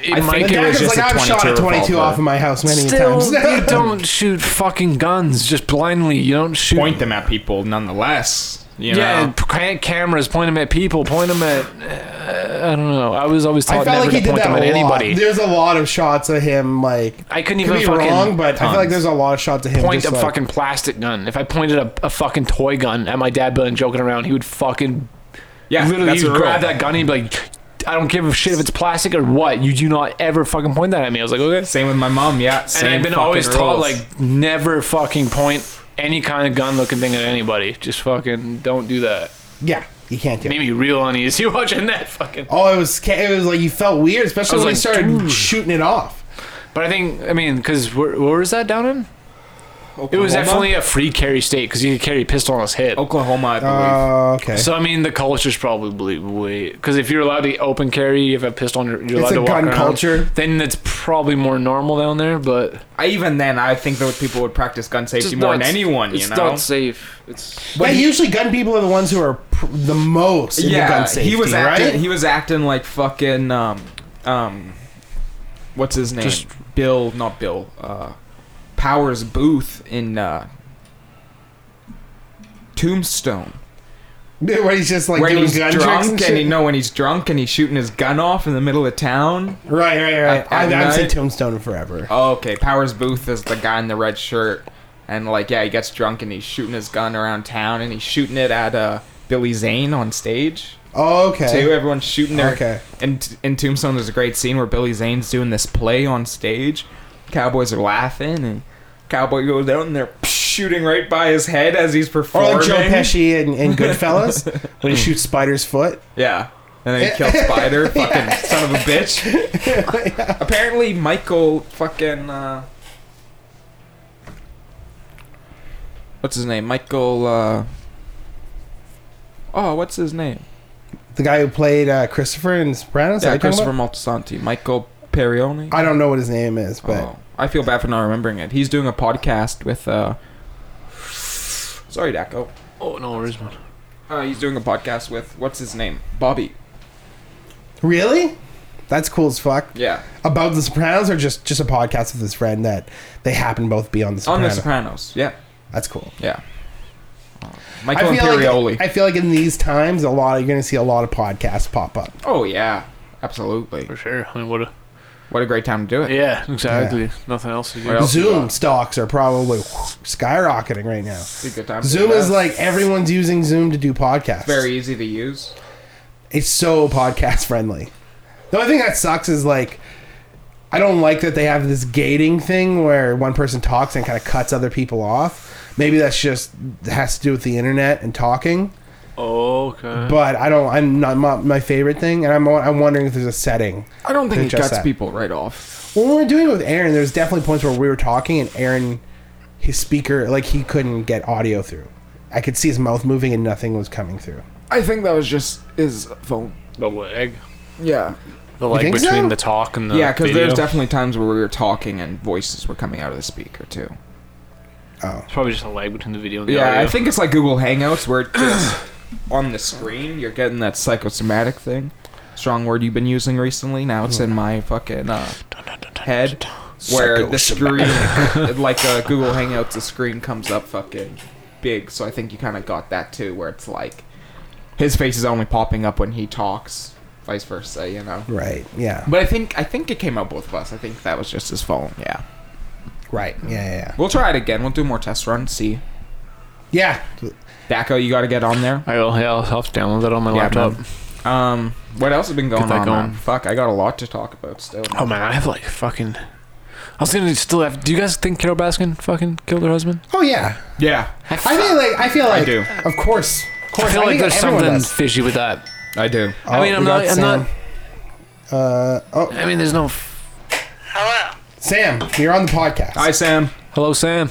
Speaker 3: it
Speaker 5: I
Speaker 3: might
Speaker 5: think
Speaker 4: The
Speaker 3: get
Speaker 5: it was
Speaker 4: dad
Speaker 5: just
Speaker 4: was like,
Speaker 5: a
Speaker 4: I've shot a
Speaker 5: 22
Speaker 4: 22
Speaker 5: revolver.
Speaker 4: off of my house many
Speaker 3: Still,
Speaker 4: times.
Speaker 3: you don't shoot fucking guns just blindly. You don't shoot.
Speaker 5: Point them at people, nonetheless. You know?
Speaker 3: yeah, point cameras. Point them at people. Point them at. Uh, I don't know. I was always
Speaker 4: I
Speaker 3: taught
Speaker 4: felt
Speaker 3: never
Speaker 4: like he
Speaker 3: to
Speaker 4: did
Speaker 3: point
Speaker 4: that
Speaker 3: them at
Speaker 4: a lot.
Speaker 3: anybody.
Speaker 4: There's a lot of shots of him like
Speaker 3: I couldn't
Speaker 4: could
Speaker 3: even
Speaker 4: be
Speaker 3: fucking
Speaker 4: wrong, but I feel like there's a lot of shots of him.
Speaker 3: point
Speaker 4: just
Speaker 3: a
Speaker 4: like,
Speaker 3: fucking plastic gun. If I pointed a, a fucking toy gun at my dad, but joking around, he would fucking
Speaker 5: yeah
Speaker 3: literally
Speaker 5: that's
Speaker 3: he'd
Speaker 5: a
Speaker 3: grab
Speaker 5: rule.
Speaker 3: that gun. and He'd be like, "I don't give a shit if it's plastic or what. You do not ever fucking point that at me." I was like, "Okay."
Speaker 5: Same with my mom, yeah. Same
Speaker 3: and I've been
Speaker 5: fucking
Speaker 3: always taught
Speaker 5: rules.
Speaker 3: like never fucking point any kind of gun looking thing at anybody. Just fucking don't do that.
Speaker 4: yeah, you can't do.
Speaker 3: Made
Speaker 4: it.
Speaker 3: me real uneasy watching that fucking.
Speaker 4: Oh, it was sca- it was like you felt weird, especially
Speaker 3: I was
Speaker 4: when he
Speaker 3: like,
Speaker 4: started
Speaker 3: "Dude."
Speaker 4: shooting it off.
Speaker 3: But I think I mean because where, where was that down in? It was
Speaker 5: Oklahoma?
Speaker 3: definitely a free carry state because you could carry a pistol on his head.
Speaker 5: Oklahoma, I believe.
Speaker 4: Oh, okay.
Speaker 3: So I mean the culture's probably way because if you're allowed to open carry, you have a pistol, on your, you're allowed
Speaker 4: It's a
Speaker 3: to walk
Speaker 4: gun
Speaker 3: around,
Speaker 4: culture.
Speaker 3: Then it's probably more normal down there, but
Speaker 5: I, even then, I think those people would practice gun
Speaker 3: just
Speaker 5: safety more
Speaker 3: not-
Speaker 5: than anyone, you
Speaker 3: it's
Speaker 5: know?
Speaker 3: not safe. It's
Speaker 4: yeah, usually gun people are the ones who are pr- the most in the
Speaker 5: yeah,
Speaker 4: gun safety,
Speaker 5: he was
Speaker 4: right?
Speaker 5: acting, he was acting like fucking, um, um, what's his name?
Speaker 3: Just-
Speaker 5: Bill, not Bill, uh, Powers Booth in, uh, Tombstone.
Speaker 4: Where he's just like
Speaker 5: Where
Speaker 4: doing
Speaker 5: he's
Speaker 4: gun
Speaker 5: drunk
Speaker 4: tricks
Speaker 5: and,
Speaker 4: and
Speaker 5: he,
Speaker 4: shit.
Speaker 5: no, when he's drunk and he's shooting his gun off in the middle of town.
Speaker 4: right, right, right.
Speaker 5: At- at
Speaker 4: I've, I've seen
Speaker 5: night.
Speaker 4: Tombstone forever.
Speaker 5: Oh, okay, Powers Booth is the guy in the red shirt, and like yeah, he gets drunk and he's shooting his gun around town, and he's shooting it at uh, Billy Zane on stage.
Speaker 4: Oh, okay.
Speaker 5: Too, everyone's shooting their.
Speaker 4: Okay.
Speaker 5: In, in Tombstone, there's a great scene where Billy Zane's doing this play on stage. Cowboys are laughing, and Cowboy goes out and they're shooting right by his head as he's
Speaker 4: Or
Speaker 5: performing.
Speaker 4: like Joe Pesci and, and Goodfellas when he shoots Spider's foot.
Speaker 5: Yeah. And then he killed Spider, fucking son of a bitch. Apparently, Michael fucking. Uh, what's his name? Michael. Uh, oh, what's his name?
Speaker 4: The guy who played uh, Christopher in Sopranos.
Speaker 5: Yeah,
Speaker 4: I
Speaker 5: Christopher Maltasanti. Michael Perioni.
Speaker 4: I don't know what his name is, but
Speaker 5: Oh, I feel bad for not remembering it. He's doing a podcast with. Uh, sorry, Daco.
Speaker 3: oh no, where is one?
Speaker 5: Uh, he's doing a podcast with what's his name? Bobby.
Speaker 4: really, that's cool as fuck.
Speaker 5: Yeah,
Speaker 4: About the Sopranos, or just just a podcast with his friend that they happen to both be on the
Speaker 5: on
Speaker 4: Sopranos.
Speaker 5: The Sopranos. Yeah,
Speaker 4: That's cool.
Speaker 5: yeah. Oh,
Speaker 4: I
Speaker 5: Michael
Speaker 4: feel
Speaker 5: Imperioli.
Speaker 4: like I feel like in these times, a lot you're going to see a lot of podcasts pop up.
Speaker 5: Oh yeah, absolutely.
Speaker 3: For sure. I mean, what? A,
Speaker 5: What a great time to do it.
Speaker 3: Yeah, exactly. Nothing else to do.
Speaker 5: else?
Speaker 4: Zoom stocks are probably skyrocketing right now.
Speaker 5: It's a good time to
Speaker 4: Zoom
Speaker 5: do
Speaker 4: is
Speaker 5: that.
Speaker 4: like everyone's using Zoom to do podcasts.
Speaker 5: very easy to use.
Speaker 4: it's so podcast friendly. The only thing that sucks is like I don't like that they have this gating thing where one person talks and kind of cuts other people off. Maybe that's just has to do with the internet and talking.
Speaker 3: Oh, okay.
Speaker 4: But I don't. I'm not my, my favorite thing, and I'm I'm wondering if there's a setting.
Speaker 5: I don't think it
Speaker 4: Adjust
Speaker 5: cuts
Speaker 4: that.
Speaker 5: people right off.
Speaker 4: When we were doing it with Aaron, there's definitely points where we were talking and Aaron, his speaker, like he couldn't get audio through. I could see his mouth moving and nothing was coming through.
Speaker 5: I think that was just his phone.
Speaker 3: The leg.
Speaker 5: Yeah.
Speaker 3: The leg
Speaker 4: think so?
Speaker 3: between the talk and the
Speaker 5: yeah, because
Speaker 3: Uh, video.
Speaker 5: there's definitely times where we were talking and voices were coming out of the speaker too.
Speaker 3: It's probably just a lag between the video and the
Speaker 5: Yeah,
Speaker 3: audio.
Speaker 5: I think it's like Google Hangouts where it just on the screen you're getting that psychosomatic thing. Strong word you've been using recently. Now it's in my fucking uh, head where the screen, like uh, Google Hangouts, the screen comes up fucking big. So I think you kind of got that too, where it's like his face is only popping up when he talks, vice versa, you know.
Speaker 4: Right. Yeah.
Speaker 5: But I think I think it came out both of us. I think that was just his phone. Yeah,
Speaker 4: Right. Yeah. Yeah.
Speaker 5: we'll try it again. We'll do more test runs. See,
Speaker 4: Yeah. yeah.
Speaker 5: Daco, you got to get on there.
Speaker 3: I will. Yeah, I'll have to download that on my
Speaker 5: Yeah,
Speaker 3: laptop.
Speaker 5: man. Um, what else has been going
Speaker 3: Get that
Speaker 5: on?
Speaker 3: going.
Speaker 5: man? Fuck, I got a lot to talk about still.
Speaker 3: Oh man, I have like fucking. I was gonna still have. Do you guys think Carol Baskin fucking killed her husband?
Speaker 4: Oh yeah.
Speaker 5: Yeah,
Speaker 4: I feel like I feel like
Speaker 5: do.
Speaker 4: of course. Of course.
Speaker 3: I feel like
Speaker 4: think
Speaker 3: there's
Speaker 4: everyone
Speaker 3: something
Speaker 4: does.
Speaker 3: fishy with that.
Speaker 5: I do.
Speaker 3: I mean,
Speaker 4: Oh,
Speaker 3: I'm not.
Speaker 4: we got
Speaker 3: I'm
Speaker 4: Sam.
Speaker 3: not.
Speaker 4: Uh, oh,
Speaker 3: I mean, there's no.
Speaker 7: Hello.
Speaker 4: Sam, you're on the podcast.
Speaker 5: Hi, Sam.
Speaker 3: Hello, Sam.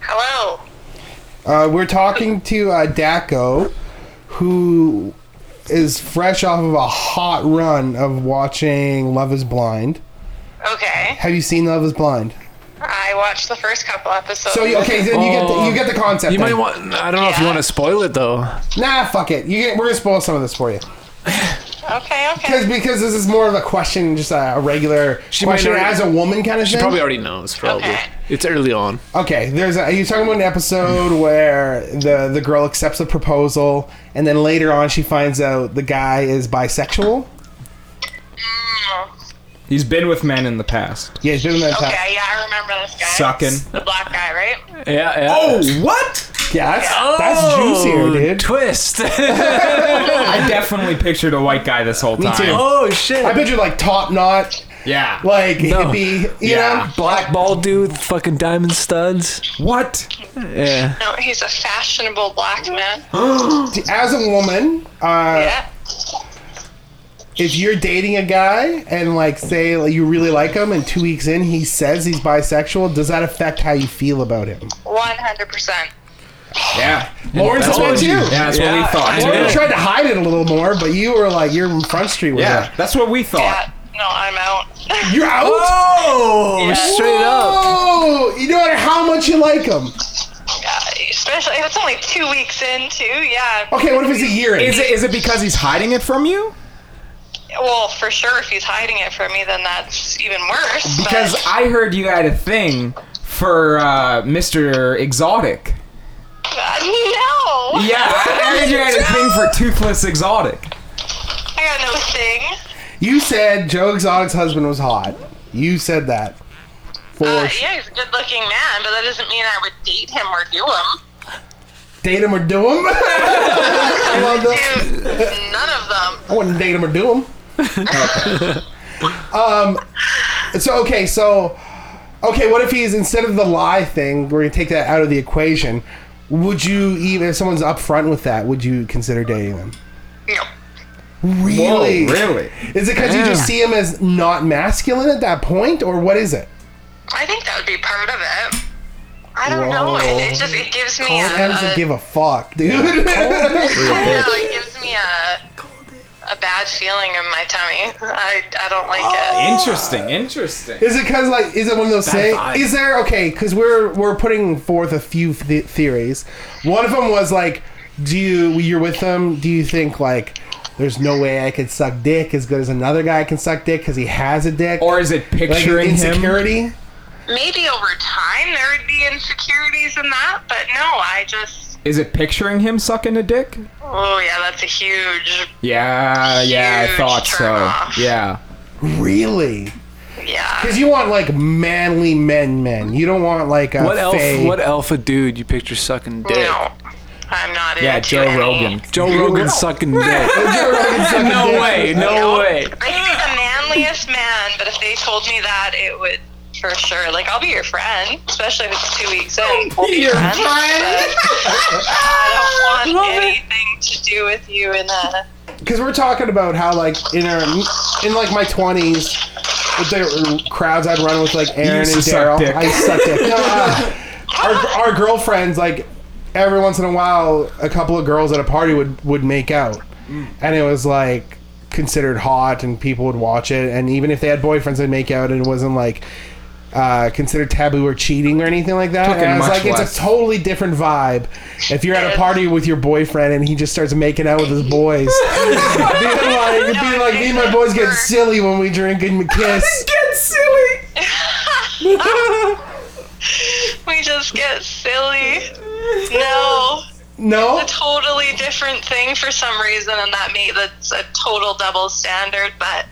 Speaker 7: Hello.
Speaker 4: Uh, we're talking to uh, Daco, who is fresh off of a hot run of watching Love Is Blind.
Speaker 7: Okay.
Speaker 4: Have you seen Love Is Blind?
Speaker 7: I watched the first couple episodes.
Speaker 4: So you, okay, then you get the,
Speaker 3: Oh.
Speaker 4: you get the concept.
Speaker 3: You might
Speaker 4: then.
Speaker 3: want. I don't know if you
Speaker 7: Yeah.
Speaker 3: want to spoil it though.
Speaker 4: nah, fuck it. You get, we're gonna spoil some of this for you
Speaker 7: Okay,
Speaker 4: because
Speaker 7: okay.
Speaker 4: because this is more of a question, just a, a regular
Speaker 3: She might
Speaker 4: question
Speaker 3: already-
Speaker 4: as a woman kind of
Speaker 3: She
Speaker 4: thing.
Speaker 3: probably already knows. Probably.
Speaker 7: Okay.
Speaker 3: It's early on.
Speaker 4: Okay, there's a, you're talking about an episode where the the girl accepts the proposal, and then later on she finds out the guy is bisexual.
Speaker 5: He's been with men in the past.
Speaker 4: Yeah, he's doing that. type-
Speaker 7: Okay, yeah, I remember this guy.
Speaker 5: Sucking.
Speaker 7: The black guy, right?
Speaker 3: Yeah. yeah.
Speaker 5: Oh, what?
Speaker 4: Yeah, that's,
Speaker 3: Oh.
Speaker 4: that's juicier, dude.
Speaker 3: Twist.
Speaker 5: I definitely pictured a white guy this whole time.
Speaker 4: too.
Speaker 3: oh shit.
Speaker 4: I bet you like top knot,
Speaker 5: Yeah.
Speaker 4: like
Speaker 3: No.
Speaker 4: hippie, you
Speaker 5: Yeah.
Speaker 4: know,
Speaker 3: Black ball dude, fucking diamond studs.
Speaker 5: What?
Speaker 3: Yeah.
Speaker 7: No, he's a fashionable black man.
Speaker 4: Uh, As a woman, uh,
Speaker 7: yeah.
Speaker 4: if you're dating a guy and like say like, you really like him, and two weeks in he says he's bisexual, does that affect how you feel about him?
Speaker 7: 100%.
Speaker 5: Yeah.
Speaker 4: Lauren
Speaker 5: That's
Speaker 4: said
Speaker 5: what
Speaker 4: that
Speaker 5: we-
Speaker 4: too.
Speaker 5: Yeah, that's what
Speaker 3: Yeah,
Speaker 5: we thought.
Speaker 3: I
Speaker 5: too.
Speaker 4: Lauren
Speaker 3: did.
Speaker 4: tried to hide it a little more, but you were like you're in front street with
Speaker 5: Yeah,
Speaker 4: it.
Speaker 5: that's what we thought.
Speaker 7: Yeah. No, I'm out.
Speaker 4: You're out.
Speaker 3: Oh,
Speaker 7: Yeah.
Speaker 3: straight up.
Speaker 4: Oh, you no matter how much you like him.
Speaker 7: Yeah, especially if it's only two weeks in, too. Yeah.
Speaker 4: Okay, what if it's a year in?
Speaker 5: Is it is it because he's hiding it from you?
Speaker 7: Well, for sure, if he's hiding it from me, then that's even worse. but-
Speaker 5: Because I heard you had a thing for uh, Mr. Exotic.
Speaker 7: Uh, no.
Speaker 5: Yeah, I heard you had a thing for Toothless Exotic.
Speaker 7: I got no thing.
Speaker 4: you said Joe Exotic's husband was hot. You said that. For
Speaker 7: Uh, yeah, he's a good-looking man, but that doesn't mean I would date him or do him.
Speaker 4: date him or do him. I love that.
Speaker 7: Dude, none of them.
Speaker 4: I wouldn't date him or do him. um. So okay, so okay, what if he's instead of the lie thing, we're gonna take that out of the equation. Would you even if someone's upfront with that? Would you consider dating them?
Speaker 7: No.
Speaker 4: Really?
Speaker 5: Whoa, really?
Speaker 4: Is it because you just see him as not masculine at that point, or what is it?
Speaker 7: I think that would be part of it. I don't
Speaker 4: Whoa.
Speaker 7: know. It, it just it gives me
Speaker 4: Colin
Speaker 7: a,
Speaker 4: doesn't
Speaker 7: a
Speaker 4: give a fuck, dude.
Speaker 7: I don't know, it gives me a a bad feeling in my tummy. I I don't like it.
Speaker 5: Interesting, interesting.
Speaker 4: is it because like is it one of those things?
Speaker 3: vibe.
Speaker 4: Is there okay? Because we're we're putting forth a few th- theories. One of them was like, do you you're with them? Do you think like there's no way I could suck dick as good as another guy can suck dick because he has a dick?
Speaker 5: Or is it
Speaker 4: like
Speaker 5: picturing him?
Speaker 4: insecurity?
Speaker 7: Maybe over time there would be insecurities in that, but no, I just
Speaker 5: Is it picturing him sucking a dick?
Speaker 7: oh yeah, that's a huge
Speaker 5: Yeah, yeah, I
Speaker 7: Huge
Speaker 5: thought so.
Speaker 7: turnoff.
Speaker 5: Yeah.
Speaker 4: Really?
Speaker 7: Yeah.
Speaker 4: Because you want like manly men, men. You don't want like a
Speaker 3: What elf?
Speaker 4: fey-
Speaker 3: What alpha dude you picture sucking dick?
Speaker 7: No, I'm not
Speaker 5: Yeah,
Speaker 7: into
Speaker 5: Joe
Speaker 7: any.
Speaker 5: Rogan.
Speaker 3: Joe Rogan sucking dick. no way. No way.
Speaker 7: I think the manliest man, but if they told me that, it would for sure. Like, I'll be your friend, especially if it's two weeks in. We'll be
Speaker 5: Your
Speaker 7: friends. but I don't want anything to do with you in a.
Speaker 4: because we're talking about how like in our in like my twenties with the crowds I'd run with like Aaron
Speaker 5: used
Speaker 4: and
Speaker 5: to suck
Speaker 4: Daryl,
Speaker 5: dick.
Speaker 4: I sucked it. No, uh, our, our girlfriends like every once in a while, a couple of girls at a party would would make out,
Speaker 5: Mm.
Speaker 4: and it was like considered hot, and people would watch it, and even if they had boyfriends, they'd make out, and it wasn't like. Uh, considered taboo or cheating or anything like that.
Speaker 5: Fucking
Speaker 4: And I was
Speaker 5: much
Speaker 4: like, it's
Speaker 5: less.
Speaker 4: a totally different vibe. If you're at a party with your boyfriend and he just starts making out with his boys, being like, being like me and my boys get silly when we drink and we kiss.
Speaker 7: We just get silly. No,
Speaker 4: No,
Speaker 7: a totally different thing for some reason, and that made that's a total double standard. But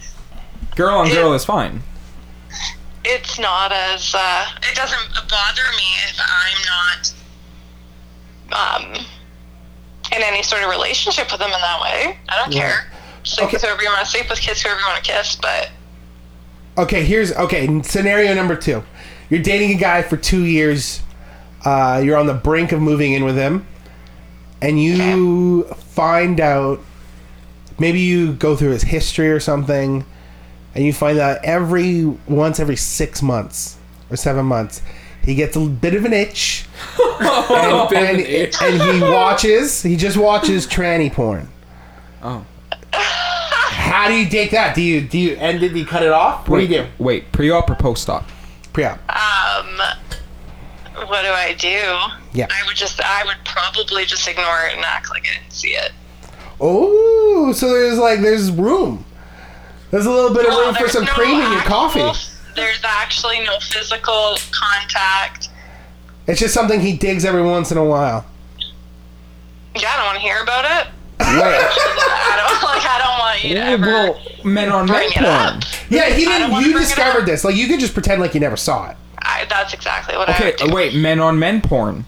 Speaker 5: Girl on girl is fine.
Speaker 7: it's not as uh, it doesn't bother me if I'm not um, in any sort of relationship with them in that way. I don't care. Sleep with whoever you want to sleep with, kiss whoever you want to kiss. But
Speaker 4: okay, here's okay. Scenario number two: You're dating a guy for two years. Uh, you're on the brink of moving in with him, and you find out. Maybe you go through his history or something, and you find out every once every six months or seven months, he gets a bit of an itch,
Speaker 5: Oh,
Speaker 4: and, and- and he watches. He just watches tranny porn.
Speaker 5: Oh.
Speaker 4: How do you take that? Do you do you end it? Do you cut it off? What do
Speaker 5: wait,
Speaker 4: you do?
Speaker 5: Wait, pre-op or post-op?
Speaker 4: Yeah.
Speaker 7: um, what do I do?
Speaker 4: Yeah.
Speaker 7: I would just, I would probably just ignore it and act like I didn't see it.
Speaker 4: Oh, so there's like there's room. There's a little bit of
Speaker 7: Well,
Speaker 4: room for
Speaker 7: there's
Speaker 4: some
Speaker 7: no
Speaker 4: cream in your
Speaker 7: actual-
Speaker 4: coffee.
Speaker 7: There's actually no physical contact.
Speaker 4: It's just something he digs every once in a while.
Speaker 7: Yeah, I don't want to hear about it.
Speaker 5: Wait.
Speaker 7: I don't like. I don't want you to ever.
Speaker 5: well, men on men
Speaker 7: bring it up.
Speaker 5: porn.
Speaker 4: Yeah, he
Speaker 7: don't
Speaker 4: didn't.
Speaker 7: wanna
Speaker 4: You
Speaker 7: bring it
Speaker 4: discovered
Speaker 7: up.
Speaker 4: this. Like you could just pretend like you never saw it.
Speaker 7: I, that's exactly what I
Speaker 5: Okay, uh,
Speaker 7: would do.
Speaker 5: wait, men on men porn.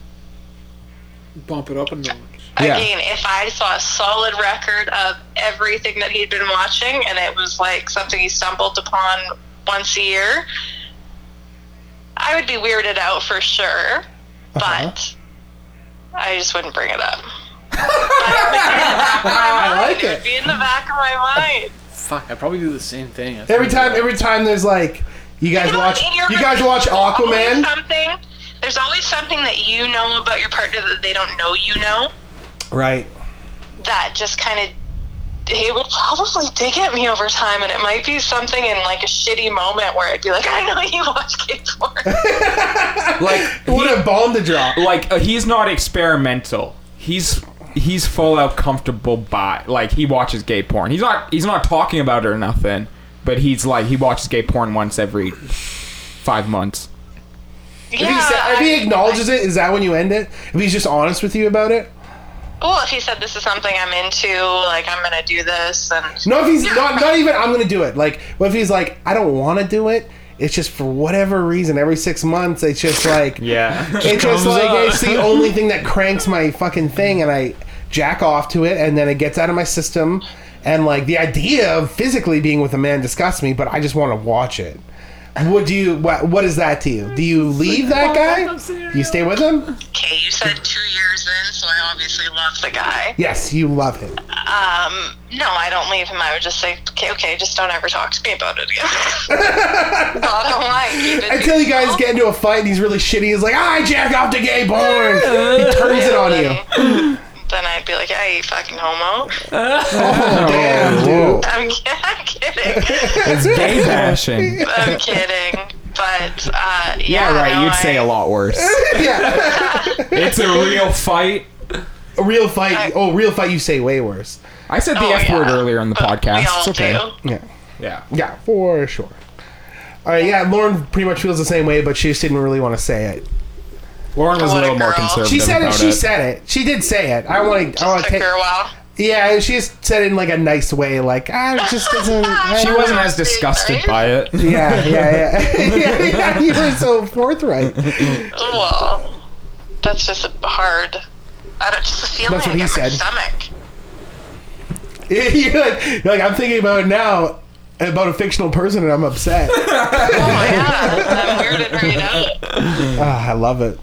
Speaker 6: Bump it up a notch.
Speaker 5: Yeah.
Speaker 7: Again, if I saw a solid record of everything that he'd been watching, and it was like something he stumbled upon once a year, I would be weirded out for
Speaker 4: Uh-huh.
Speaker 7: sure. But I just wouldn't bring it up.
Speaker 4: I like
Speaker 7: It'd be in the back of my mind.
Speaker 3: Fuck, I probably do the same thing.
Speaker 4: Every time, every time there's like, you guys
Speaker 7: know,
Speaker 4: watch,
Speaker 7: in your
Speaker 4: you guys watch
Speaker 7: relationship, there's always
Speaker 4: Aquaman,
Speaker 7: Something. There's always something that you know about your partner that they don't know you know.
Speaker 4: right?
Speaker 7: that just kind of he would probably dig at me over time and it might be something in like a shitty moment where I'd be like, I know you watch gay porn.
Speaker 5: Like,
Speaker 4: What a bomb to drop.
Speaker 5: like uh, he's not experimental. He's he's full out comfortable by like he watches gay porn. He's not he's not talking about it or nothing, but he's like he watches gay porn once every five months.
Speaker 4: If
Speaker 7: yeah.
Speaker 4: he, sa- if he acknowledges it, is that when you end it? If he's just honest with you about it?
Speaker 7: well, if he said this is something I'm into, like I'm gonna do this and
Speaker 4: No, if he's not, not even, I'm gonna do it. Like, what if he's like, I don't want to do it. It's just for whatever reason. Every six months, it's just like,
Speaker 5: Yeah.
Speaker 4: it's just
Speaker 3: comes
Speaker 4: like
Speaker 3: up.
Speaker 4: it's the only thing that cranks my fucking thing, and I jack off to it, and then it gets out of my system. And like the idea of physically being with a man disgusts me, but I just want to watch it. What do you? What, what is that to you? Do you leave that guy? You stay with him?
Speaker 7: okay, you said two years in, so I obviously love the guy.
Speaker 4: Yes, you love him.
Speaker 7: Um, no, I don't leave him. I would just say, okay, okay, just don't ever talk to me about it again. No, I don't like keep it
Speaker 4: Until you guys get into a fight and he's really shitty, he's like, I jack off to gay porn. He turns it on you.
Speaker 7: Then I'd be like, hey, you fucking homo.
Speaker 4: Oh, Damn, dude.
Speaker 7: I'm, I'm kidding.
Speaker 5: It's gay bashing.
Speaker 7: I'm kidding. But uh, yeah,
Speaker 5: Yeah, right.
Speaker 7: no,
Speaker 5: You'd say
Speaker 7: I-
Speaker 5: a lot worse.
Speaker 4: Yeah.
Speaker 5: It's a real fight.
Speaker 4: A real fight. Oh, real fight. You say way worse.
Speaker 5: I said the
Speaker 7: Oh,
Speaker 5: F word
Speaker 7: yeah.
Speaker 5: earlier in the podcast.
Speaker 7: We all
Speaker 5: It's okay.
Speaker 7: do.
Speaker 4: Yeah.
Speaker 5: Yeah.
Speaker 4: Yeah, for sure. All right. Yeah, Lauren pretty much feels the same way, but she just didn't really want to say it.
Speaker 5: Lauren was a
Speaker 7: What a
Speaker 5: little more
Speaker 7: girl.
Speaker 5: conservative.
Speaker 4: She said it.
Speaker 5: about
Speaker 4: She said it. She did say it. I want to. I want
Speaker 7: Took
Speaker 4: to take.
Speaker 7: her a while.
Speaker 4: Yeah, she just said it in like a nice way, like ah, it just doesn't. I
Speaker 5: She
Speaker 4: don't-
Speaker 5: wasn't as disgusted by it.
Speaker 4: Yeah, yeah, yeah. yeah, yeah. You were so forthright.
Speaker 7: Well, that's just a hard. I don't just a feeling
Speaker 4: That's what he
Speaker 7: in my
Speaker 4: said.
Speaker 7: stomach.
Speaker 4: you're like, you're like I'm thinking about it now about a fictional person, and I'm upset.
Speaker 7: Oh my god, I'm weirded right out.
Speaker 4: Ah, I love it.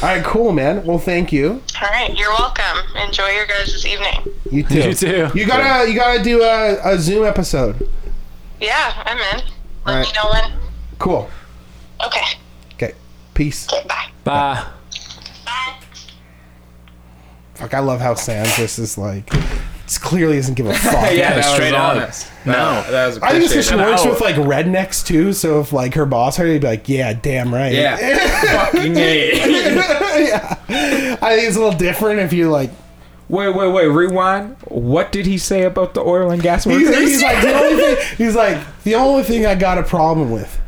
Speaker 4: All right, cool, man. Well, thank you.
Speaker 7: All right, you're welcome. Enjoy your guys' evening.
Speaker 4: You too.
Speaker 3: You too.
Speaker 4: You gotta, you gotta do a, a Zoom episode.
Speaker 7: Yeah, I'm in. Let
Speaker 4: All right.
Speaker 7: me know when.
Speaker 4: Cool.
Speaker 7: Okay.
Speaker 4: Okay. Peace.
Speaker 7: Okay, bye.
Speaker 3: Bye.
Speaker 7: Bye.
Speaker 4: Fuck, I love how Sam just is like, this clearly doesn't give a fuck.
Speaker 5: Yeah, that
Speaker 3: straight
Speaker 5: was
Speaker 3: up.
Speaker 5: honest.
Speaker 3: No.
Speaker 5: that, that was
Speaker 4: I think it's
Speaker 5: appreciated.
Speaker 4: because she
Speaker 3: An
Speaker 4: works
Speaker 3: hour.
Speaker 4: with like rednecks too, so if like her boss heard, it, he'd be like, "Yeah, damn right."
Speaker 5: Yeah, fucking A.
Speaker 4: yeah. I think it's a little different if you like.
Speaker 5: Wait, wait, wait. Rewind. What did he say about the oil and gas
Speaker 4: He's,
Speaker 5: workers?
Speaker 4: he's like the only thing. He's like the only thing I got a problem with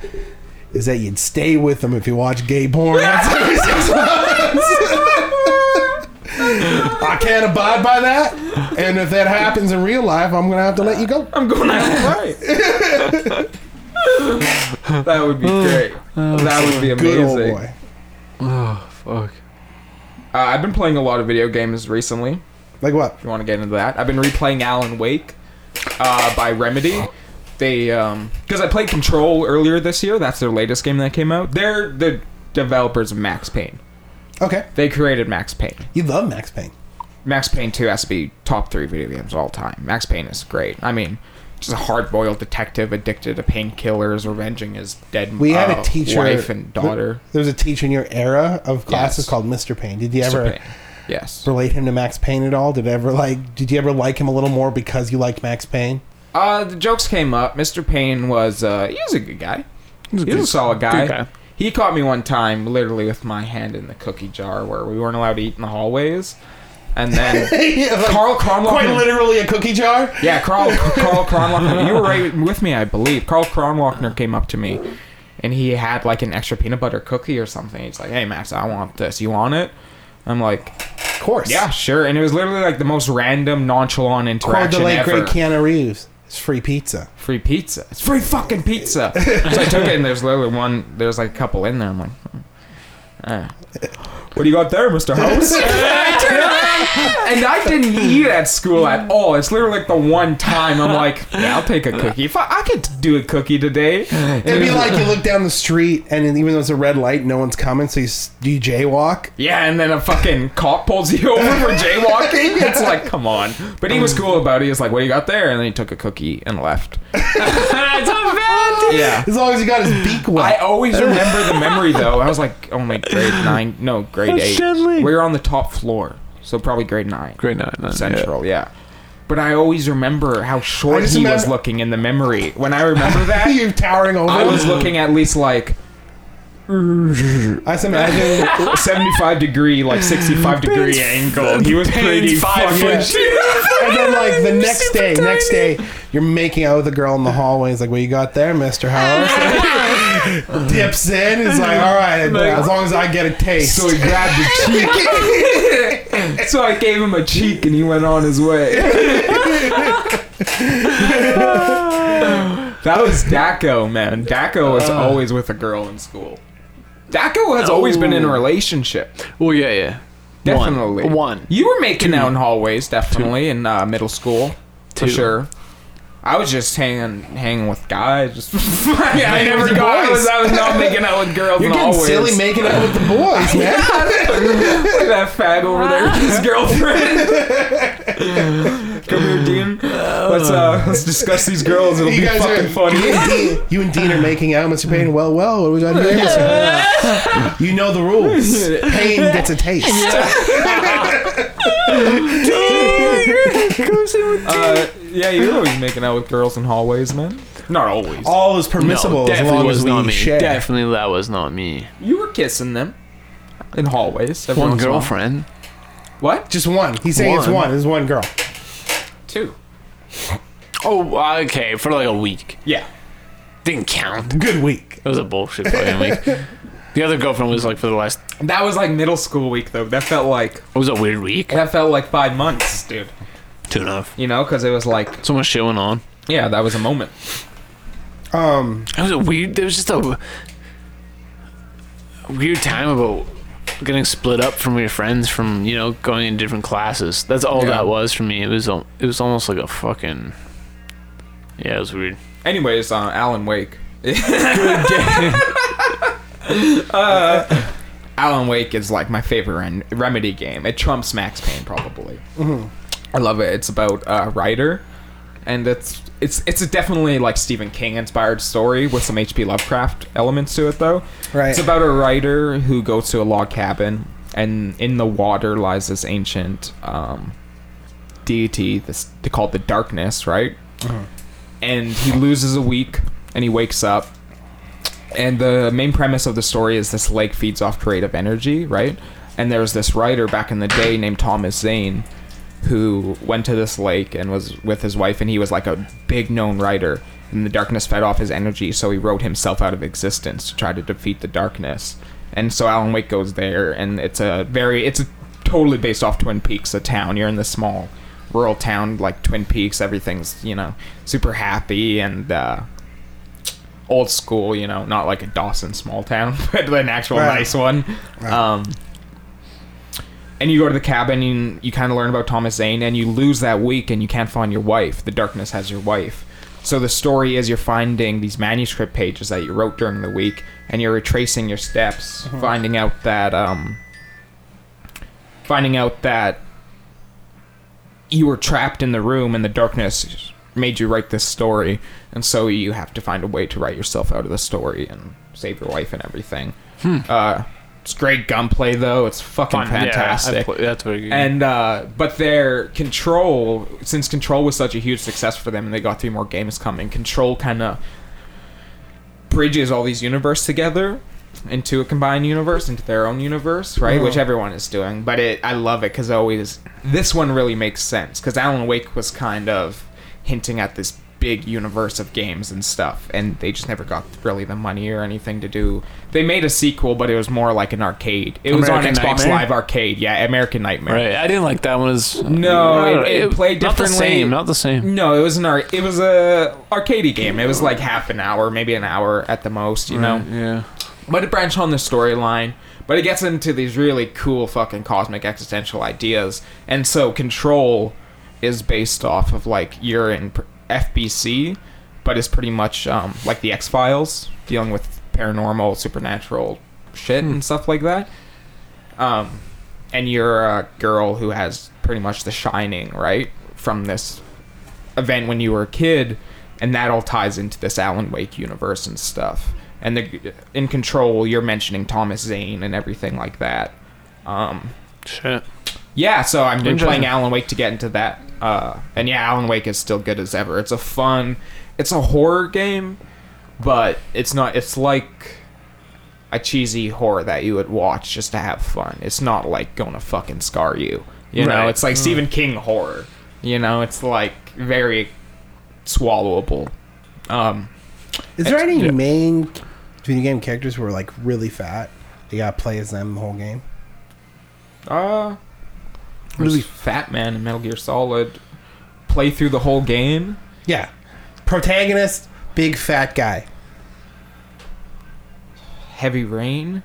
Speaker 4: is that you'd stay with them if you watch gay porn. once every six months. I can't abide by that, and if that happens in real life, I'm gonna have to let you go.
Speaker 5: I'm going out right. that would be great. That would be amazing.
Speaker 4: Oh, Good old boy.
Speaker 3: Fuck.
Speaker 5: Uh, I've been playing a lot of video games recently. If
Speaker 4: Like what?
Speaker 5: you want to get into that, I've been replaying Alan Wake uh, by Remedy. They because I played Control earlier this year. That's their latest game that came out. They're the developers of Max Payne.
Speaker 4: Okay,
Speaker 5: They created Max Payne.
Speaker 4: you love Max Payne.
Speaker 5: Max Payne 2 has to be top three video games of all time. Max Payne is great. I mean, just a hard-boiled detective addicted to painkillers, revenging his dead
Speaker 4: We had
Speaker 5: uh,
Speaker 4: a teacher,
Speaker 5: wife and daughter.
Speaker 4: There was a teacher in your era of classes
Speaker 5: Yes.
Speaker 4: called Mr. Payne. Did you
Speaker 5: Mr.
Speaker 4: ever
Speaker 5: Payne. Yes.
Speaker 4: relate him to Max Payne at all? Did it ever like? Did you ever like him a little more because you liked Max Payne?
Speaker 5: Uh, the jokes came up. Mr. Payne was uh, he was a good guy. He was a,
Speaker 3: good-
Speaker 5: solid guy.
Speaker 3: good guy.
Speaker 5: He caught me one time, literally with my hand in the cookie jar, where we weren't allowed to eat in the hallways. And then
Speaker 4: Yeah, like,
Speaker 5: Carl Cromwell,
Speaker 4: quite literally a cookie jar.
Speaker 5: Yeah, Carl Carl Kronlochner. You were right with me, I believe. Carl Kronlochner came up to me, and he had like an extra peanut butter cookie or something. He's like, "Hey, Max, I want this. You want it?" I'm like,
Speaker 4: Of course.
Speaker 5: "Yeah, sure." And it was literally like the most random, nonchalant
Speaker 4: Called
Speaker 5: interaction
Speaker 4: the late
Speaker 5: ever.
Speaker 4: great Keanu Reeves. It's free pizza.
Speaker 5: free pizza. It's free fucking pizza. so I took it, and there's literally one. There's like a couple in there. I'm like. "Hmm, eh." What do you got there, Mr. Host? and I turned around, and I didn't eat at school at all. It's literally like the one time I'm like, yeah, I'll take a cookie. If I, I could do a cookie today,
Speaker 4: It'd be like you look down the street, and then even though it's a red light, no one's coming, so you, s- you jaywalk.
Speaker 5: yeah, and then a fucking cop pulls you over for jaywalking. It's like, come on. But he was cool about it. He was like, what do you got there? And then he took a cookie and left.
Speaker 3: It's not bad.
Speaker 5: Yeah.
Speaker 4: As long as you got his beak
Speaker 5: I
Speaker 4: wet.
Speaker 5: always remember the memory though. I was like only grade nine, no grade eight.
Speaker 3: Deadly.
Speaker 5: We were on the top floor, so probably grade nine,
Speaker 3: Great night. night,
Speaker 5: central, yeah. But I always remember how
Speaker 4: I
Speaker 5: short
Speaker 4: just
Speaker 5: he was
Speaker 4: remember-
Speaker 5: looking in the memory. When I remember that,
Speaker 4: You're towering over.
Speaker 5: I
Speaker 4: him.
Speaker 5: was looking at least like
Speaker 4: I just imagine.
Speaker 5: seventy-five degree, like sixty-five degree angle. He was pretty
Speaker 3: Payne's five
Speaker 5: fucking.
Speaker 3: foot
Speaker 4: And then like the next day, next day, you're making out with the girl in the hallway. It's like, what you got there, Mister Howard? Dips in. It's like, all right, as long as I get a taste.
Speaker 5: So he grabbed the cheek. so I gave him a cheek, and he went on his way. that was Daco, man. Daco was always with a girl in school. Daco has always been in a relationship.
Speaker 3: Well, yeah, yeah. One.
Speaker 5: Definitely.
Speaker 3: One.
Speaker 5: You were making out in hallways, definitely, in uh, middle school. For
Speaker 3: Two.
Speaker 5: sure. I was just hanging hanging with guys. Just I, never
Speaker 4: with
Speaker 5: got. I
Speaker 4: boys.
Speaker 5: was, I was not making out with girls
Speaker 4: you're
Speaker 5: in
Speaker 4: getting
Speaker 5: hallways.
Speaker 4: silly making out with the boys, man.
Speaker 5: Look at that fag over there with his girlfriend. Come here, Dean. Let's uh,
Speaker 3: Oh.
Speaker 5: let's discuss these girls. It'll
Speaker 4: You
Speaker 5: be
Speaker 4: guys
Speaker 5: fucking
Speaker 4: are-
Speaker 5: funny.
Speaker 4: You and, Dean, you and Dean are making out, Mr. Payne. Well, well, what do we got to do here, Mr. Payne? You know the rules. Payne gets a taste.
Speaker 5: Uh, yeah, you're always making out with girls in hallways, man. Not always.
Speaker 4: All is permissible as
Speaker 3: definitely
Speaker 4: long
Speaker 3: was
Speaker 4: as we
Speaker 3: not me.
Speaker 4: share.
Speaker 3: Definitely that was not me.
Speaker 5: You were kissing them in hallways. every
Speaker 3: One
Speaker 5: once in a while.
Speaker 3: girlfriend.
Speaker 5: What?
Speaker 4: Just one. He's saying it's
Speaker 3: One.
Speaker 4: one. It's one girl.
Speaker 5: Two.
Speaker 3: Oh, okay. For like a week.
Speaker 5: Yeah.
Speaker 3: Didn't count.
Speaker 4: Good week.
Speaker 3: That was a bullshit fucking week. The other girlfriend was like for the last.
Speaker 5: That was like middle school week though. That felt like
Speaker 3: It was a weird week.
Speaker 5: that felt like five months, dude.
Speaker 3: Two and a half.
Speaker 5: you know, because it was like,
Speaker 3: So much shit went on.
Speaker 5: yeah, that was a moment.
Speaker 4: Um,
Speaker 3: It was a weird. There was just a weird time about getting split up from your friends from you know going in different classes. That's all
Speaker 5: Yeah.
Speaker 3: that was for me. It was al- it was almost like a fucking yeah. It was weird.
Speaker 5: Anyways, uh, Alan Wake. uh, Alan Wake is like my favorite rem- remedy game. It trumps Max Payne probably. I love it. It's about a writer, and it's it's it's a definitely like Stephen King inspired story with some H.P. Lovecraft elements to it though.
Speaker 4: Right.
Speaker 5: It's about a writer who goes to a log cabin, and in the water lies this ancient um, deity this they call it the darkness right and he loses a week and he wakes up and the main premise of the story is this lake feeds off creative energy right and there's this writer back in the day named thomas zane who went to this lake and was with his wife and he was like a big known writer and the darkness fed off his energy so he wrote himself out of existence to try to defeat the darkness and so alan wake goes there and it's a very it's a, totally based off twin peaks a town you're in this small rural town like twin peaks everything's you know super happy and uh old school you know not like a dawson small town but an actual
Speaker 4: Right.
Speaker 5: nice one um and you go to the cabin and you kind of learn about Thomas Zane and you lose that week and you can't find your wife. The darkness has your wife. So the story is you're finding these manuscript pages that you wrote during the week and you're retracing your steps,
Speaker 3: Mm-hmm.
Speaker 5: finding out that um finding out that you were trapped in the room and the darkness made you write this story and so you have to find a way to write yourself out of the story and save your wife and everything. Uh it's great gunplay though. It's fucking
Speaker 3: Hmm. Fun. Yeah, I
Speaker 5: fantastic.
Speaker 3: pl- that's very good.
Speaker 5: And uh, but their control, since control was such a huge success for them, and they got three more games coming. Control kind of bridges all these universe together into a combined universe, into their own universe, right?
Speaker 3: Mm-hmm.
Speaker 5: Which everyone is doing. But it, I love it because always this one really makes sense because Alan Wake was kind of hinting at this big universe of games and stuff and they just never got really the money or anything to do they made a sequel but it was more like an arcade it was on
Speaker 3: American
Speaker 5: xbox
Speaker 3: Nightmare?
Speaker 5: live arcade yeah american nightmare
Speaker 3: right, I didn't like that one as
Speaker 5: No,
Speaker 3: I don't
Speaker 5: it-
Speaker 3: know,
Speaker 5: it played
Speaker 3: Not the
Speaker 5: differently.
Speaker 3: same. Not the same.
Speaker 5: No, it was an ar- it was a arcade game. It was like half an hour, maybe an hour at the most, you know.
Speaker 3: Yeah.
Speaker 5: But it branched on the storyline, but it gets into these really cool fucking cosmic existential ideas. And so Control is based off of like you're in pr- FBC, but it's pretty much um, like the X Files, dealing with paranormal, supernatural shit and stuff like that. Um, and you're a girl who has pretty much the shining, right? From this event when you were a kid, and that all ties into this Alan Wake universe and stuff. And the in control, you're mentioning Thomas Zane and everything like that. Um,
Speaker 3: Shit.
Speaker 5: yeah, so I'm been
Speaker 3: Interesting.
Speaker 5: playing Alan Wake to get into that. Uh, and yeah, Alan Wake is still good as ever. It's a fun, it's a horror game, but it's not. It's like a cheesy horror that you would watch just to have fun. It's not like going to fucking scar you. You know,
Speaker 3: Right. Mm.
Speaker 5: it's like Stephen King horror. You know, it's like very swallowable. Um,
Speaker 4: is there any main video game characters who are like really fat? You gotta play as them the whole game.
Speaker 5: Uh, really fat man in Metal Gear Solid. Play through the whole game.
Speaker 4: Yeah, protagonist, big fat guy.
Speaker 5: Heavy Rain.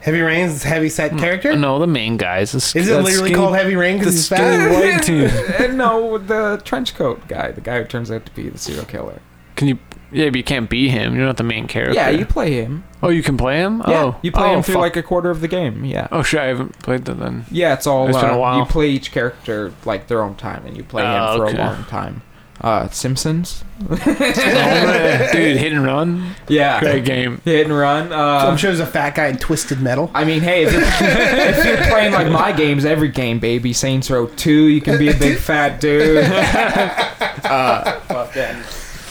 Speaker 4: Heavy Rain's heavy set character.
Speaker 3: Mm, No, the main guys. Is
Speaker 4: Is it literally called Heavy Rain because he's fat?
Speaker 3: white dude.
Speaker 5: Uh, no, the trench coat guy, the guy who turns out to be the serial killer.
Speaker 3: Can you? Yeah, but you can't be him. You're not the main character.
Speaker 5: Yeah, you play him.
Speaker 3: Oh, you can play him.
Speaker 5: Yeah,
Speaker 3: oh,
Speaker 5: you play
Speaker 3: oh,
Speaker 5: him through
Speaker 3: fuck.
Speaker 5: like a quarter of the game. Yeah.
Speaker 3: Oh shit, I haven't played that then.
Speaker 5: Yeah, it's all.
Speaker 3: It's been
Speaker 5: uh,
Speaker 3: a while.
Speaker 5: You play each character like their own time, and you play
Speaker 3: Oh,
Speaker 5: him for
Speaker 3: okay.
Speaker 5: a long time. Uh, Simpsons.
Speaker 3: Dude, hit and run.
Speaker 5: Yeah.
Speaker 3: Great game.
Speaker 5: Hit and run.
Speaker 4: I'm
Speaker 5: Uh,
Speaker 4: sure there's a fat guy in Twisted Metal.
Speaker 5: I mean, hey, if you're, if you're playing like my games, every game, baby, Saints Row 2, you can be a big fat dude. uh, fucking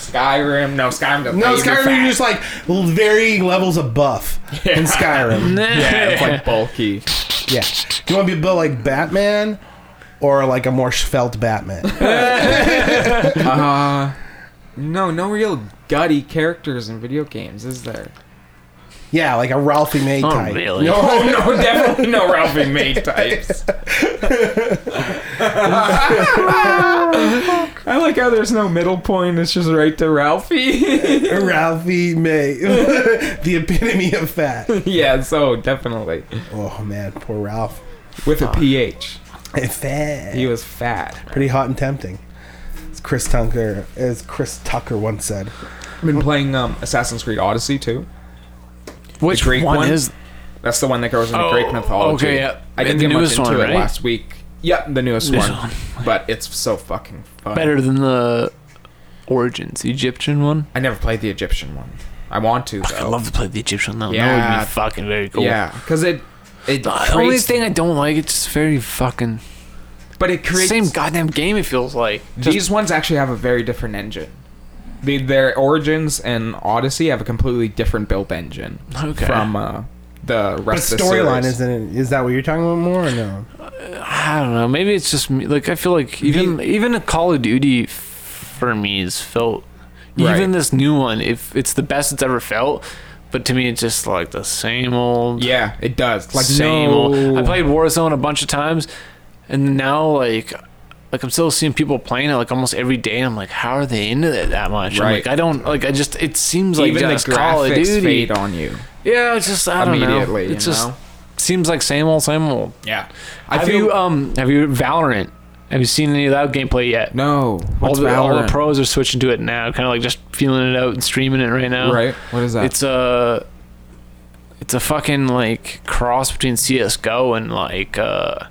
Speaker 5: Skyrim. No, Skyrim doesn't
Speaker 4: No,
Speaker 5: make you
Speaker 4: Skyrim
Speaker 5: fat.
Speaker 4: you're just like l- varying levels of buff in Skyrim.
Speaker 5: Yeah, it's like bulky.
Speaker 4: Yeah. Do you want to be built like Batman or like a more svelte Batman?
Speaker 5: No, no real gutty characters in video games, is there?
Speaker 4: yeah, like a Ralphie May
Speaker 3: Oh
Speaker 4: type.
Speaker 3: really?
Speaker 5: No, no, definitely no Ralphie May types. I like how there's no middle point. It's just right to Ralphie.
Speaker 4: Ralphie May, the epitome of fat.
Speaker 5: yeah, so definitely
Speaker 4: Oh man, poor Ralph.
Speaker 5: with a ph.
Speaker 4: Fat.
Speaker 5: He was fat.
Speaker 4: Pretty hot and tempting. As Chris Tucker, as Chris Tucker once said.
Speaker 5: I've been playing um, Assassin's Creed Odyssey too.
Speaker 3: Which
Speaker 5: Greek
Speaker 3: one,
Speaker 5: one? uh,
Speaker 3: is?
Speaker 5: That's the one that goes into
Speaker 9: Oh,
Speaker 5: Greek mythology.
Speaker 9: okay, yeah.
Speaker 5: I didn't
Speaker 9: The
Speaker 5: get much
Speaker 9: newest
Speaker 5: into
Speaker 9: one,
Speaker 5: it
Speaker 9: right?
Speaker 5: last week. Yep, the newest
Speaker 3: This
Speaker 5: one.
Speaker 3: one.
Speaker 5: But it's so fucking fun.
Speaker 3: Better than the Origins Egyptian one.
Speaker 5: I never played the Egyptian one. I want to
Speaker 3: I
Speaker 5: though.
Speaker 3: love to play the Egyptian one. Yeah. That would
Speaker 5: Yeah.
Speaker 3: be fucking very cool.
Speaker 5: Yeah, because it it
Speaker 3: The
Speaker 5: creates,
Speaker 3: only thing I don't like, it's just very fucking
Speaker 5: but it creates
Speaker 3: same goddamn game. It feels like. Just,
Speaker 5: These ones actually have a very different engine. The, their Origins and Odyssey have a completely different built engine
Speaker 3: Okay.
Speaker 5: from uh, the
Speaker 4: But
Speaker 5: rest of the
Speaker 4: storyline
Speaker 5: series.
Speaker 4: isn't it? Is that what you're talking about more or no?
Speaker 3: I don't know. Maybe it's just me. Like I feel like even even a Call of Duty f- for me is felt.
Speaker 5: Right.
Speaker 3: Even this new one, if it's the best it's ever felt, but to me it's just like the same old.
Speaker 5: Yeah, it does. Like
Speaker 3: same
Speaker 5: no,
Speaker 3: old. I played Warzone a bunch of times, and now like, like I'm still seeing people playing it like almost every day. And I'm like, how are they into it that much? I'm
Speaker 5: Right.
Speaker 3: like, I don't like. I just it seems like
Speaker 5: even the
Speaker 3: just Call of
Speaker 5: graphics
Speaker 3: Duty.
Speaker 5: fade on you.
Speaker 3: Yeah, it's just I don't know.
Speaker 5: Immediately,
Speaker 3: It
Speaker 5: you
Speaker 3: just
Speaker 5: know?
Speaker 3: seems like same old, same old.
Speaker 5: Yeah, uh, I
Speaker 3: Have
Speaker 5: feel
Speaker 3: you um have you Valorant? Have you seen any of that gameplay yet? All
Speaker 5: no. What's
Speaker 3: the, all the
Speaker 5: Valorant?
Speaker 3: pros are switching to it now, kind of like just feeling it out and streaming it right now.
Speaker 5: Right. What is that?
Speaker 3: It's a it's a fucking like cross between CS:GO and like uh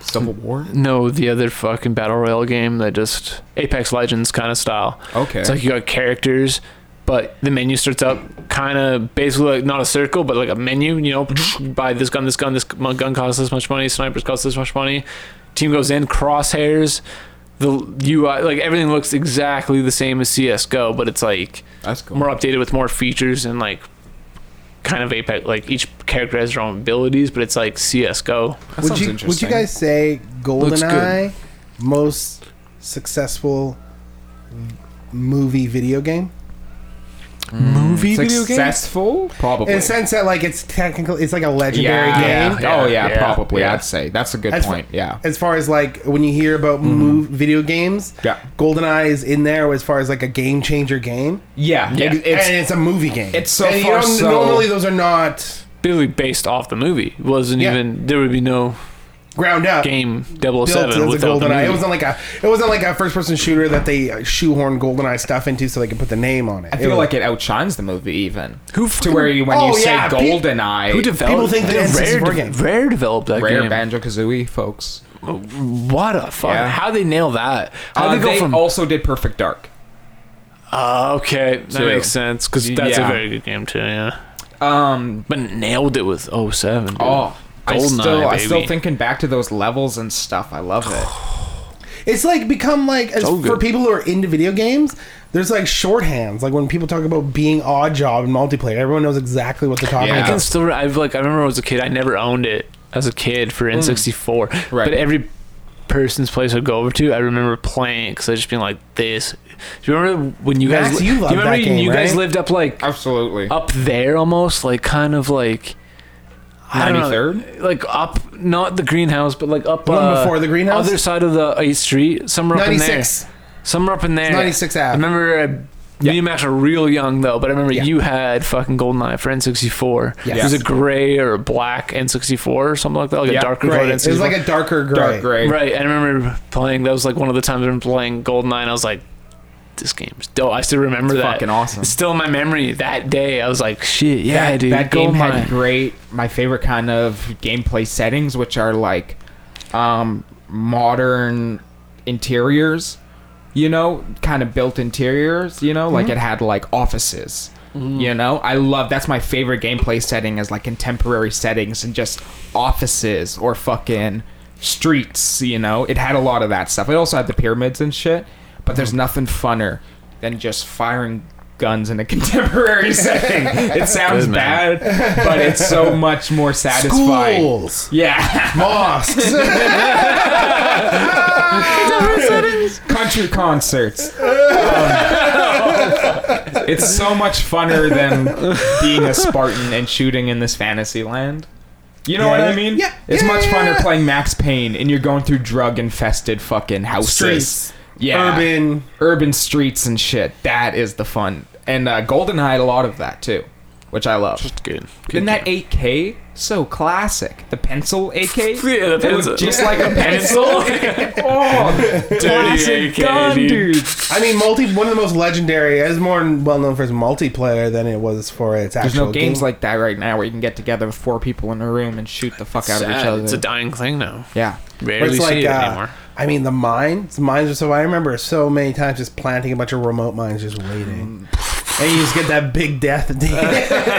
Speaker 5: Civil War.
Speaker 3: no the other fucking battle royale game that just Apex Legends kind of style.
Speaker 5: Okay.
Speaker 3: It's like you got characters, but the menu starts up kind of basically like not a circle, but like a menu. You know,
Speaker 4: Mm-hmm.
Speaker 3: buy this gun, this gun, this gun gun costs this much money. Snipers cost this much money. Team goes in crosshairs. The UI, like everything looks exactly the same as CS:GO, but it's like
Speaker 5: That's cool.
Speaker 3: more updated with more features and like kind of Apex. Like each character has their own abilities, but it's like CS:GO.
Speaker 5: That
Speaker 4: would
Speaker 5: sounds
Speaker 4: you would you
Speaker 5: interesting.
Speaker 4: guys say
Speaker 3: Looks good.
Speaker 4: GoldenEye most successful m- movie video game?
Speaker 5: Hmm.
Speaker 3: Movie
Speaker 5: successful? Probably.
Speaker 4: In the sense that like it's technical, it's like a legendary
Speaker 5: yeah,
Speaker 4: game.
Speaker 5: yeah. Oh yeah,
Speaker 3: Yeah.
Speaker 5: probably.
Speaker 3: Yeah.
Speaker 5: I'd say that's a good
Speaker 4: That's
Speaker 5: point.
Speaker 4: fu-
Speaker 5: Yeah. Hmm.
Speaker 4: As far as like when you hear about move video games,
Speaker 5: Yeah.
Speaker 4: GoldenEye is in there as far as like a game changer game,
Speaker 5: Yeah.
Speaker 3: Yeah.
Speaker 5: it- it's
Speaker 4: and it's a movie game.
Speaker 5: it's so
Speaker 4: And you
Speaker 5: far
Speaker 4: don't-
Speaker 5: so-
Speaker 4: normally those are not
Speaker 3: Literally based off the movie. It wasn't
Speaker 4: Yeah.
Speaker 3: even there would be no
Speaker 4: ground up.
Speaker 3: game
Speaker 4: built
Speaker 3: 007
Speaker 4: as a
Speaker 3: without the
Speaker 4: GoldenEye.
Speaker 3: movie.
Speaker 4: It wasn't like a it wasn't like a first person shooter that they uh, shoehorn GoldenEye stuff into so they can put the name on it.
Speaker 5: I
Speaker 4: It
Speaker 5: feel
Speaker 4: was-
Speaker 5: like it outshines the movie even.
Speaker 3: Who
Speaker 5: to
Speaker 3: fucking-
Speaker 5: where you, when
Speaker 4: Oh,
Speaker 5: you say
Speaker 4: yeah, pe-
Speaker 5: golden eye,
Speaker 3: Who developed?
Speaker 4: People think that it's
Speaker 3: rare,
Speaker 4: a board
Speaker 3: de-
Speaker 4: game.
Speaker 3: rare developed that
Speaker 5: rare
Speaker 3: game.
Speaker 5: Banjo Kazooie folks.
Speaker 3: What a fuck!
Speaker 5: Yeah.
Speaker 3: How they nail that? How
Speaker 5: Uh,
Speaker 3: they go
Speaker 5: they
Speaker 3: from?
Speaker 5: also did Perfect Dark.
Speaker 3: Ah, okay, that
Speaker 5: Two.
Speaker 3: makes sense because that's
Speaker 5: Yeah.
Speaker 3: a very good game too. Yeah,
Speaker 5: Um,
Speaker 3: but nailed it with 07. dude.
Speaker 5: oh, I
Speaker 3: Goldeneye,
Speaker 5: still, I still
Speaker 3: baby.
Speaker 5: thinking back to those levels and stuff. I love it.
Speaker 4: It's like become like as,
Speaker 3: So good.
Speaker 4: for people who are into video games. There's like shorthands, like when people talk about being odd job in multiplayer, everyone knows exactly what they're talking
Speaker 5: Yeah.
Speaker 3: I
Speaker 4: about.
Speaker 3: can still. re- I've like I remember as a kid, I never owned it as a kid for N64.
Speaker 5: Mm. Right.
Speaker 3: But every person's place I'd go over to, I remember playing because I just being like this. Do you remember when you
Speaker 4: Max,
Speaker 3: guys?
Speaker 4: you
Speaker 3: do
Speaker 4: loved
Speaker 3: remember
Speaker 4: that
Speaker 3: when
Speaker 4: game,
Speaker 3: you guys
Speaker 4: right?
Speaker 3: lived up like
Speaker 5: Absolutely.
Speaker 3: up there almost like kind of like I don't know,
Speaker 5: 93rd?
Speaker 3: like up not the greenhouse but like up
Speaker 4: one
Speaker 3: uh,
Speaker 4: before the greenhouse?
Speaker 3: other side of the 8th street somewhere up in
Speaker 4: 96.
Speaker 3: there somewhere up in there
Speaker 4: 96 Ave.
Speaker 3: I remember uh, me and Max were real young though but I remember
Speaker 4: Yeah.
Speaker 3: you had fucking GoldenEye for N64
Speaker 4: Yes.
Speaker 3: it was a gray or a black N64 or something like that like
Speaker 5: Yeah,
Speaker 3: a darker
Speaker 4: Gray.
Speaker 3: colored
Speaker 4: It was
Speaker 3: N64
Speaker 4: like a darker gray.
Speaker 5: Dark Gray.
Speaker 3: Right, I remember playing. That was like one of the times I've been playing GoldenEye. And I was like, this game's dope. I still remember that.
Speaker 5: fucking awesome.
Speaker 3: It's still in my memory. That day, I was like, shit, yeah,
Speaker 5: that,
Speaker 3: dude.
Speaker 5: that game had
Speaker 3: GoldenEye.
Speaker 5: great my favorite kind of gameplay settings which are like um modern interiors you know kind of built interiors you know like
Speaker 3: Mm-hmm.
Speaker 5: it had like offices you know i love that's my favorite gameplay setting is like contemporary settings and just offices or fucking streets you know it had a lot of that stuff it also had the pyramids and shit but
Speaker 3: Mm-hmm.
Speaker 5: there's nothing funner than just firing guns in a contemporary setting it sounds
Speaker 3: Good, man.
Speaker 5: bad but it's so much more satisfying
Speaker 4: Schools,
Speaker 5: yeah
Speaker 4: mosques.
Speaker 5: country concerts. Um, it's so much funner than being a Spartan and shooting in this fantasy land. You know
Speaker 4: Yeah.
Speaker 5: what I mean?
Speaker 4: Yeah.
Speaker 5: It's
Speaker 4: Yeah,
Speaker 5: much
Speaker 4: yeah,
Speaker 5: funner
Speaker 4: yeah.
Speaker 5: playing Max Payne and you're going through drug infested fucking houses.
Speaker 4: Streets.
Speaker 5: Yeah.
Speaker 4: Urban.
Speaker 5: Urban streets and shit. That is the fun. And uh, GoldenEye had a lot of that too, which I love.
Speaker 3: Good.
Speaker 5: And that 8K, so classic. The pencil AK?
Speaker 3: Yeah, the
Speaker 5: It looked
Speaker 3: pencil.
Speaker 5: Just like a pencil. oh, classic
Speaker 3: AK,
Speaker 5: gun,
Speaker 3: dude.
Speaker 5: dude.
Speaker 4: I mean, multi. One of the most legendary. It's more well known for its multiplayer than it was for its
Speaker 5: There's
Speaker 4: actual
Speaker 5: no games
Speaker 4: game.
Speaker 5: like that right now where you can get together with four people in a room and shoot the fuck out of each other.
Speaker 3: It's a dying thing now.
Speaker 5: yeah.
Speaker 4: Where
Speaker 3: Barely
Speaker 4: it's
Speaker 3: see
Speaker 4: like,
Speaker 3: it
Speaker 4: uh,
Speaker 3: anymore.
Speaker 4: I mean, the mines. The mines are so. I remember so many times just planting a bunch of remote mines, just waiting,
Speaker 3: Mm.
Speaker 4: and you just get that big death. at the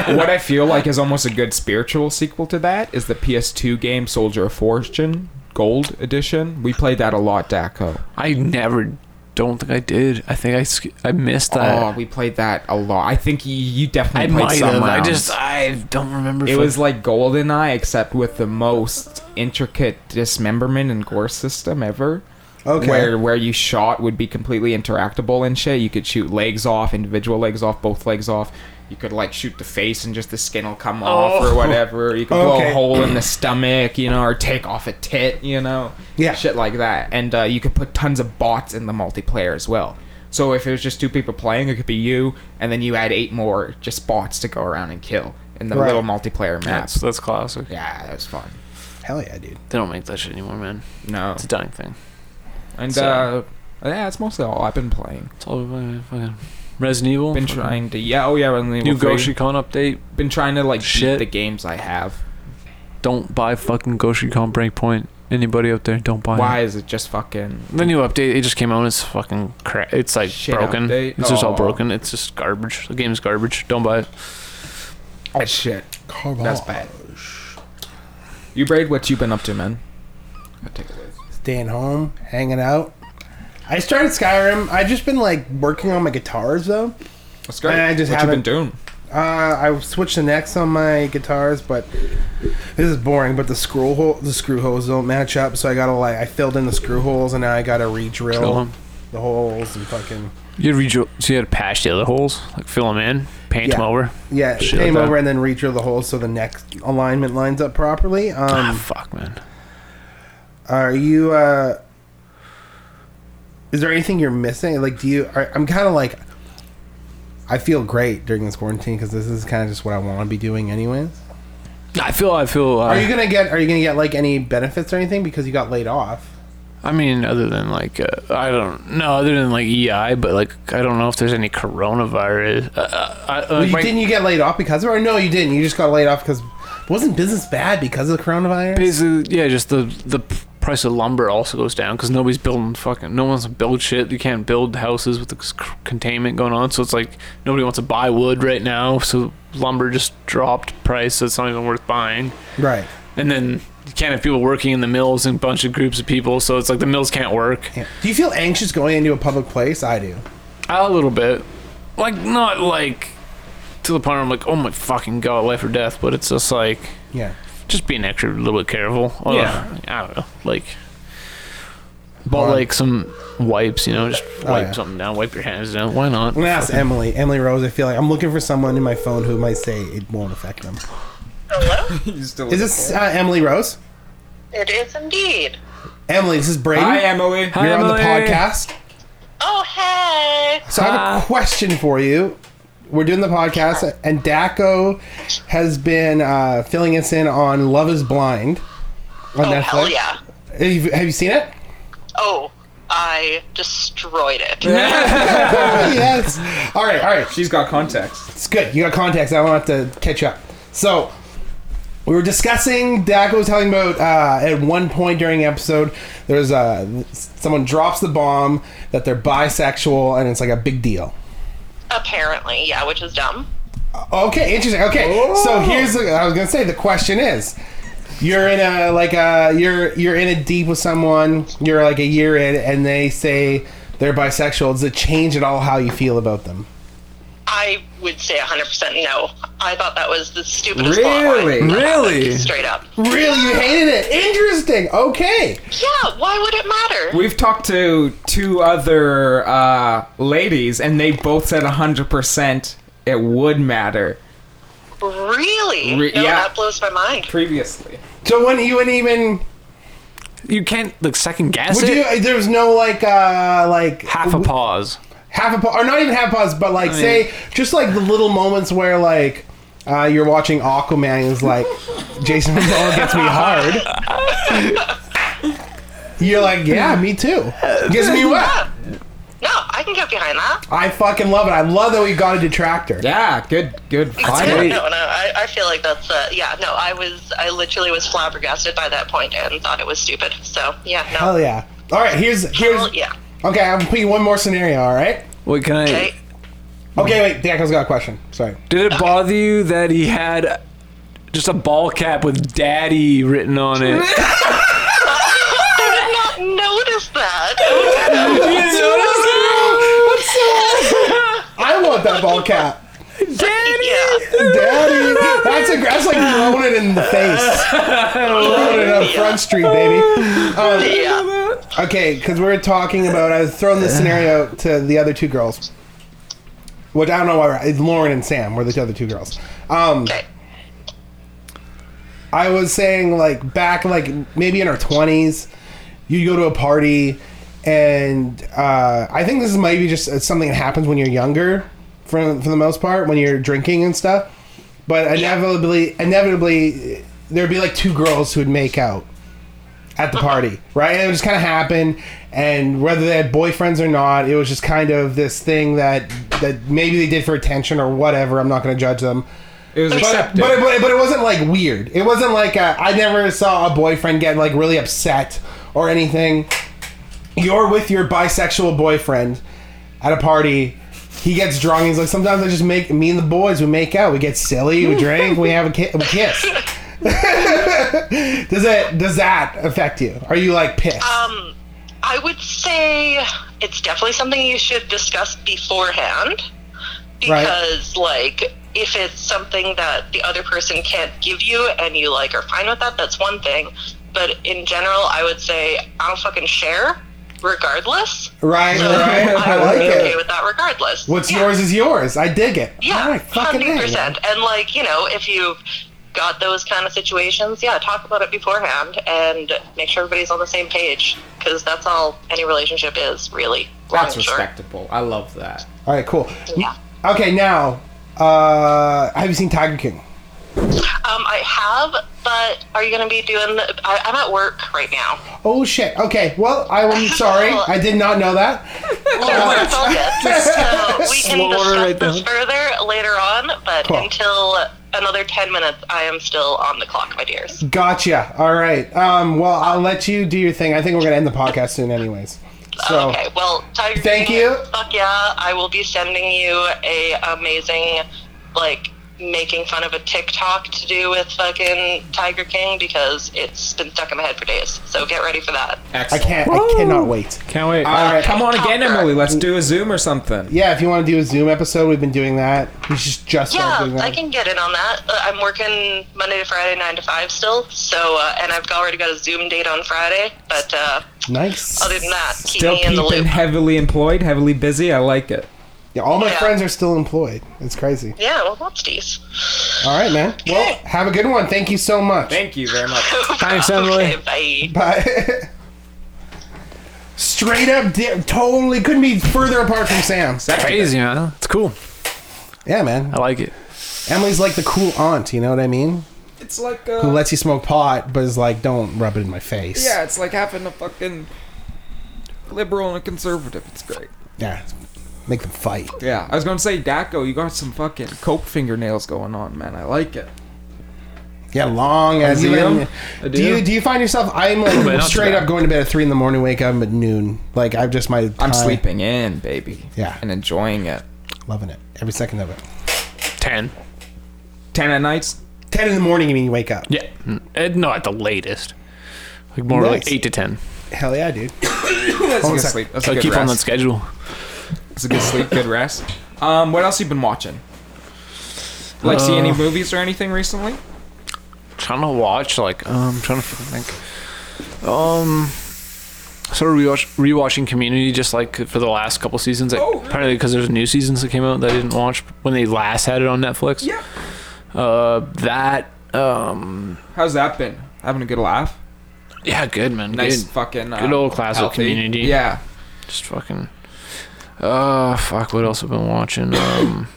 Speaker 4: end.
Speaker 5: what I feel like is almost a good spiritual sequel to that is the PS2 game Soldier of Fortune Gold Edition. We played that a lot, Daco.
Speaker 3: I never. Don't think I did. I think I sk- I missed
Speaker 5: Oh,
Speaker 3: that.
Speaker 5: we played that a lot. I think you, you
Speaker 3: I
Speaker 5: definitely played
Speaker 3: might
Speaker 5: some
Speaker 3: have. I
Speaker 5: rounds.
Speaker 3: just I don't remember.
Speaker 5: it was like GoldenEye, except with the most intricate dismemberment and gore system ever.
Speaker 4: Okay.
Speaker 5: Where where you shot would be completely interactable and shit. You could shoot legs off, individual legs off, both legs off. You could like shoot the face and just the skin will come off or whatever. You could blow
Speaker 4: Oh. Okay.
Speaker 5: a hole in the stomach, you know, or take off a tit, you know,
Speaker 4: Yeah.
Speaker 5: shit like that. And uh, you could put tons of bots in the multiplayer as well. So if it was just two people playing, it could be you, and then you add eight more just bots to go around and kill in the
Speaker 4: Right.
Speaker 5: little multiplayer map.
Speaker 3: that's that's classic.
Speaker 5: Yeah, that was fun.
Speaker 4: Hell yeah, dude.
Speaker 3: They don't make that shit anymore, man.
Speaker 5: No,
Speaker 3: It's a dying thing.
Speaker 5: and
Speaker 3: so-
Speaker 5: uh, yeah, that's mostly all I've been playing.
Speaker 3: It's all uh, fucking Resident Evil.
Speaker 5: Been
Speaker 3: fucking
Speaker 5: trying to yeah, oh yeah, Resident Evil
Speaker 3: New
Speaker 5: 3.
Speaker 3: Goshicon update.
Speaker 5: Been trying to like
Speaker 3: Shit.
Speaker 5: beat the games I have.
Speaker 3: Don't buy fucking Goshicon Breakpoint. Anybody up there? Don't buy.
Speaker 5: Why
Speaker 3: It.
Speaker 5: is it just fucking?
Speaker 3: The new update. It just came out. It's fucking crap. It's like
Speaker 5: Shit
Speaker 3: broken.
Speaker 5: update?
Speaker 3: It's just all
Speaker 5: Aw.
Speaker 3: broken. It's just garbage. The game's garbage. Don't buy it.
Speaker 5: Oh shit, that's
Speaker 4: oh,
Speaker 5: bad. You braid what you been up to, man?
Speaker 4: Staying home, hanging out. I started Skyrim. I've just been like working on my guitars though.
Speaker 5: That's great.
Speaker 4: I just
Speaker 5: what you been
Speaker 4: haven't-
Speaker 5: doing?
Speaker 4: Uh, I switched the necks on my guitars, but this is boring. But the screw hole, the screw holes don't match up, so I gotta like I filled in the screw holes, and now I gotta
Speaker 3: Fill
Speaker 4: re-drill
Speaker 3: 'em.
Speaker 4: the holes and fucking
Speaker 3: You had rejo- so you had to patch the other holes, like fill them in, paint
Speaker 4: Yeah.
Speaker 3: them over.
Speaker 4: yeah,
Speaker 3: Shit
Speaker 4: came
Speaker 3: like that.
Speaker 4: over and then re-drill the holes so the neck alignment lines up properly.
Speaker 3: ah,
Speaker 4: Um,
Speaker 3: fuck, man.
Speaker 4: are you? uh Is there anything you're missing? Like, do you? Are, I'm kind of like. I feel great during this quarantine because this is kind of just what I want to be doing, anyways.
Speaker 3: I feel. I feel. Uh,
Speaker 4: Are you gonna get? Are you gonna get like any benefits or anything because you got laid off?
Speaker 3: I mean, other than like, uh, I don't know, other than like EI, but like, I don't know if there's any coronavirus. Uh, uh, I, uh,
Speaker 4: Well, you,
Speaker 3: my
Speaker 4: didn't you get laid off because of it? Or no, you didn't. You just got laid off because wasn't business bad because of the coronavirus?
Speaker 3: basically, yeah, just the the p- price of lumber also goes down because nobody's building fucking, no one wants to build shit. You can't build houses with the c- containment going on, so it's like nobody wants to buy wood right now. So lumber just dropped price, so it's not even worth buying.
Speaker 4: right.
Speaker 3: And then you can't have people working in the mills and a bunch of groups of people, so it's like the mills can't work.
Speaker 4: Yeah. Do you feel anxious going into a public place? I do.
Speaker 3: A little bit. Like, not like to the point where I'm like, oh my fucking god, life or death, but it's just like,
Speaker 4: Yeah.
Speaker 3: just being extra a little bit careful. Ugh,
Speaker 4: Yeah.
Speaker 3: I don't know. Like, but
Speaker 4: Well,
Speaker 3: like some wipes, you know, just wipe
Speaker 4: yeah.
Speaker 3: something down, wipe your hands down. Why not?
Speaker 4: I'm gonna ask Emily. Emily Rose. I feel like I'm looking for someone in my phone who might say it won't affect them.
Speaker 7: Hello?
Speaker 4: Is this uh, Emily Rose?
Speaker 7: it is indeed.
Speaker 4: Emily, this is Brady.
Speaker 5: Hi, Emily.
Speaker 4: You're on the
Speaker 3: Emily.
Speaker 4: podcast.
Speaker 7: Oh, hey.
Speaker 4: So I have a question for you. We're doing the podcast, and Daco has been uh, filling us in on Love Is Blind on
Speaker 7: Oh,
Speaker 4: Netflix.
Speaker 7: hell yeah.
Speaker 4: Have you, have you seen it?
Speaker 7: Oh, I destroyed it.
Speaker 4: yes. All right, all right.
Speaker 5: She's got context.
Speaker 4: It's good. You got contacts. I don't have to catch up. So we were discussing. Dak was telling about uh, at one point during the episode, there's uh, someone drops the bomb that they're bisexual, and it's like a big deal.
Speaker 7: Apparently, yeah, which is dumb.
Speaker 4: Okay, interesting. Okay, so here's the, I was gonna say the question is, you're in a like a you're you're in a deep with someone, you're like a year in, and they say they're bisexual. Does it change at all how you feel about them?
Speaker 7: I would say 100% no. I thought that was the stupidest
Speaker 5: Really?
Speaker 7: plotline.
Speaker 3: Really?
Speaker 7: Straight up.
Speaker 4: Really, you hated it. Interesting. Okay.
Speaker 7: Yeah, why would it matter?
Speaker 5: We've talked to two other uh, ladies, and they both said 100% it would matter.
Speaker 7: Really?
Speaker 5: Re-
Speaker 7: no,
Speaker 5: yeah.
Speaker 7: that blows my mind.
Speaker 5: previously.
Speaker 4: So when you wouldn't even
Speaker 3: You can't like second guess
Speaker 4: would
Speaker 3: it.
Speaker 4: you? There was no like uh like
Speaker 3: Half a pause.
Speaker 4: half a pause, or not even half a pause, but like say just like the little moments where like uh, you're watching Aquaman and it's like Jason Momoa gets me hard. You're like, yeah, me too. Gets me wet.
Speaker 7: No, I can get behind that.
Speaker 4: I fucking love it. I love that we got a detractor.
Speaker 5: Yeah, good, good.
Speaker 7: Yeah,
Speaker 5: Finally,
Speaker 7: no, no, I, I feel like that's uh, yeah. No, I was, I literally was flabbergasted by that point and thought it was stupid. So yeah, no,
Speaker 4: Hell yeah. All right, here's here's.
Speaker 7: Hell yeah.
Speaker 4: Okay, I'm gonna put you one more scenario. All right.
Speaker 3: Wait, can I?
Speaker 7: Okay.
Speaker 4: Okay, wait. Dako's got a question. Sorry.
Speaker 3: Did it bother you that he had just a ball cap with "Daddy" written on it?
Speaker 7: I did not notice that.
Speaker 4: I want that ball cap.
Speaker 7: yeah.
Speaker 4: Daddy, that's a that's like throwing it in the face. throwing it on Front Street, baby. Um,
Speaker 7: Yeah.
Speaker 4: okay, because we were talking about I was throwing this scenario to the other two girls, which I don't know why. we're- It's Lauren and Sam were the other two girls. Um,
Speaker 7: Okay.
Speaker 4: I was saying like back like maybe in our twenties, you go to a party, and uh, I think this is maybe just uh, something that happens when you're younger, for for the most part, when you're drinking and stuff. But inevitably, inevitably, there'd be like two girls who would make out at the party, right? And it would just kind of happen, and whether they had boyfriends or not, it was just kind of this thing that that maybe they did for attention or whatever. I'm not going to judge them.
Speaker 5: it was
Speaker 4: But,
Speaker 5: accepted.
Speaker 4: but, it, but, it, but it wasn't like weird. It wasn't like uh, I never saw a boyfriend get like really upset or anything. You're with your bisexual boyfriend at a party. He gets drunk. He's like, sometimes I just make me and the boys we make out. We get silly. We drink. we have a, ki- we kiss. does it does that affect you? Are you like pissed?
Speaker 7: Um, I would say it's definitely something you should discuss beforehand because, like, if it's something that the other person can't give you and you like are fine with that, that's one thing. But in general, I would say I don't fucking share, regardless.
Speaker 4: right,
Speaker 7: So
Speaker 4: right. I
Speaker 7: would
Speaker 4: like
Speaker 7: be okay
Speaker 4: it.
Speaker 7: with that, regardless.
Speaker 4: What's yours is yours. I dig it. All
Speaker 7: Yeah,
Speaker 4: right, fucking
Speaker 7: hundred
Speaker 4: A, man.
Speaker 7: percent. And like you know, if you've got those kind of situations, yeah, talk about it beforehand and make sure everybody's on the same page because that's all any relationship is really. long
Speaker 5: That's
Speaker 7: and short.
Speaker 5: respectable. I love that.
Speaker 4: All right, cool.
Speaker 7: Yeah.
Speaker 4: Okay, now, uh, have you seen Tiger King?
Speaker 7: Um, I have, but are you going to be doing? The, I, I'm at work right now.
Speaker 4: Oh shit. Okay. Well, I am sorry. I did not know that.
Speaker 7: That's all good. So we can
Speaker 3: Slower
Speaker 7: discuss
Speaker 3: right
Speaker 7: this
Speaker 3: down.
Speaker 7: further later on, but
Speaker 4: Cool.
Speaker 7: until another ten minutes, I am still on the clock, my dears.
Speaker 4: Gotcha. All right. Um, well, I'll let you do your thing. I think we're gonna end the podcast soon, anyways. So,
Speaker 7: Oh, okay. Well, Tiger
Speaker 4: Thank
Speaker 7: King,
Speaker 4: you.
Speaker 7: Fuck yeah! I will be sending you a amazing, like, making fun of a TikTok to do with fucking Tiger King because it's been stuck in my head for days. So get ready for that.
Speaker 4: I
Speaker 5: Excellent.
Speaker 4: can't. I cannot wait.
Speaker 3: Can't wait.
Speaker 4: All right.
Speaker 5: Come on again, Emily. Let's do a Zoom or something.
Speaker 4: Yeah. If you want to do a Zoom episode, we've been doing that. We just just started
Speaker 7: Yeah,
Speaker 4: doing that.
Speaker 7: I can get in on that. Uh, I'm working Monday to Friday, nine to five still. So, uh, and I've already got a Zoom date on Friday. But uh,
Speaker 4: nice.
Speaker 7: other than that, keep
Speaker 5: Still
Speaker 7: me in the
Speaker 5: keeping
Speaker 7: loop.
Speaker 5: heavily employed, heavily busy. I like it.
Speaker 4: Yeah, all my
Speaker 7: Yeah.
Speaker 4: friends are still employed. It's crazy.
Speaker 7: Yeah, well, whoopsies.
Speaker 4: All right, man. Well, have a good one. Thank you so much.
Speaker 5: Thank you very much.
Speaker 3: Thanks,
Speaker 7: okay,
Speaker 3: Emily.
Speaker 7: bye.
Speaker 4: Bye. Straight up, di- totally couldn't be further apart from Sam.
Speaker 3: Crazy, man. It's cool.
Speaker 4: Yeah, man.
Speaker 3: I like it.
Speaker 4: Emily's like the cool aunt, you know what I mean?
Speaker 5: It's like
Speaker 4: Who
Speaker 5: uh,
Speaker 4: lets you smoke pot, but is like, don't rub it in my face.
Speaker 5: yeah, it's like having a fucking liberal and a conservative. It's great.
Speaker 4: Yeah. Make them fight.
Speaker 5: Yeah, I was gonna say, Daco, you got some fucking cope fingernails going on, man. I like it.
Speaker 4: Yeah, long as
Speaker 5: do.
Speaker 4: even-
Speaker 5: I
Speaker 4: Do you
Speaker 5: do.
Speaker 4: do you find yourself? I'm
Speaker 3: But
Speaker 4: like
Speaker 3: not too
Speaker 4: straight
Speaker 3: bad.
Speaker 4: up going to bed at three in the morning, wake up at noon. Like I've just my
Speaker 5: I'm
Speaker 4: time-
Speaker 5: sleeping in, baby.
Speaker 4: Yeah.
Speaker 5: and enjoying it.
Speaker 4: loving it every second of it.
Speaker 3: Ten.
Speaker 5: Ten at nights.
Speaker 4: Ten in the morning, you mean you wake up?
Speaker 3: Yeah. Eh, no, at the latest. Like more
Speaker 4: Nice.
Speaker 3: like eight to ten.
Speaker 4: Hell yeah, dude.
Speaker 5: That's a
Speaker 4: Hold on a
Speaker 5: good
Speaker 4: sec.
Speaker 5: sleep. That's a
Speaker 3: So
Speaker 5: good
Speaker 3: keep on that
Speaker 5: rest.
Speaker 3: schedule.
Speaker 5: That's a good sleep. Good rest. Um, what else you been watching? Like, see
Speaker 3: Uh.
Speaker 5: any movies or anything recently?
Speaker 3: Trying to watch like um, trying to think. Um, sort of rewatch, rewatching Community just like for the last couple seasons. Like,
Speaker 5: Oh, really?
Speaker 3: Apparently, because there's new seasons that came out that I didn't watch when they last had it on Netflix. Uh, that um,
Speaker 5: How's that been? Having a good laugh?
Speaker 3: yeah, good man.
Speaker 5: Nice
Speaker 3: Good.
Speaker 5: fucking. Uh,
Speaker 3: good old classic
Speaker 5: healthy-
Speaker 3: community.
Speaker 5: Yeah.
Speaker 3: Just fucking. Uh, fuck. What else have I been watching? Um,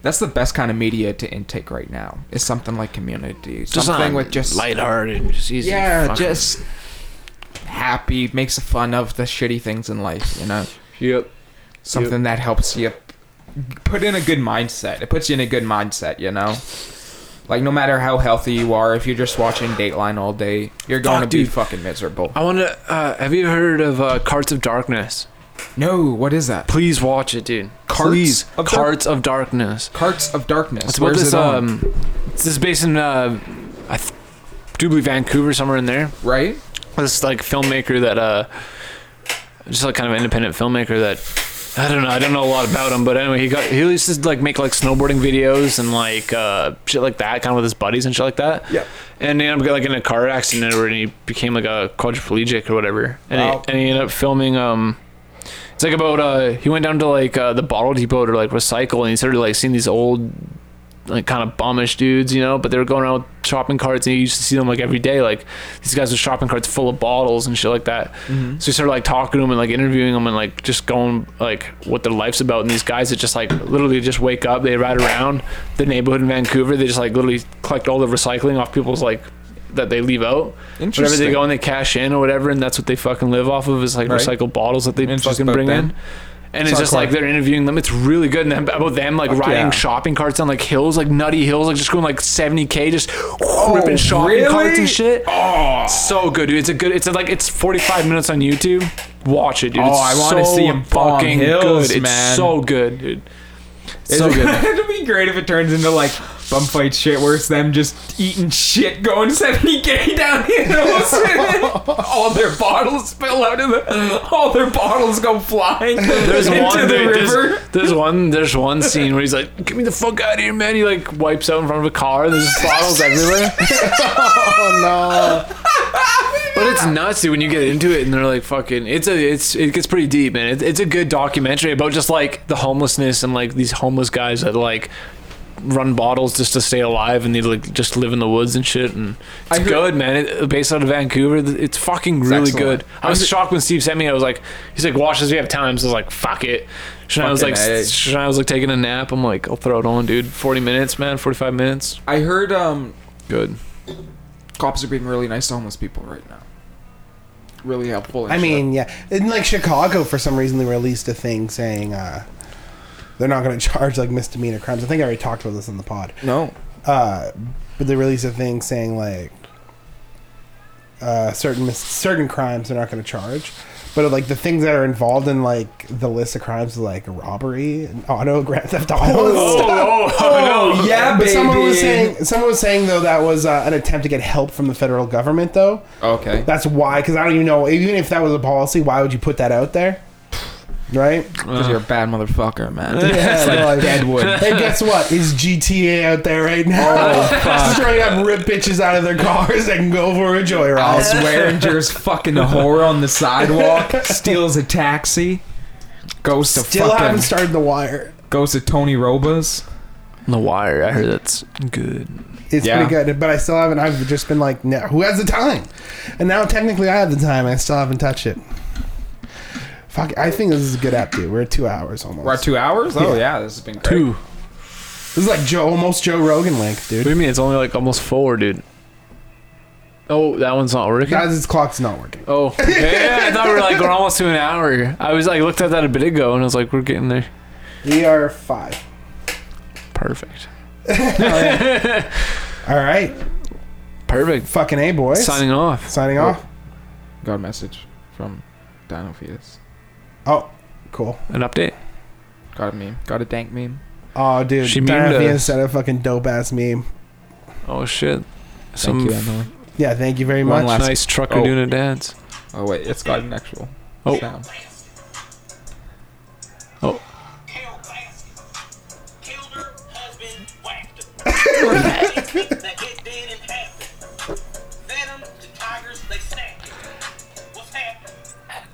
Speaker 5: That's the best kind of media to intake right now. Is something like community.
Speaker 3: just
Speaker 5: something
Speaker 3: on
Speaker 5: with just
Speaker 3: lighthearted, just easy.
Speaker 5: Yeah,
Speaker 3: fucking-
Speaker 5: just happy, makes fun of the shitty things in life, you know?
Speaker 3: yep.
Speaker 5: Something that helps you put in a good mindset. It puts you in a good mindset, you know? Like, no matter how healthy you are, if you're just watching Dateline all day, you're going
Speaker 3: Fuck,
Speaker 5: to be
Speaker 3: Ah, dude.
Speaker 5: fucking miserable.
Speaker 3: I want to. Uh, have you heard of uh, Carts of Darkness?
Speaker 5: No, what is that?
Speaker 3: Please watch it, dude.
Speaker 5: Carts
Speaker 3: Please,
Speaker 5: of Dark-
Speaker 3: Carts of Darkness.
Speaker 5: Carts of Darkness.
Speaker 3: It's about
Speaker 5: Where's
Speaker 3: this.
Speaker 5: it on?
Speaker 3: Um, this is based in, uh, I th- do believe Vancouver, somewhere in there.
Speaker 5: right?
Speaker 3: This like filmmaker that, uh, just like kind of independent filmmaker that, I don't know, I don't know a lot about him, but anyway, he got he used to like make like snowboarding videos and like uh, shit like that, kind of with his buddies and shit like that.
Speaker 5: Yeah.
Speaker 3: And he ended up like in a car accident, or he became like a quadriplegic or whatever, and
Speaker 5: Wow.
Speaker 3: he, and he ended up filming um. It's like about uh he went down to like uh, the bottle depot to like recycle and he started like seeing these old like kind of bummish dudes, you know, but they were going around with shopping carts and you used to see them like every day. Like these guys with shopping carts full of bottles and shit like that.
Speaker 5: Mm-hmm.
Speaker 3: So you started like talking to them and like interviewing them and like just going like what their life's about. And these guys that just like literally just wake up, they ride around the neighborhood in Vancouver. They just like literally collect all the recycling off people's like that they leave out. Whenever
Speaker 5: Interesting.
Speaker 3: they go and they cash in or whatever, and that's what they fucking live off of is like
Speaker 5: Right.
Speaker 3: recycled bottles that they
Speaker 5: And it's just
Speaker 3: fucking
Speaker 5: about
Speaker 3: bring
Speaker 5: them.
Speaker 3: in. And it's
Speaker 5: Sounds
Speaker 3: just like
Speaker 5: like-
Speaker 3: they're interviewing them. It's really good. And then about them like riding
Speaker 5: yeah.
Speaker 3: shopping carts on like hills, like nutty hills, like just going like 70k, just ripping shopping
Speaker 5: Oh, really?
Speaker 3: carts and shit. Oh, so good, dude. It's a good. It's a, like it's 45 minutes on YouTube. Watch it, dude.
Speaker 5: Oh,
Speaker 3: it's
Speaker 5: I wanna
Speaker 3: so
Speaker 5: see 'em bomb
Speaker 3: fucking
Speaker 5: hills,
Speaker 3: good.
Speaker 5: man.
Speaker 3: It's so good, dude.
Speaker 5: It's
Speaker 3: So good.
Speaker 5: It'd be great if it turns into like bum fight shit where it's them just eating shit going 70k down hills. all their bottles spill out of the all their bottles go flying
Speaker 3: There's
Speaker 5: into
Speaker 3: one,
Speaker 5: the
Speaker 3: dude,
Speaker 5: river.
Speaker 3: there's, there's one, there's one scene where he's like, "Get me the fuck out of here, man!" He like wipes out in front of a car. There's just bottles everywhere.
Speaker 4: Oh
Speaker 3: But it's nuts dude, when you get into it, and they're like fucking. It's a it's it gets pretty deep, man. It, it's a good documentary about just like the homelessness and like these homeless guys that like run bottles just to stay alive, and they like just live in the woods and shit. And it's
Speaker 5: heard-
Speaker 3: good, man. It, uh, based out of Vancouver, th- it's fucking really
Speaker 5: excellent.
Speaker 3: good. I was shocked when Steve sent me. I was like, he's like, watch this. We have times. I was like, fuck it. Shania was
Speaker 5: Fucking
Speaker 3: like,
Speaker 5: A.
Speaker 3: Shania was like taking a nap. I'm like, I'll throw it on, dude. Forty minutes, man. Forty five minutes.
Speaker 5: I heard um
Speaker 3: Good.
Speaker 5: cops are being really nice to homeless people right now. Really helpful. and
Speaker 4: I
Speaker 5: shit.
Speaker 4: mean, yeah. In like Chicago, for some reason, they released a thing saying uh, they're not going to charge like misdemeanor crimes. I think I already talked about this on the pod.
Speaker 5: no.
Speaker 4: Uh, but they released a thing saying like uh, certain mis- certain crimes they're not going to charge. But like the things that are involved in like the list of crimes, like robbery, and auto, grand theft auto, and stuff.
Speaker 3: Oh, oh, no.
Speaker 5: Yeah,
Speaker 4: But
Speaker 5: baby.
Speaker 4: someone was saying someone was saying though that was uh, an attempt to get help from the federal government though.
Speaker 5: Okay.
Speaker 4: That's why, because I don't even know. Even if that was a policy, why would you put that out there? Right?
Speaker 5: Because you're a bad motherfucker, man.
Speaker 4: Yeah, like-
Speaker 5: Deadwood. Oh,
Speaker 4: Hey, guess what? It's GTA out there right now. Straight up rip bitches out of their cars that can go for a
Speaker 5: Al
Speaker 4: joyride.
Speaker 5: Swearinger's fucking a whore on the sidewalk, steals a taxi, goes to
Speaker 4: Still
Speaker 5: fucking
Speaker 4: haven't started The Wire.
Speaker 5: goes to Tony Roba's.
Speaker 3: The Wire. I heard that's good.
Speaker 4: It's
Speaker 5: Yeah.
Speaker 4: pretty good, but I still haven't. I've just been like, no, who has the time? And now technically I have the time. I still haven't touched it. Fuck, I think this is a good app, dude. We're at two hours almost.
Speaker 5: We're at two hours. Oh yeah, this has been great.
Speaker 3: Two.
Speaker 4: This is like Joe, almost Joe Rogan length,
Speaker 3: What do
Speaker 4: dude.
Speaker 3: you mean? It's only like almost four, dude. Oh, that one's not working.
Speaker 4: Guys, his clock's not working.
Speaker 3: oh, yeah, yeah, I thought we were like we're almost to an hour. I was like looked at that a bit ago and I was like, we're getting there.
Speaker 4: We are five.
Speaker 3: Perfect.
Speaker 4: Oh, All right,
Speaker 3: Perfect.
Speaker 4: fucking a boys.
Speaker 3: Signing off.
Speaker 4: Signing off.
Speaker 5: Got a message from Dino Fetus.
Speaker 4: Oh, cool.
Speaker 3: An update.
Speaker 5: Got a meme. Got a dank meme.
Speaker 4: Oh, dude,
Speaker 3: She
Speaker 4: she
Speaker 3: memed
Speaker 4: Diana
Speaker 3: us.
Speaker 4: sent a fucking dope ass meme.
Speaker 3: Oh shit.
Speaker 5: Thank
Speaker 3: Some
Speaker 5: you, Emily.
Speaker 4: Yeah, thank you very
Speaker 5: One
Speaker 4: much.
Speaker 5: last-
Speaker 3: nice trucker
Speaker 5: Oh.
Speaker 3: doing a dance.
Speaker 5: Oh wait, it's got an actual
Speaker 3: Oh.
Speaker 5: sound.
Speaker 3: Oh,
Speaker 10: Carol Baskin killed her husband, whacked her. they get dead and happy. Venom, the tigers, they snapped her. What's happening?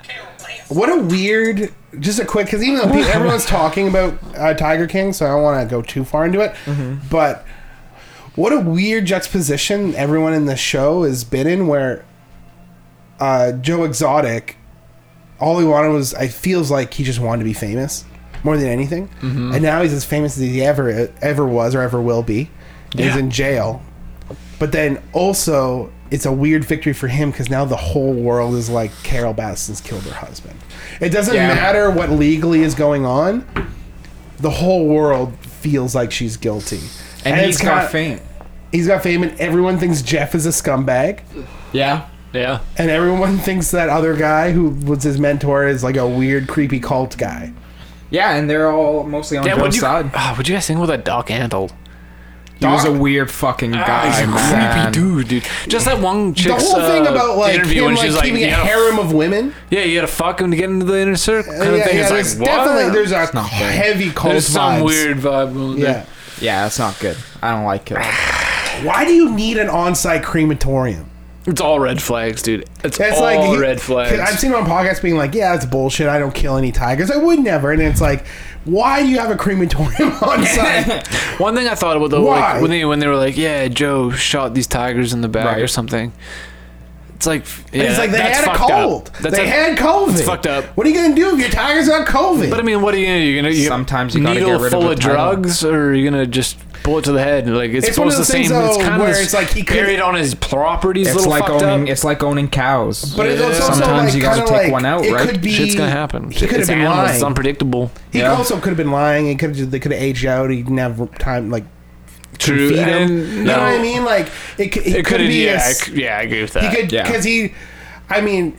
Speaker 10: Carol Baskin.
Speaker 4: What a weird, just a quick, because even though pe- everyone's talking about uh, Tiger King, so I don't want to go too far into it, but what a weird juxtaposition everyone in the show has been in where uh, Joe Exotic, all he wanted was, I feels like he just wanted to be famous more than anything. And now he's as famous as he ever ever was or ever will be. And He's
Speaker 3: Yeah.
Speaker 4: in jail. But then also, it's a weird victory for him because now the whole world is like Carol Baskin's killed her husband. It doesn't
Speaker 5: Yeah.
Speaker 4: matter what legally is going on. The whole world feels like she's guilty.
Speaker 5: And,
Speaker 4: it's
Speaker 5: he's got
Speaker 4: kinda-
Speaker 5: fame.
Speaker 4: He's got fame, and everyone thinks Jeff is a scumbag,
Speaker 5: Yeah.
Speaker 3: Yeah.
Speaker 4: and everyone thinks that other guy who was his mentor is like a weird, creepy cult guy.
Speaker 5: Yeah, and they're all mostly on
Speaker 3: Yeah,
Speaker 5: Joe's
Speaker 3: what'd you,
Speaker 5: side.
Speaker 3: Ah, what'd you guys think about that Doc Antle?
Speaker 5: He was a weird fucking guy,
Speaker 3: Ah, he's a
Speaker 5: man.
Speaker 3: creepy dude, dude. Just that one
Speaker 4: The
Speaker 3: chick's
Speaker 4: whole thing
Speaker 3: uh,
Speaker 4: about like
Speaker 3: interview when
Speaker 4: him like
Speaker 3: she's
Speaker 4: keeping
Speaker 3: like,
Speaker 4: a
Speaker 3: yeah,
Speaker 4: harem of women.
Speaker 3: yeah, you gotta fuck him to get into the inner circle kind of
Speaker 4: yeah,
Speaker 3: thing.
Speaker 4: yeah,
Speaker 3: it's
Speaker 4: there's
Speaker 3: like, what?
Speaker 4: definitely there's a
Speaker 5: not fair.
Speaker 4: heavy cult
Speaker 3: There's some
Speaker 4: vibes.
Speaker 3: weird vibe. going there.
Speaker 4: Yeah.
Speaker 5: Yeah, that's not good. I don't like
Speaker 3: Ah,
Speaker 5: it.
Speaker 4: Why do you need an on-site crematorium?
Speaker 3: It's all red flags, dude. It's,
Speaker 4: That's
Speaker 3: all
Speaker 4: like he-
Speaker 3: red
Speaker 4: 'cause I've
Speaker 3: flags.
Speaker 4: seen him on podcasts being like, "Yeah, that's bullshit. I don't kill any tigers. I would never." And it's like, why do you have a crematorium on site?
Speaker 3: One thing I thought about though,
Speaker 4: Why?
Speaker 3: like, when they when they were like, "Yeah, Joe shot these tigers in the back
Speaker 5: Right.
Speaker 3: or something," it's like, yeah,
Speaker 4: it's like they
Speaker 3: that's
Speaker 4: had a
Speaker 3: fucked up.
Speaker 4: cold.
Speaker 3: That's
Speaker 4: they
Speaker 3: a-
Speaker 4: had COVID.
Speaker 3: It's fucked up.
Speaker 4: What are you gonna do if your tiger's got COVID?
Speaker 3: But I mean, what are you gonna do? You're gonna you
Speaker 5: Sometimes you gotta
Speaker 3: needle
Speaker 5: get rid of
Speaker 3: full
Speaker 5: the
Speaker 3: of,
Speaker 5: title.
Speaker 3: drugs, or you're gonna just bullet to the head. Like it's,
Speaker 4: It's one of
Speaker 3: supposed to
Speaker 4: those
Speaker 3: same.
Speaker 4: things,
Speaker 3: it's
Speaker 4: though,
Speaker 3: kind
Speaker 4: where
Speaker 3: of
Speaker 4: it's like he could-
Speaker 3: buried on his property. It's,
Speaker 5: It's like owning.
Speaker 3: Up.
Speaker 5: It's like owning cows.
Speaker 4: But it's also
Speaker 5: Sometimes
Speaker 4: like,
Speaker 5: you gotta
Speaker 4: kinda
Speaker 5: take
Speaker 4: like,
Speaker 5: one out,
Speaker 4: it
Speaker 5: right?
Speaker 4: Could be,
Speaker 3: Shit's gonna happen.
Speaker 4: He could have
Speaker 3: it's
Speaker 4: been
Speaker 3: animals. It's
Speaker 4: lying.
Speaker 3: unpredictable.
Speaker 4: He
Speaker 5: Yeah.
Speaker 4: also could have been lying. He could have. They could have aged out. He didn't have time. Like,
Speaker 3: True.
Speaker 4: feed
Speaker 3: and
Speaker 4: him. you
Speaker 3: no,
Speaker 4: know what I mean? Like, it, c- it,
Speaker 3: It
Speaker 4: could
Speaker 3: could.
Speaker 4: be. a
Speaker 3: Yeah,
Speaker 4: s-
Speaker 3: I c- yeah, I agree with
Speaker 4: he
Speaker 3: that.
Speaker 4: could
Speaker 5: Yeah.
Speaker 4: because he. I mean,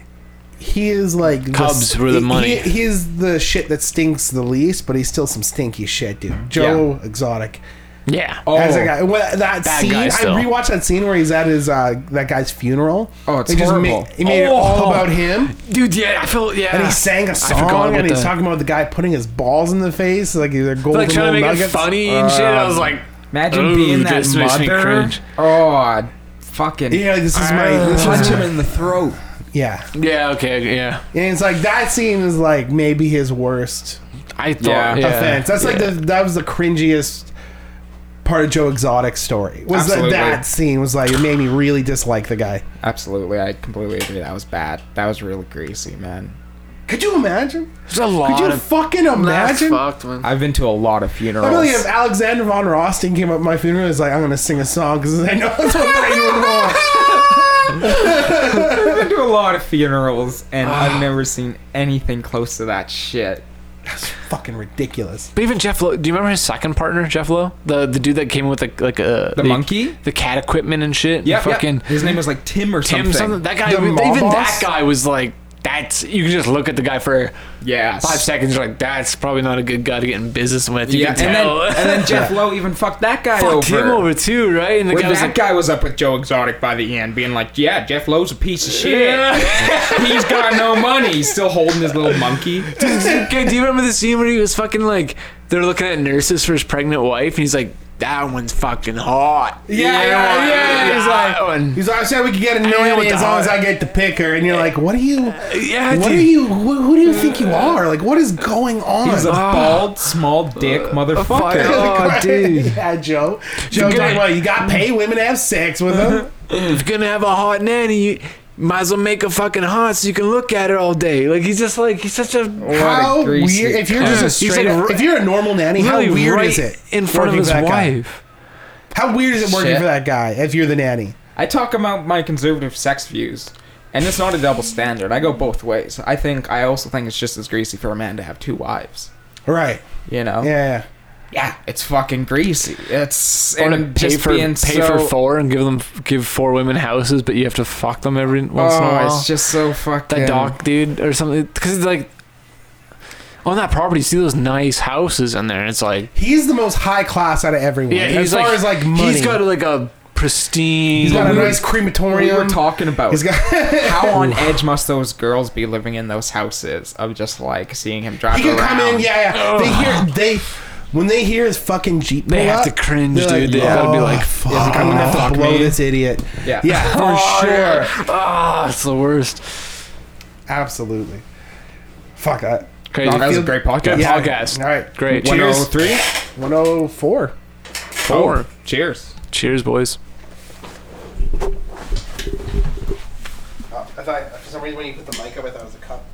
Speaker 4: he is like the
Speaker 3: Cubs
Speaker 4: s-
Speaker 3: were the
Speaker 4: he-
Speaker 3: money.
Speaker 4: He, he is the shit that stinks the least, but he's still some stinky shit, dude. Joe Exotic.
Speaker 3: yeah.
Speaker 5: Oh,
Speaker 4: As a guy, well, that
Speaker 3: Bad
Speaker 4: scene.
Speaker 3: guy
Speaker 4: I
Speaker 3: still.
Speaker 4: rewatched that scene where he's at his uh, that guy's funeral.
Speaker 5: Oh, it's
Speaker 4: They just ma-
Speaker 5: horrible.
Speaker 4: he made it
Speaker 3: Oh.
Speaker 4: all about him.
Speaker 3: dude. Yeah, I felt. Yeah,
Speaker 4: And he sang a
Speaker 3: forgot
Speaker 4: song,
Speaker 3: about
Speaker 4: and he's
Speaker 3: that.
Speaker 4: talking about the guy putting his balls in the face, like they're golden
Speaker 3: like trying to
Speaker 4: little Uh,
Speaker 3: make
Speaker 4: nuggets.
Speaker 3: it funny and shit. I was like,
Speaker 5: imagine
Speaker 3: Ooh,
Speaker 5: being that
Speaker 3: this makes me
Speaker 5: mother.
Speaker 3: cringe.
Speaker 5: Oh, I'd fucking
Speaker 4: Yeah, like, this is my this
Speaker 5: punch
Speaker 4: is,
Speaker 5: him in the throat.
Speaker 4: yeah.
Speaker 3: yeah, okay, yeah.
Speaker 4: And it's like that scene is like maybe his worst
Speaker 3: I thought
Speaker 5: Yeah.
Speaker 3: yeah,
Speaker 4: offense. That's like
Speaker 3: yeah.
Speaker 4: the that was the cringiest part of Joe Exotic's story. Was that
Speaker 5: Absolutely.
Speaker 4: that scene was like it made me really dislike the guy.
Speaker 5: Absolutely, I completely agree. That was bad. That was really greasy, man.
Speaker 4: Could you imagine?
Speaker 3: There's a lot
Speaker 4: Could you
Speaker 3: of
Speaker 4: fucking
Speaker 3: That's
Speaker 4: imagine?
Speaker 3: fucked, man.
Speaker 5: I've been to a lot
Speaker 3: Oh,
Speaker 5: of funerals.
Speaker 4: I feel like if Alexander von Rothstein came up to my funeral, he's like, "I'm gonna sing a song because I know that's what Brain would want."
Speaker 5: I've been to a lot of funerals, and I've never seen anything close to that shit.
Speaker 4: Fucking ridiculous.
Speaker 3: But even Jeff Lowe, do you remember his second partner, Jeff Lowe? The the dude that came with the, like a
Speaker 5: The monkey?
Speaker 3: the cat equipment and shit.
Speaker 5: Yeah,
Speaker 3: Yeah, fucking
Speaker 5: His name was like Tim or
Speaker 3: Tim
Speaker 5: something.
Speaker 3: something. That guy,
Speaker 4: The
Speaker 3: even
Speaker 4: mob
Speaker 3: that
Speaker 4: boss?
Speaker 3: guy was like, that's you can just look at the guy for
Speaker 5: Yes.
Speaker 3: five seconds. You're like, that's probably not a good guy to get in business with. You
Speaker 5: Yeah,
Speaker 3: can
Speaker 5: and
Speaker 3: tell.
Speaker 5: then, and then Jeff Lowe even fucked that guy
Speaker 3: Fucked
Speaker 5: over.
Speaker 3: him over too, right? And the
Speaker 5: When
Speaker 3: guy was
Speaker 5: that
Speaker 3: like,
Speaker 5: guy was up with Joe Exotic by the end, being like, "Yeah, Jeff Lowe's a piece of shit. He's got no money. He's still holding his little monkey."
Speaker 3: okay, do you remember the scene where he was fucking like they're looking at nurses for his pregnant wife, and he's like, that one's fucking hot.
Speaker 4: Yeah, yeah, yeah. He's like,
Speaker 3: that one.
Speaker 4: He's like, I said we could get a
Speaker 3: know
Speaker 4: nanny
Speaker 3: what
Speaker 4: as
Speaker 3: the-
Speaker 4: long as I get to pick her. And you're like, what are you?
Speaker 3: yeah.
Speaker 4: What
Speaker 3: dude.
Speaker 4: are you? Who, who do you think you are? Like, what is going on?
Speaker 5: He's a bald, small dick motherfucker.
Speaker 3: Oh, dude.
Speaker 4: yeah, Joe. Joe, talking about you got to pay women to have sex with them.
Speaker 3: If you're gonna have a hot nanny, you might as well make her fucking hot so you can look at her all day. Like he's just like he's such a
Speaker 4: How weird!
Speaker 5: greasy
Speaker 4: If you're just a
Speaker 3: cunt. He's
Speaker 4: straight,
Speaker 3: like
Speaker 4: up-
Speaker 3: ri-
Speaker 4: if you're a normal nanny, how
Speaker 3: really
Speaker 4: weird
Speaker 3: right
Speaker 4: is it
Speaker 3: in front of
Speaker 4: working
Speaker 3: his
Speaker 4: for that guy?
Speaker 3: wife?
Speaker 4: How weird is it working
Speaker 5: Shit.
Speaker 4: for that guy if you're the nanny?
Speaker 5: I talk about my conservative sex views, and it's not a double standard. I go both ways. I think I also think it's just as greasy for a man to have two wives.
Speaker 4: Right?
Speaker 5: You
Speaker 3: Oh.
Speaker 5: know?
Speaker 4: Yeah.
Speaker 5: Yeah, It's fucking greasy. It's
Speaker 3: Or
Speaker 5: and
Speaker 3: to pay
Speaker 5: just
Speaker 3: for
Speaker 5: being
Speaker 3: pay
Speaker 5: so,
Speaker 3: for four and give them give four women houses, but you have to fuck them every once in a
Speaker 5: Oh,
Speaker 3: while.
Speaker 5: it's just so fucking.
Speaker 3: that doc dude or something because like on that property, see those nice houses in there, and it's like
Speaker 4: He's the most high class out of everyone.
Speaker 3: yeah, he's
Speaker 4: as far
Speaker 3: like,
Speaker 4: as like money,
Speaker 3: he's got like a pristine.
Speaker 4: he's got a
Speaker 5: we were-
Speaker 4: nice crematorium.
Speaker 5: We were talking about
Speaker 4: He's got.
Speaker 5: how on edge must those girls be living in those houses of just like seeing him drive
Speaker 4: He can
Speaker 5: around.
Speaker 4: come in, yeah, yeah. They hear they when they hear his fucking jeep.
Speaker 3: They
Speaker 4: pull
Speaker 3: have
Speaker 4: up,
Speaker 3: to cringe,
Speaker 4: they're
Speaker 3: dude. They gotta be like,
Speaker 4: fuck, I'm gonna have to
Speaker 3: fuck
Speaker 4: blow
Speaker 3: me."
Speaker 4: this idiot.
Speaker 5: Yeah.
Speaker 4: yeah, for sure,
Speaker 3: Ah, it's the worst.
Speaker 4: absolutely. Fuck that.
Speaker 3: Crazy.
Speaker 5: That was a great podcast.
Speaker 3: Good
Speaker 4: Yeah.
Speaker 3: podcast. oh
Speaker 4: All right,
Speaker 3: Great.
Speaker 4: Cheers.
Speaker 5: 103?
Speaker 4: One oh four.
Speaker 3: Four.
Speaker 5: Cheers.
Speaker 3: Cheers, boys.
Speaker 4: I thought for some reason when you put the mic up, I thought it was a cup.